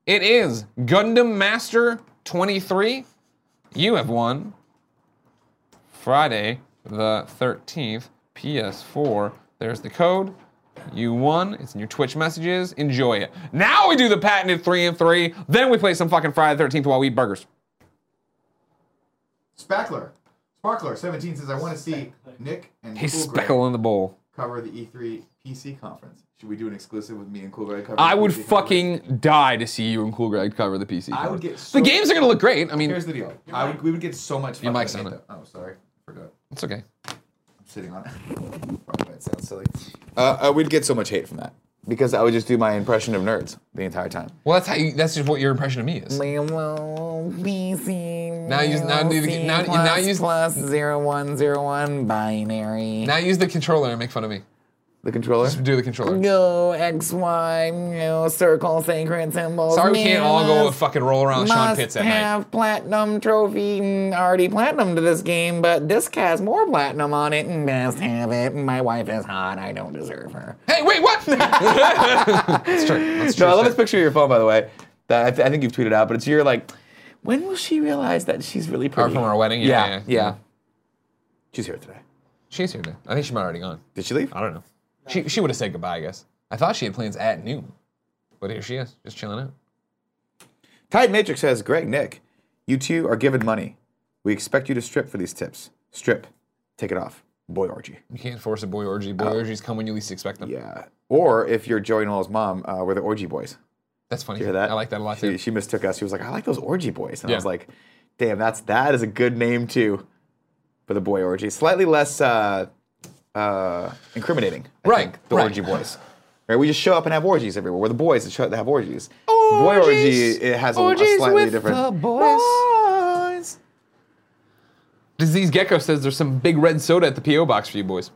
Speaker 1: It is Gundam Master 23. You have won Friday the 13th, PS4. There's the code. You won. It's in your Twitch messages. Enjoy it. Now we do the patented 3 and 3. Then we play some fucking Friday the 13th while we eat burgers.
Speaker 2: Spackler, Sparkler, 17 says I want to see Nick and
Speaker 1: He's speckling the bowl.
Speaker 2: cover the E E3 PC conference. Should we do an exclusive with me and Cool Greg? covering
Speaker 1: I
Speaker 2: the
Speaker 1: would
Speaker 2: PC conference?
Speaker 1: fucking die to see you and Cool Greg cover the PC.
Speaker 2: I would
Speaker 1: conference.
Speaker 2: get so-
Speaker 1: the games are gonna look great. I mean,
Speaker 2: Here's the deal. I would, we would get so much.
Speaker 1: Your
Speaker 2: fucking
Speaker 1: mic's on
Speaker 2: hate
Speaker 1: it.
Speaker 2: though. Oh, sorry, forgot.
Speaker 1: it's okay.
Speaker 2: I'm sitting on it. Fuck, that sounds silly. Uh, uh, we'd get so much hate from that because I would just do my impression of nerds the entire time.
Speaker 1: Well, that's how. You, that's just what your impression of me is.
Speaker 7: Now
Speaker 1: you- now you- now you- now you-
Speaker 7: plus zero one zero one binary.
Speaker 1: Now use the controller and make fun of me.
Speaker 2: The controller.
Speaker 1: Do the controller.
Speaker 7: Go X Y no circle sacred symbols.
Speaker 1: Sorry, we can't all go and
Speaker 7: must-
Speaker 1: fucking roll around Sean
Speaker 7: Must
Speaker 1: Pitts at night.
Speaker 7: have platinum trophy. mm, Already platinum to this game, but disc has more platinum on it. mm, Must have it. My wife is hot. I don't deserve her.
Speaker 1: Hey, wait, what? that's true. That's true.
Speaker 2: No, I love
Speaker 1: shit.
Speaker 2: this picture of your phone, by the way. That I, th- I think you've tweeted out, but it's your like. When will she realize that she's really
Speaker 1: Or
Speaker 2: pretty?
Speaker 1: from our wedding.
Speaker 2: yeah,
Speaker 1: Yeah,
Speaker 2: yeah, She's here today.
Speaker 1: She's here now. I think she might already gone.
Speaker 2: Did she leave?
Speaker 1: I don't know. She she would have said goodbye, I guess. I thought she had plans at noon, but here she is, just chilling out.
Speaker 2: Tide Matrix says, Greg, Nick, you two are given money. We expect you to strip for these tips. Strip. Take it off. Boy orgy.
Speaker 1: You can't force a boy orgy. Boy orgies come when you least expect them.
Speaker 2: Oh. Yeah. Or if you're Joey Noel's mom, uh, we're the orgy boys.
Speaker 1: That's funny.
Speaker 2: You hear that?
Speaker 1: I like that a lot
Speaker 2: She,
Speaker 1: too.
Speaker 2: she mistook us. She was like, I like those orgy boys. And
Speaker 1: Yeah.
Speaker 2: I was like, damn, that's that is a good name too for the boy orgy. Slightly less uh, uh, incriminating. I
Speaker 1: Right,
Speaker 2: think, the
Speaker 1: right.
Speaker 2: orgy boys. Right, we just show up and have orgies everywhere. We're the boys that, show, that have orgies. boy orgy it has a, a slightly different.
Speaker 1: boys. Disease Gecko says there's some big red soda at the PO box for you boys.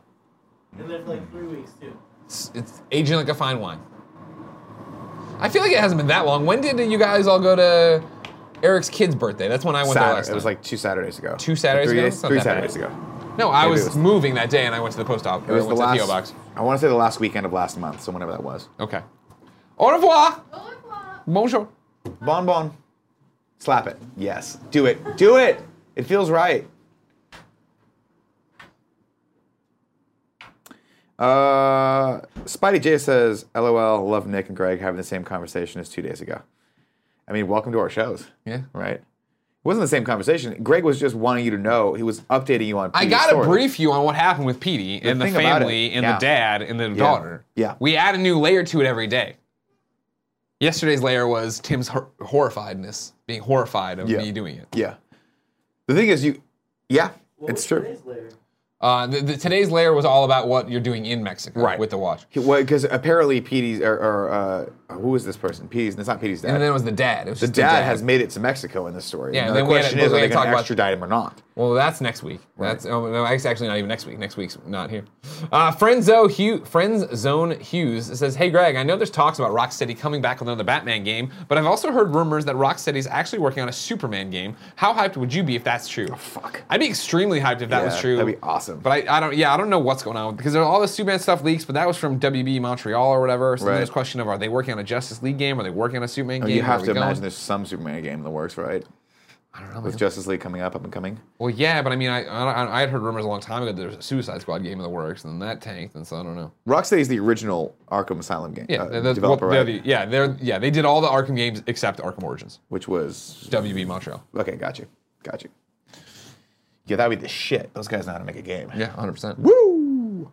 Speaker 3: And then for like three weeks too.
Speaker 1: It's, it's aging like a fine wine. I feel like it hasn't been that long. When did you guys all go to Eric's kid's birthday? That's when I went there last
Speaker 2: Saturday.
Speaker 1: time.
Speaker 2: It was like two Saturdays ago.
Speaker 1: Two Saturdays
Speaker 2: three
Speaker 1: ago?
Speaker 2: Days,
Speaker 1: It's not
Speaker 2: three
Speaker 1: that bad.
Speaker 2: Saturdays ago.
Speaker 1: no, I
Speaker 2: maybe it
Speaker 1: was,
Speaker 2: was-
Speaker 1: moving that day and I went to the post office.
Speaker 2: It was the
Speaker 1: went
Speaker 2: last.
Speaker 1: to the PO box.
Speaker 2: I want to say the last weekend of last month, so whenever that was.
Speaker 1: Okay. Au revoir.
Speaker 6: Au revoir.
Speaker 1: Bonjour.
Speaker 2: Bon bon. Slap it. Yes. Do it. Do it. It feels right. Uh, Spidey J says, "LOL, love Nick and Greg having the same conversation as two days ago." I mean, welcome to our shows.
Speaker 1: Yeah.
Speaker 2: Right. It wasn't the same conversation. Greg was just wanting you to know. He was updating you on.
Speaker 1: I
Speaker 2: Petey's
Speaker 1: gotta
Speaker 2: story.
Speaker 1: brief you on what happened with Petey and the
Speaker 2: thing about it-
Speaker 1: family and
Speaker 2: yeah.
Speaker 1: the dad and the daughter.
Speaker 2: Yeah.
Speaker 1: We add a new layer to it every day. Yesterday's layer was Tim's hor- horrifiedness, being horrified of
Speaker 2: Yeah.
Speaker 1: me doing it.
Speaker 2: Yeah. The thing is, you. Yeah,
Speaker 3: What
Speaker 2: it's
Speaker 3: was
Speaker 2: true.
Speaker 3: today's layer?
Speaker 1: Uh, the, the, today's layer was all about what you're doing in Mexico
Speaker 2: Right.
Speaker 1: with the watch.
Speaker 2: Because apparently, Petey's or, or uh, who is this person? Petey's. It's not Petey's dad.
Speaker 1: And then it was the dad. It was
Speaker 2: the
Speaker 1: just
Speaker 2: dad has made it to Mexico in this story.
Speaker 1: Yeah,
Speaker 2: Now
Speaker 1: and
Speaker 2: the
Speaker 1: then we had-
Speaker 2: question
Speaker 1: but
Speaker 2: is,
Speaker 1: we
Speaker 2: are they
Speaker 1: had to talk
Speaker 2: going to
Speaker 1: about-
Speaker 2: extradite him or not?
Speaker 1: Well, that's next week. That's oh, no, it's actually not even next week. Next week's not here. Uh, Friendzo Hugh, Friends Zone Hughes says, "Hey Greg, I know there's talks about Rocksteady coming back with another Batman game, but I've also heard rumors that Rocksteady's actually working on a Superman game. How hyped would you be if that's true?
Speaker 2: Oh, fuck.
Speaker 1: I'd be extremely hyped if that was
Speaker 2: Yeah,
Speaker 1: true.
Speaker 2: that'd be awesome.
Speaker 1: But I, I don't. Yeah, I don't know what's going on because there's all the Superman stuff leaks, but that was from WB Montreal or whatever. So
Speaker 2: Right. Oh,
Speaker 1: then there's question of are they working on a Justice League game? Are they working on a Superman game?
Speaker 2: you
Speaker 1: Where
Speaker 2: have
Speaker 1: are
Speaker 2: to
Speaker 1: we going?
Speaker 2: imagine there's some Superman game in the works, right? I don't know. With Justice League coming up, up and coming.
Speaker 1: Well, yeah, but I mean, I I, I- I had heard rumors a long time ago that there's a Suicide Squad game in the works, and that tanked, and so I don't know.
Speaker 2: Rocksteady is the original Arkham Asylum game
Speaker 1: Yeah,
Speaker 2: uh,
Speaker 1: they're the-
Speaker 2: developer,
Speaker 1: well, they're
Speaker 2: right?
Speaker 1: the- yeah, they're yeah, they did all the Arkham games except Arkham Origins.
Speaker 2: Which was
Speaker 1: WB Montreal.
Speaker 2: okay. Got you. Got you. Yeah, that'd be the shit. Those guys know how to make a game.
Speaker 1: Yeah, 100. percent
Speaker 2: Woo!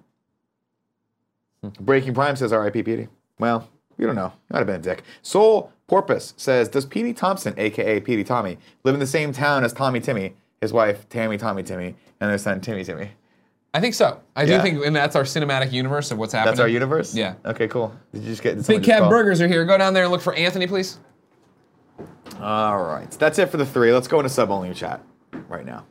Speaker 2: Breaking Prime says R.I.P. Petey. Well, you don't know. Might have been a dick. Soul Porpoise says, Does Petey Thompson, aka Petey Tommy, live in the same town as Tommy Timmy, his wife Tammy Tommy Timmy, and their son Timmy Timmy?
Speaker 1: I think so. I do
Speaker 2: Yeah.
Speaker 1: think, and that's our cinematic universe of what's happening.
Speaker 2: That's our universe.
Speaker 1: Yeah.
Speaker 2: Okay. Cool. Did you just get did
Speaker 1: Big
Speaker 2: someone just
Speaker 1: Cat
Speaker 2: call?
Speaker 1: Burgers are here. Go down there and look for Anthony, please.
Speaker 2: All right. That's it for the three. Let's go into sub only chat right now.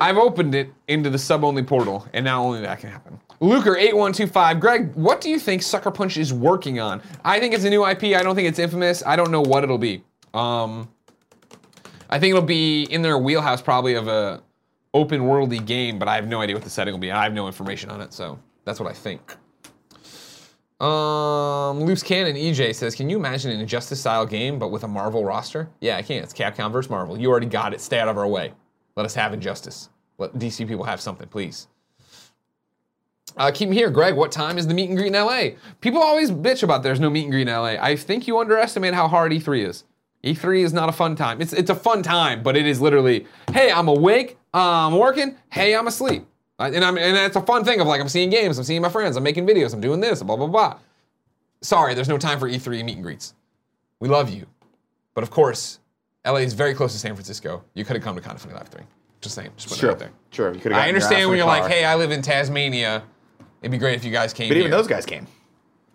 Speaker 1: I've opened it into the sub only portal, and now only that can happen. Luker8125, Greg, what do you think Sucker Punch is working on? I think it's a new IP. I don't think it's infamous. I don't know what it'll be. Um, I think it'll be in their wheelhouse probably of a open worldy game, but I have no idea what the setting will be. I have no information on it, so that's what I think. Um, Loose Cannon EJ says, "Can you imagine an Injustice style game but with a Marvel roster?" Yeah, I can. It's Capcom versus Marvel. You already got it. Stay out of our way. Let us have Injustice. Let DC people have something, please. Uh, keep me here, Greg. What time is the meet and greet in LA? People always bitch about there's no meet and greet in LA. I think you underestimate how hard E3 is. E3 is not a fun time. It's it's a fun time, but it is literally, uh, hey, I'm awake, I'm working, hey, I'm asleep. I- and I'm and that's a fun thing of like I'm seeing games, I'm seeing my friends, I'm making videos, I'm doing this, blah blah blah. Sorry, there's no time for E3 meet and greets. We love you, but of course, LA is very close to San Francisco. You could have come to Con of Funny Live Three. Just saying, just putting it
Speaker 2: Sure,
Speaker 1: out there.
Speaker 2: sure. You could've gotten
Speaker 1: I
Speaker 2: your ass in
Speaker 1: understand when
Speaker 2: the
Speaker 1: you're like,
Speaker 2: car.
Speaker 1: hey, I live in Tasmania. It'd be great if you guys came.
Speaker 2: But even
Speaker 1: here."
Speaker 2: those guys came.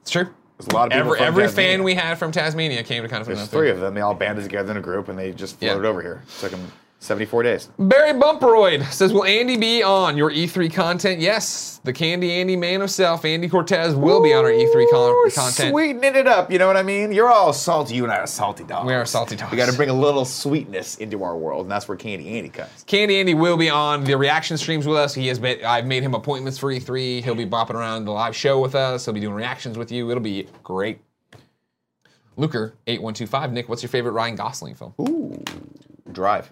Speaker 1: it's true.
Speaker 2: There's a lot of people.
Speaker 1: Every
Speaker 2: from
Speaker 1: every
Speaker 2: Tasmania.
Speaker 1: fan we had from Tasmania came to Con of Funny
Speaker 2: There's
Speaker 1: Live
Speaker 2: three
Speaker 1: Three.
Speaker 2: of them. They all banded together in a group and they just
Speaker 1: Yeah.
Speaker 2: floated over here. It took them 74 days.
Speaker 1: Barry Bumperoid says, "Will Andy be on your E3 content?" Yes, the Candy Andy man himself, Andy Cortez, will be on our E3 con-
Speaker 2: Ooh,
Speaker 1: content.
Speaker 2: Sweetening it up, you know what I mean? You're all salty. You and I are salty dogs.
Speaker 1: We are salty dogs.
Speaker 2: We got to bring a little sweetness into our world, and that's where Candy Andy comes.
Speaker 1: Candy Andy will be on the reaction streams with us. He has been, I've made him appointments for E3. He'll be bopping around the live show with us. He'll be doing reactions with you. It'll be great. Luker eight one two five. Nick, what's your favorite Ryan Gosling film?
Speaker 2: Ooh, Drive.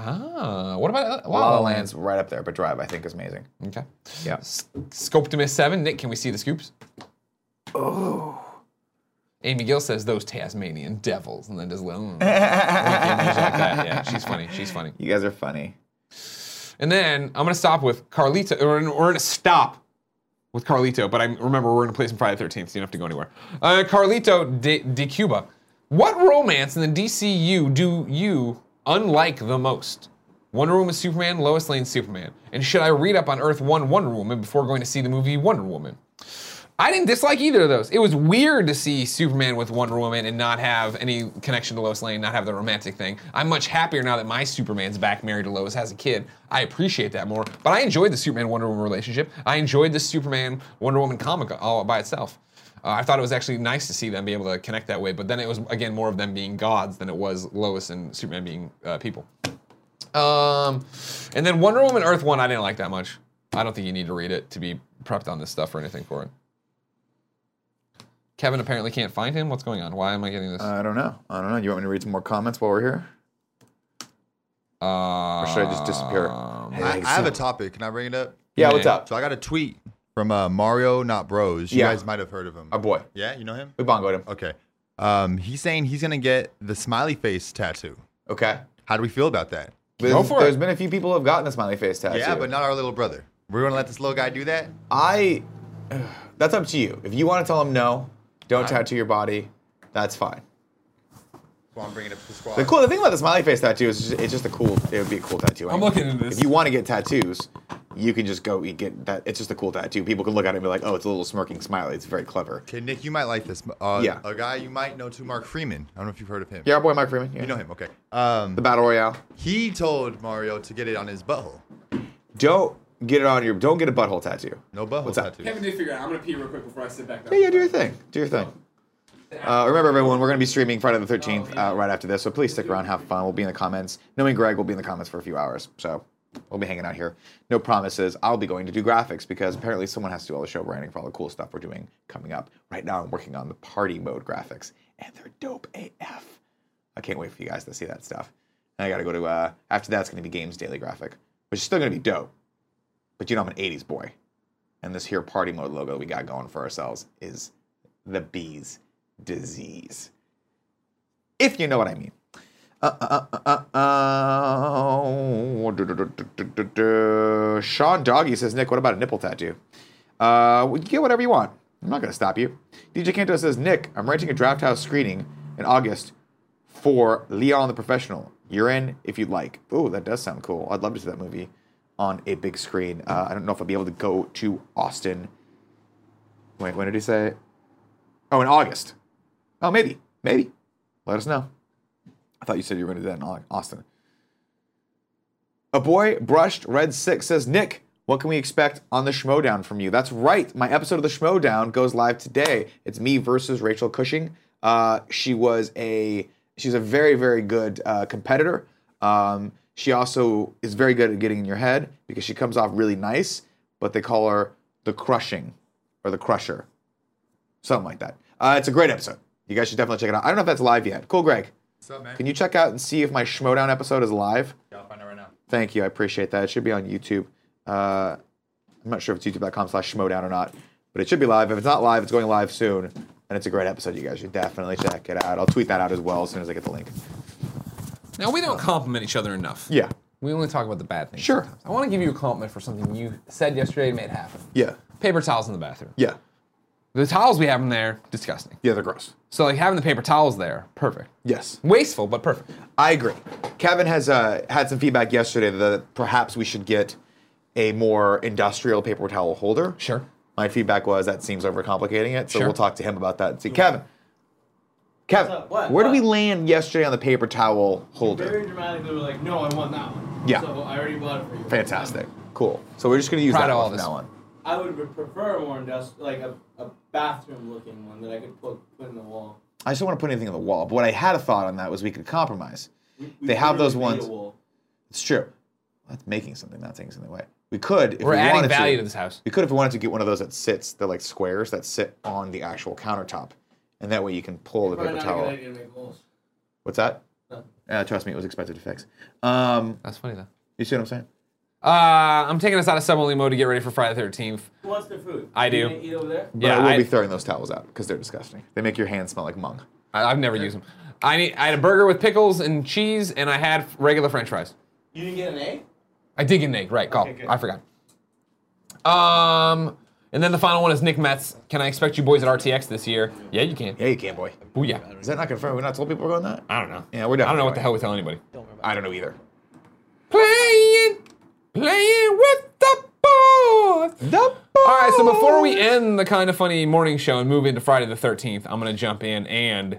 Speaker 1: Ah, what about uh,
Speaker 2: La
Speaker 1: Wow
Speaker 2: La Land's right up there, but Drive I think is amazing.
Speaker 1: Okay.
Speaker 2: Yeah.
Speaker 1: Scoptimus seven. Nick, can we see the scoops? Oh. Amy Gill says those Tasmanian devils, and then does a little mm, wink image like that. Yeah, she's funny. She's funny.
Speaker 2: You guys are funny.
Speaker 1: And then I'm gonna stop with Carlito. We're gonna, we're gonna stop with Carlito, but I remember we're gonna play some Friday the 13th, so you don't have to go anywhere. Uh, Carlito de, de Cuba. What romance in the DCU do you unlike the most? Wonder Woman, Superman, Lois Lane, Superman. And should I read up on Earth One Wonder Woman before going to see the movie Wonder Woman? I didn't dislike either of those. It was weird to see Superman with Wonder Woman and not have any connection to Lois Lane, not have the romantic thing. I'm much happier now that my Superman's back married to Lois has a kid. I appreciate that more. But I enjoyed the Superman Wonder Woman relationship. I enjoyed the Superman Wonder Woman comic all by itself. Uh, I thought it was actually nice to see them be able to connect that way. But then it was again more of them being gods than it was Lois and Superman being uh, people. Um, and then Wonder Woman Earth One, I didn't like that much. I don't think you need to read it to be prepped on this stuff or anything for it. Kevin apparently can't find him. What's going on? Why am I getting this?
Speaker 2: I don't know. I don't know. You want me to read some more comments while we're here?
Speaker 1: Uh,
Speaker 2: Or should I just disappear?
Speaker 1: Um,
Speaker 4: I, I have a topic. Can I bring it up?
Speaker 1: Uh,
Speaker 2: yeah, what's up?
Speaker 4: So I got a tweet from uh, Mario Not Bros. You
Speaker 2: Yeah.
Speaker 4: guys might have heard of him.
Speaker 2: Our boy.
Speaker 4: Yeah, you know him?
Speaker 2: We bongoed him.
Speaker 4: Okay. Um, he's saying he's gonna get the smiley face tattoo.
Speaker 2: Okay.
Speaker 4: How do we feel about that?
Speaker 2: There's,
Speaker 1: for it.
Speaker 2: there's been a few people who have gotten a smiley face tattoo.
Speaker 4: yeah, but not our little brother. We're gonna let this little guy do that?
Speaker 2: I. That's up to you. If you want to tell him no, don't tattoo your body. That's fine.
Speaker 4: Well, I'm bringing it up to the squad.
Speaker 2: The cool, the thing about the smiley face tattoo is just, it's just a cool. It would be a cool tattoo.
Speaker 1: I'm
Speaker 2: anyway.
Speaker 1: looking at this.
Speaker 2: If you want to get tattoos, you can just go eat, get that. It's just a cool tattoo. People can look at it and be like, "Oh, it's a little smirking smiley. It's very clever."
Speaker 4: Okay, Nick, you might like this. Uh,
Speaker 2: Yeah.
Speaker 4: A guy you might know too, Mark Freeman. I don't know if you've heard of him.
Speaker 2: Yeah, our boy Mike Freeman. Yeah.
Speaker 4: You know him, okay. Um,
Speaker 2: The battle royale.
Speaker 4: he told Mario to get it on his butthole.
Speaker 2: Don't get it on your. Don't get a butthole tattoo.
Speaker 4: No butthole
Speaker 2: What's that?
Speaker 4: tattoo.
Speaker 1: did figure out. I'm gonna pee real quick before I sit back down.
Speaker 2: Yeah, yeah, do your thing. Do your thing. Uh, remember, everyone, we're going to be streaming Friday the 13th uh, right after this, so please stick around, have fun. We'll be in the comments. Knowing Greg will be in the comments for a few hours, so we'll be hanging out here. No promises. I'll be going to do graphics because apparently someone has to do all the show branding for all the cool stuff we're doing coming up. Right now, I'm working on the party mode graphics, and they're dope AF. I can't wait for you guys to see that stuff. And I got to go to, uh, after that, it's going to be Games Daily Graphic, which is still going to be dope, but you know, I'm an 80s boy and this here party mode logo that we got going for ourselves is the bee's disease. If you know what I mean. Uh, uh, uh, uh, uh, du- du- du- du- du- du- du. Sean Doggy says, Nick, what about a nipple tattoo? Uh, well, you get whatever you want. I'm not going to stop you. DJ Kanto says, Nick, I'm renting a draft house screening in August for Leon the Professional. You're in if you'd like. Ooh, that does sound cool. I'd love to see that movie on a big screen. Uh, I don't know if I'll be able to go to Austin. Wait, when did he say? Oh, in August. Oh, maybe. Maybe. Let us know. I thought you said you were going to do that in Au- Austin. A boy brushed red six says, Nick, what can we expect on the Schmodown from you? That's right. My episode of the Schmodown goes live today. It's me versus Rachel Cushing. Uh, she was a she's a very very good uh, competitor. Um, she also is very good at getting in your head because she comes off really nice, but they call her the crushing or the crusher, something like that. Uh, it's a great episode. You guys should definitely check it out. I don't know if that's live yet. Cool, Greg.
Speaker 4: What's up, man?
Speaker 2: Can you check out and see if my Schmodown episode is live?
Speaker 4: I'll find out right now.
Speaker 2: Thank you. I appreciate that. It should be on YouTube. Uh, I'm not sure if it's youtube.com slash schmodown or not, but it should be live. If it's not live, it's going live soon. And it's a great episode. You guys should definitely check it out. I'll tweet that out as well as soon as I get the link.
Speaker 1: Now we don't compliment each other enough.
Speaker 2: Yeah.
Speaker 1: We only talk about the bad things.
Speaker 2: Sure.
Speaker 1: sometimes. I want to give you a compliment for something you said yesterday and made happen.
Speaker 2: Yeah.
Speaker 1: Paper towels in the bathroom.
Speaker 2: Yeah.
Speaker 1: The towels we have in there, disgusting.
Speaker 2: Yeah, they're gross.
Speaker 1: So like having the paper towels there, perfect.
Speaker 2: Yes.
Speaker 1: Wasteful, but perfect.
Speaker 2: I agree. Kevin has uh, had some feedback yesterday that perhaps we should get a more industrial paper towel holder.
Speaker 1: Sure.
Speaker 2: My feedback was that seems overcomplicating it, so
Speaker 1: Sure.
Speaker 2: we'll talk to him about that and see. Kevin, Kevin,
Speaker 3: What's up? What?
Speaker 2: where do we
Speaker 3: What?
Speaker 2: land yesterday on the paper towel holder?
Speaker 3: Very dramatically, we're like, no, I want that one.
Speaker 2: Yeah.
Speaker 3: So I already bought it for you.
Speaker 2: Fantastic. Cool. So we're just going to use
Speaker 1: Proud
Speaker 2: that
Speaker 1: of all
Speaker 2: one from
Speaker 1: this.
Speaker 2: now on.
Speaker 3: I would re- prefer a more industrial, like a, a bathroom looking one that I could put, put in the wall.
Speaker 2: I just don't want to put anything on the wall. But what I had a thought on that was we could compromise.
Speaker 3: We, we
Speaker 2: They have
Speaker 3: literally
Speaker 2: those
Speaker 3: made a
Speaker 2: ones.
Speaker 3: wall.
Speaker 2: It's true. That's making something, not taking something away. We could, if
Speaker 1: We're
Speaker 2: we
Speaker 1: adding
Speaker 2: wanted
Speaker 1: value
Speaker 2: to
Speaker 1: to this house.
Speaker 2: We could, if we wanted to, get one of those that sits, they're like squares that sit on the actual countertop. And that way you can pull the
Speaker 3: Probably
Speaker 2: paper
Speaker 3: not a good
Speaker 2: towel.
Speaker 3: idea to make walls.
Speaker 2: What's that?
Speaker 3: No.
Speaker 2: Uh, trust me, it was expected to fix. Um,
Speaker 1: That's funny though.
Speaker 2: you see what I'm saying?
Speaker 1: Uh, I'm taking us out of sub only mode to get ready for Friday the 13th.
Speaker 3: Who wants their food?
Speaker 1: I
Speaker 3: Are you
Speaker 1: do.
Speaker 3: gonna Eat over there.
Speaker 2: But I will
Speaker 1: I-
Speaker 2: be throwing those towels out because they're disgusting. They make your hands smell like mung.
Speaker 1: I, I've never used them. I, need, I had a burger with pickles and cheese, and I had regular French fries.
Speaker 3: You didn't get an A.
Speaker 1: I did get an egg, right? Call.
Speaker 3: Okay, good.
Speaker 1: I forgot. Um, and then the final one is Nick Metz. Can I expect you boys at RTX this year? Yeah, you can.
Speaker 2: Yeah, you can, boy.
Speaker 1: Booyah.
Speaker 2: Is that not confirmed? We're not told people we're going that?
Speaker 1: I don't know.
Speaker 2: Yeah, we're done.
Speaker 1: I don't know what the hell we tell anybody.
Speaker 2: I don't know either.
Speaker 1: Playing, playing with the ball.
Speaker 2: The
Speaker 1: All right, so before we end the kind of funny morning show and move into Friday the 13th, I'm going to jump in and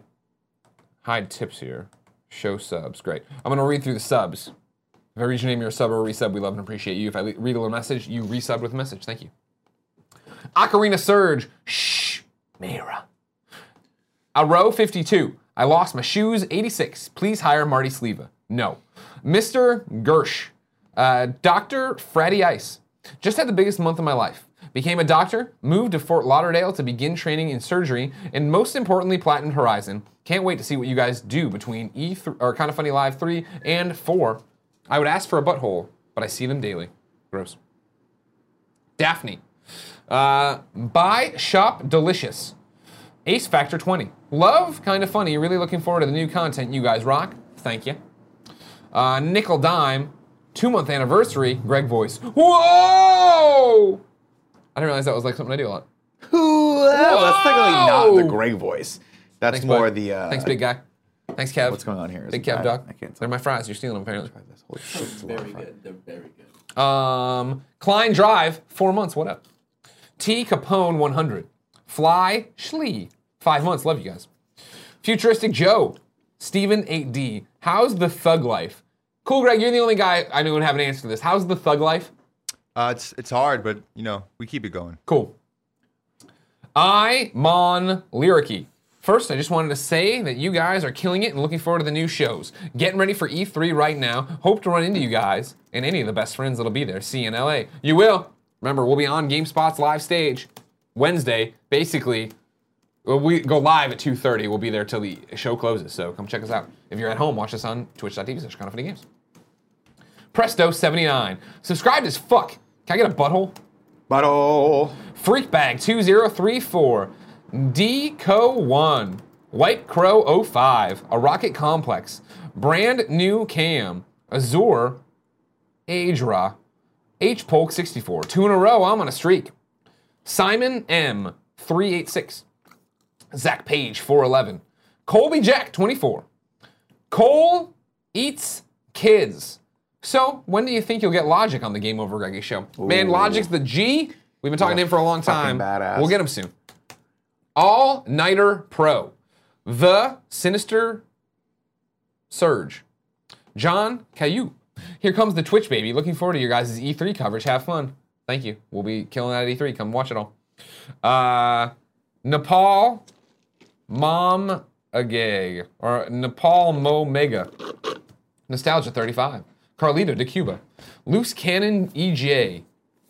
Speaker 1: hide tips here. Show subs. Great. I'm going to read through the subs. If I read your name, you're a sub or a resub. We love and appreciate you. If I le- read a little message, you resub with a message. Thank you. Ocarina Surge. Shh. Mira. A row 52. I lost my shoes 86. Please hire Marty Sleva. No. Mr. Gersh. Uh, Dr. Freddy Ice. Just had the biggest month of my life. Became a doctor, moved to Fort Lauderdale to begin training in surgery, and most importantly, Platinum Horizon. Can't wait to see what you guys do between E3 or Kind of Funny Live 3 and 4. I would ask for a butthole, but I see them daily. Gross. Daphne. Uh, buy Shop Delicious. Ace Factor 20. Love, kind of funny. Really looking forward to the new content. You guys rock. Thank you. Uh, Nickel Dime, two month anniversary. Greg voice. Whoa! I didn't realize that was like something I do a lot.
Speaker 2: Ooh, well, that's technically not the
Speaker 1: Whoa!
Speaker 2: Greg voice. That's
Speaker 1: Thanks,
Speaker 2: more
Speaker 1: bud.
Speaker 2: the. Uh,
Speaker 1: Thanks, big guy. Thanks, Kev.
Speaker 2: What's going on here? Is
Speaker 1: Big
Speaker 2: it
Speaker 1: Kev,
Speaker 2: bad?
Speaker 1: Doc.
Speaker 2: I can't tell.
Speaker 1: They're my fries. You're stealing them, apparently.
Speaker 2: Holy shit, it's a lot
Speaker 3: Very
Speaker 2: of fun.
Speaker 3: good. They're very good.
Speaker 1: Um, Klein Drive, four months. What up? T Capone, 100. Fly Schlee, five months. Love you guys. Futuristic Joe, Steven 8D. How's the thug life? Cool, Greg. You're the only guy I knew would have an answer to this. How's the thug life?
Speaker 4: Uh, it's it's hard, but you know we keep it going.
Speaker 1: Cool. I Mon Lyricky. First, I just wanted to say that you guys are killing it and looking forward to the new shows. Getting ready for E3 right now. Hope to run into you guys and any of the best friends that'll be there. See you in LA. You will. Remember, we'll be on GameSpot's live stage Wednesday. Basically, well, we go live at 2.30. We'll be there till the show closes, so come check us out. If you're at home, watch us on twitch.tv slash kind of funny games. Presto79. Subscribed as fuck. Can I get a butthole?
Speaker 2: But oh,
Speaker 1: Freakbag2034, Deco1, White Crow 05, A Rocket Complex, Brand New Cam, Azure, Adra, H Polk 64. Two in a row, I'm on a streak. Simon M, 386. Zach Page, 411. Colby Jack, 24. Cole eats kids. So, when do you think you'll get Logic on the Game Over Greggy show? Man, Logic's the G. We've been talking to him for a long time.
Speaker 2: fucking badass.
Speaker 1: We'll get him soon. All Nighter Pro. The Sinister Surge. John Caillou. Here comes the Twitch baby. Looking forward to your guys' E3 coverage. Have fun. Thank you. We'll be killing that at E3. Come watch it all. Uh, Nepal Mom Agag or Nepal Mo Mega. Nostalgia 35. Carlito de Cuba. Loose Cannon E EJ.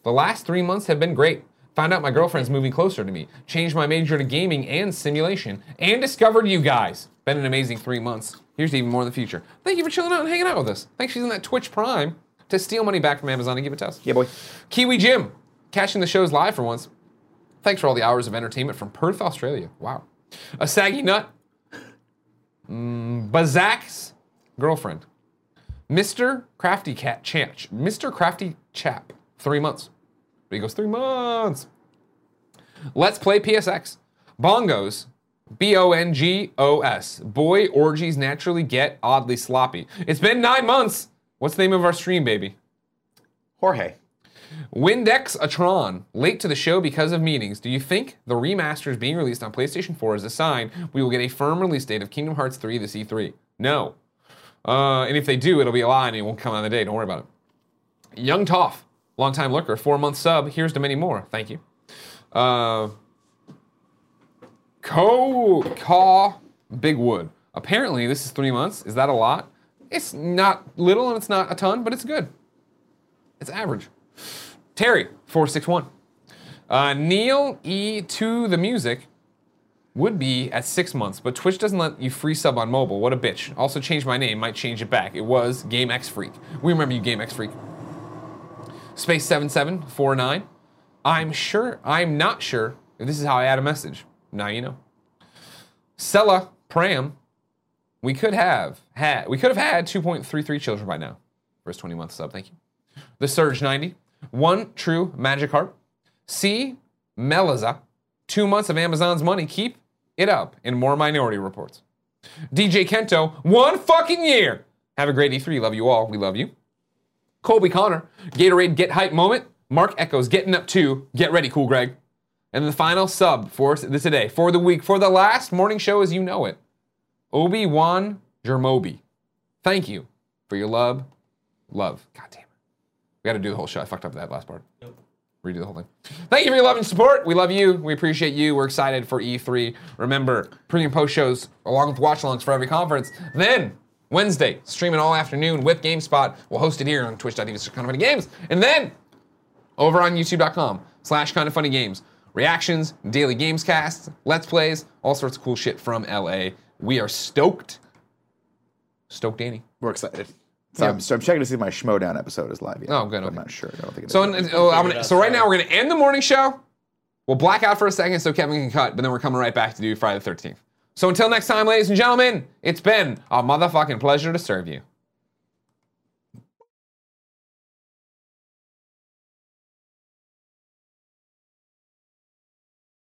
Speaker 1: The last three months have been great. Found out my girlfriend's moving closer to me. Changed my major to gaming and simulation. And discovered you guys. Been an amazing three months. Here's to even more in the future. Thank you for chilling out and hanging out with us. Thanks for using that Twitch Prime to steal money back from Amazon and give it to us.
Speaker 2: yeah, boy.
Speaker 1: Kiwi Jim, catching the shows live for once. Thanks for all the hours of entertainment from Perth, Australia. Wow. A saggy nut. Mm, Bazak's girlfriend. Mr. Crafty Cat Chach. Mr. Crafty Chap. Three months. But he goes, three months. Let's play PSX. Bongos. B O N G O S. Boy orgies naturally get oddly sloppy. It's been nine months. What's the name of our stream, baby?
Speaker 2: Jorge.
Speaker 1: Windex Atron, late to the show because of meetings. Do you think the remasters being released on PlayStation 4 is a sign we will get a firm release date of Kingdom Hearts 3 this E3? No. Uh, and if they do, it'll be a lie and it won't come out on the day. Don't worry about it. Young Toff, longtime lurker, four month sub. Here's to many more. Thank you. Uh, Co Caw Bigwood. Apparently, this is three months. Is that a lot? It's not little and it's not a ton, but it's good. It's average. Terry, 461. Uh, Neil E to the music would be at six months, but Twitch doesn't let you free sub on mobile. What a bitch. Also changed my name, might change it back. It was Game X Freak. We remember you, Game X Freak. Space 7749. I'm sure, I'm not sure if this is how I add a message. Now you know. Sella Pram. We could have had, we could have had 2.33 children by now. First 20 month sub, thank you. The Surge 90, One True Magic Harp, C. Meliza, Two Months of Amazon's Money, Keep It Up, and More Minority Reports. DJ Kento, One Fucking Year. Have a great E3. Love you all. We love you. Colby Connor, Gatorade Get Hype Moment, Mark Echoes Getting Up 2, Get Ready Cool Greg. And the final sub for us this today, for the week, for the last morning show as you know it, Obi-Wan Jermobi. Thank you for your love, love. God damn it. We got to do the whole show. I fucked up that last part. Redo the whole thing. Thank you for your love and support. We love you. We appreciate you. We're excited for E3. Remember, pre and post shows along with watch alongs for every conference. Then, Wednesday, streaming all afternoon with GameSpot. We'll host it here on twitch.tv slash kind of funny games. And then, over on youtube.com slash kind of funny games. Reactions, daily games casts, let's plays, all sorts of cool shit from LA. We are stoked. Stoked Danny.
Speaker 2: We're excited. So, I'm, so I'm checking to see if my Schmodown episode is live yet.
Speaker 1: Oh, good,
Speaker 2: but I'm
Speaker 1: okay.
Speaker 2: not sure. I don't think it is.
Speaker 1: So, oh, I'm gonna,
Speaker 3: out
Speaker 1: so right
Speaker 3: Friday.
Speaker 1: now we're going to end the morning show. We'll black out for a second so Kevin can cut, but then we're coming right back to do Friday the 13th. So until next time, ladies and gentlemen, it's been a motherfucking pleasure to serve you.